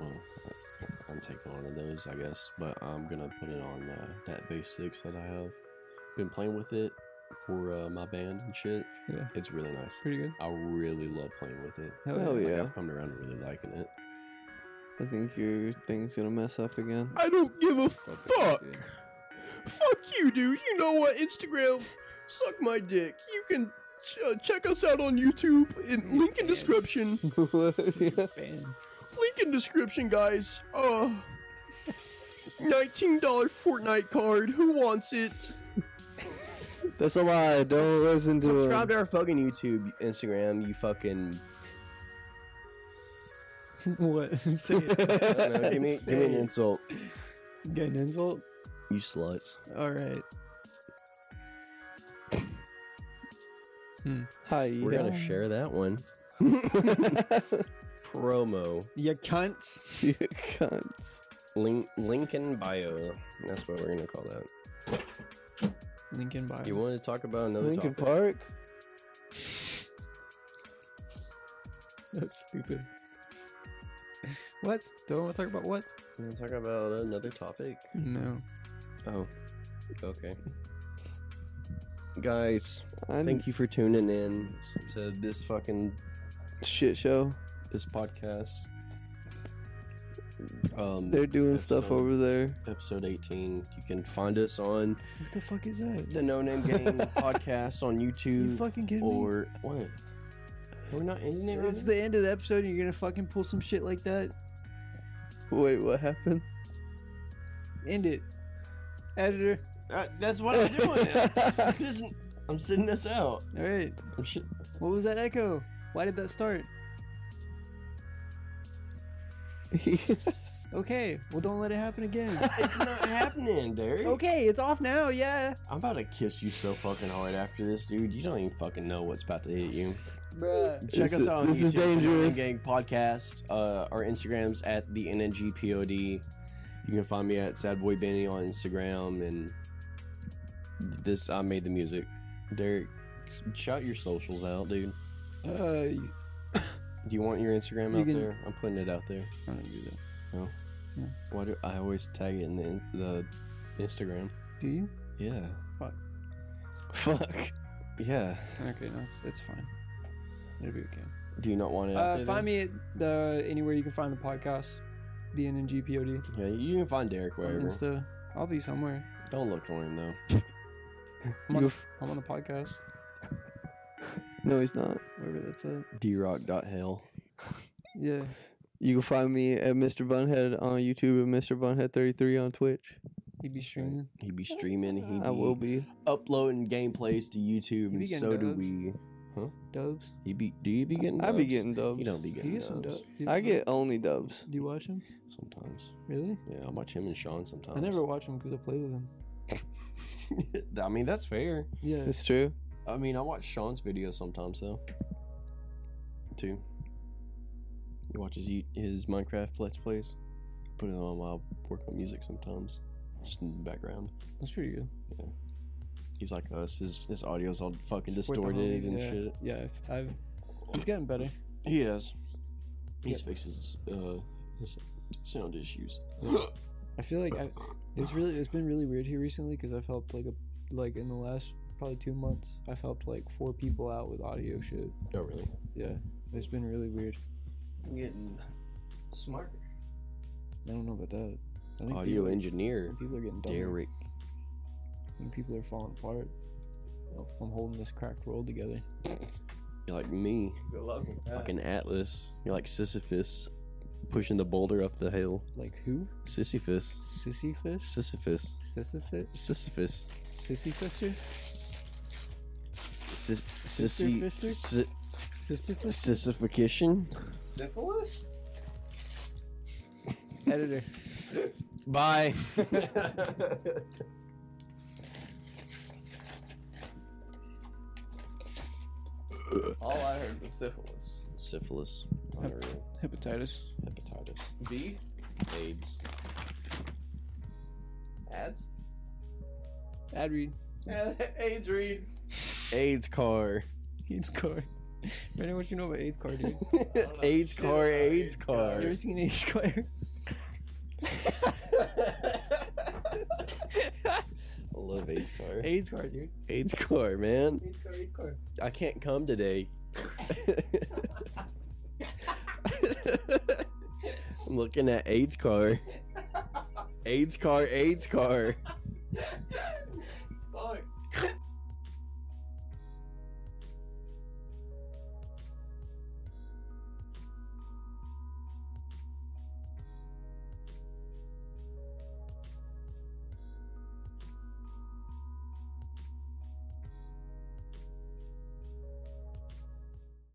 Speaker 2: Well, I- I'm taking one of those, I guess, but I'm gonna put it on uh, that bass six that I have. Been playing with it for uh, my band and shit.
Speaker 3: Yeah.
Speaker 2: It's really nice.
Speaker 3: pretty good
Speaker 2: I really love playing with it.
Speaker 3: Hell
Speaker 4: Oh
Speaker 3: yeah.
Speaker 2: Like,
Speaker 4: yeah.
Speaker 2: I've come around to really liking it.
Speaker 4: I think your thing's gonna mess up again.
Speaker 2: I don't give a
Speaker 3: Fuck
Speaker 2: fuck. Fuck you, dude. You know what? Instagram, suck my dick. You can ch- uh, check us out on YouTube. In link in description.
Speaker 3: Bam.
Speaker 2: Link in description, guys. Uh, nineteen dollar Fortnite card. Who wants it?
Speaker 4: That's a lie. Don't listen to
Speaker 2: Subscribe
Speaker 4: him.
Speaker 2: to our fucking YouTube, Instagram. You fucking.
Speaker 3: what say it
Speaker 2: I don't know, give me, give me an insult.
Speaker 3: get an insult
Speaker 2: You sluts.
Speaker 3: all right
Speaker 4: Hi.
Speaker 2: We're
Speaker 4: Yeah.
Speaker 2: gonna share that one. Promo.
Speaker 3: you cunts
Speaker 4: You cunts.
Speaker 2: Link Lincoln bio. That's what we're gonna call that.
Speaker 3: lincoln bio
Speaker 2: You want to talk about another
Speaker 4: Lincoln
Speaker 2: topic?
Speaker 4: Park.
Speaker 3: That's stupid. What? Don't want to talk about what?
Speaker 2: You want to talk about another topic?
Speaker 3: No.
Speaker 2: Oh, okay. Guys,
Speaker 4: I
Speaker 2: thank you for tuning in to this fucking
Speaker 4: Shit show.
Speaker 2: this podcast. Um,
Speaker 4: They're doing stuff
Speaker 2: episode-
Speaker 4: over there.
Speaker 2: episode eighteen. You can find us on
Speaker 3: What the fuck is that?
Speaker 2: the No Name Game podcast on
Speaker 3: You
Speaker 2: YouTube
Speaker 3: fucking kidding me?
Speaker 2: or what? We're not ending it.
Speaker 3: It's
Speaker 2: right
Speaker 3: the end of the episode and you're gonna fucking pull some shit like that?
Speaker 4: Wait, what happened?
Speaker 3: End it. Editor.
Speaker 2: now? Uh, that's what I'm doing. I'm, sitting- I'm sitting this out.
Speaker 3: Alright.
Speaker 2: I'm shit.
Speaker 3: What was that echo? Why did that start? Okay, well, don't let it happen again.
Speaker 2: it's not happening, Derek.
Speaker 3: okay, it's off now. Yeah,
Speaker 2: I'm about to kiss you so fucking hard after this, dude. You don't even fucking know what's about to hit you.
Speaker 3: bruh.
Speaker 2: Check
Speaker 4: This
Speaker 2: us
Speaker 4: is-
Speaker 2: out on
Speaker 4: this
Speaker 2: YouTube,
Speaker 4: is dangerous.
Speaker 2: Phenomenon Gang Podcast. Uh, our Instagrams at the NNGPOD. You can find me at Sad Boy Benny on Instagram, and this I made the music. Derek, shout your socials out, dude.
Speaker 3: Uh,
Speaker 2: Do you want your Instagram
Speaker 3: You
Speaker 2: out
Speaker 3: can-
Speaker 2: there? I'm putting it out there.
Speaker 3: I don't do that.
Speaker 2: Why do I always tag it in the, the Instagram?
Speaker 3: Do you?
Speaker 2: Yeah.
Speaker 3: Fuck.
Speaker 2: Fuck. Yeah.
Speaker 3: Okay, no, it's, it's fine. It'll be okay.
Speaker 2: Do you not want it? out
Speaker 3: Uh,
Speaker 2: there,
Speaker 3: find
Speaker 2: then?
Speaker 3: me at the anywhere you can find the podcast, the NNGPOD.
Speaker 2: Yeah, you can find Derek
Speaker 3: on
Speaker 2: wherever.
Speaker 3: Insta. I'll be somewhere.
Speaker 2: Don't look for him though.
Speaker 3: I'm on,
Speaker 4: You
Speaker 3: the,
Speaker 4: f-
Speaker 3: I'm on the podcast.
Speaker 4: No, he's not.
Speaker 3: Wherever that's at.
Speaker 2: drock.hill.
Speaker 3: Yeah.
Speaker 4: You can find me at Mr. Bunhead on YouTube and Mr. Bunhead33 on Twitch.
Speaker 3: You be streaming.
Speaker 2: He be streaming. He be
Speaker 4: I will be.
Speaker 2: uploading gameplays to YouTube,
Speaker 3: He
Speaker 2: and
Speaker 3: be getting
Speaker 2: so do
Speaker 3: dubs.
Speaker 2: we.
Speaker 3: Dubs.
Speaker 2: He be. Do you be getting?
Speaker 4: I be
Speaker 2: dubs?
Speaker 4: getting dubs.
Speaker 2: You don't be
Speaker 3: Do you
Speaker 2: getting
Speaker 3: get some
Speaker 2: dubs.
Speaker 3: dubs? Do you-
Speaker 4: I get only dubs.
Speaker 3: Do you watch him?
Speaker 2: sometimes.
Speaker 3: Really?
Speaker 2: Yeah, I watch him and Sean sometimes.
Speaker 3: I never watch him because I play with him.
Speaker 2: I mean, that's fair.
Speaker 3: Yeah.
Speaker 4: It's true.
Speaker 2: I mean, I watch Sean's videos sometimes though. Too. He watches you- his Minecraft Let's Plays. Put it on while I work on music sometimes, just in the background.
Speaker 3: That's pretty good.
Speaker 2: He's like us. His his audio's all fucking
Speaker 3: Support the
Speaker 2: distorted
Speaker 3: homies,
Speaker 2: and
Speaker 3: yeah.
Speaker 2: shit.
Speaker 3: Yeah, I've, I've. He's getting better.
Speaker 2: He is. He
Speaker 3: Yeah.
Speaker 2: fixes uh his sound issues.
Speaker 3: I feel like I, it's really it's been really weird here recently because I've helped like a like in the last probably two months I've helped like four people out with audio shit.
Speaker 2: Oh really?
Speaker 3: Yeah, it's been really weird.
Speaker 1: I'm getting smarter.
Speaker 3: I don't know about that. I think
Speaker 2: Audio
Speaker 3: people,
Speaker 2: engineer
Speaker 3: People are getting dumb.
Speaker 2: Derek.
Speaker 3: And people are falling apart. You know, I'm holding this cracked world together.
Speaker 2: You're like me,
Speaker 1: Good luck with that.
Speaker 2: fucking Atlas. You're like Sisyphus, pushing the boulder up the hill.
Speaker 3: Like who?
Speaker 2: Sisyphus.
Speaker 3: Sisyphus?
Speaker 2: Sisyphus.
Speaker 3: Sisyphus?
Speaker 2: Sisyphus.
Speaker 3: Sisyphus?
Speaker 2: Sis- Sissy.
Speaker 3: Sisyphuser?
Speaker 2: Si-
Speaker 3: Sisyphus?
Speaker 2: Sisyfication.
Speaker 1: Syphilis?
Speaker 3: Editor.
Speaker 2: Bye.
Speaker 1: All I heard was syphilis.
Speaker 2: Syphilis. Gonorrhea.
Speaker 3: Hepatitis.
Speaker 2: Hepatitis.
Speaker 1: B?
Speaker 2: AIDS.
Speaker 1: Ads?
Speaker 3: Ad read.
Speaker 1: Yeah, AIDS read.
Speaker 2: AIDS car.
Speaker 3: AIDS car. Brandon, what you know about AIDS car, dude?
Speaker 1: don't know
Speaker 2: AIDS
Speaker 1: shit
Speaker 2: car,
Speaker 1: about
Speaker 2: AIDS
Speaker 1: AIDS car.
Speaker 3: you
Speaker 2: car.
Speaker 3: ever seen AIDS car?
Speaker 2: I love AIDS car.
Speaker 3: AIDS car, dude.
Speaker 2: AIDS car, man.
Speaker 1: AIDS car, AIDS car.
Speaker 2: I can't come today. I'm looking at AIDS car. AIDS car, AIDS car.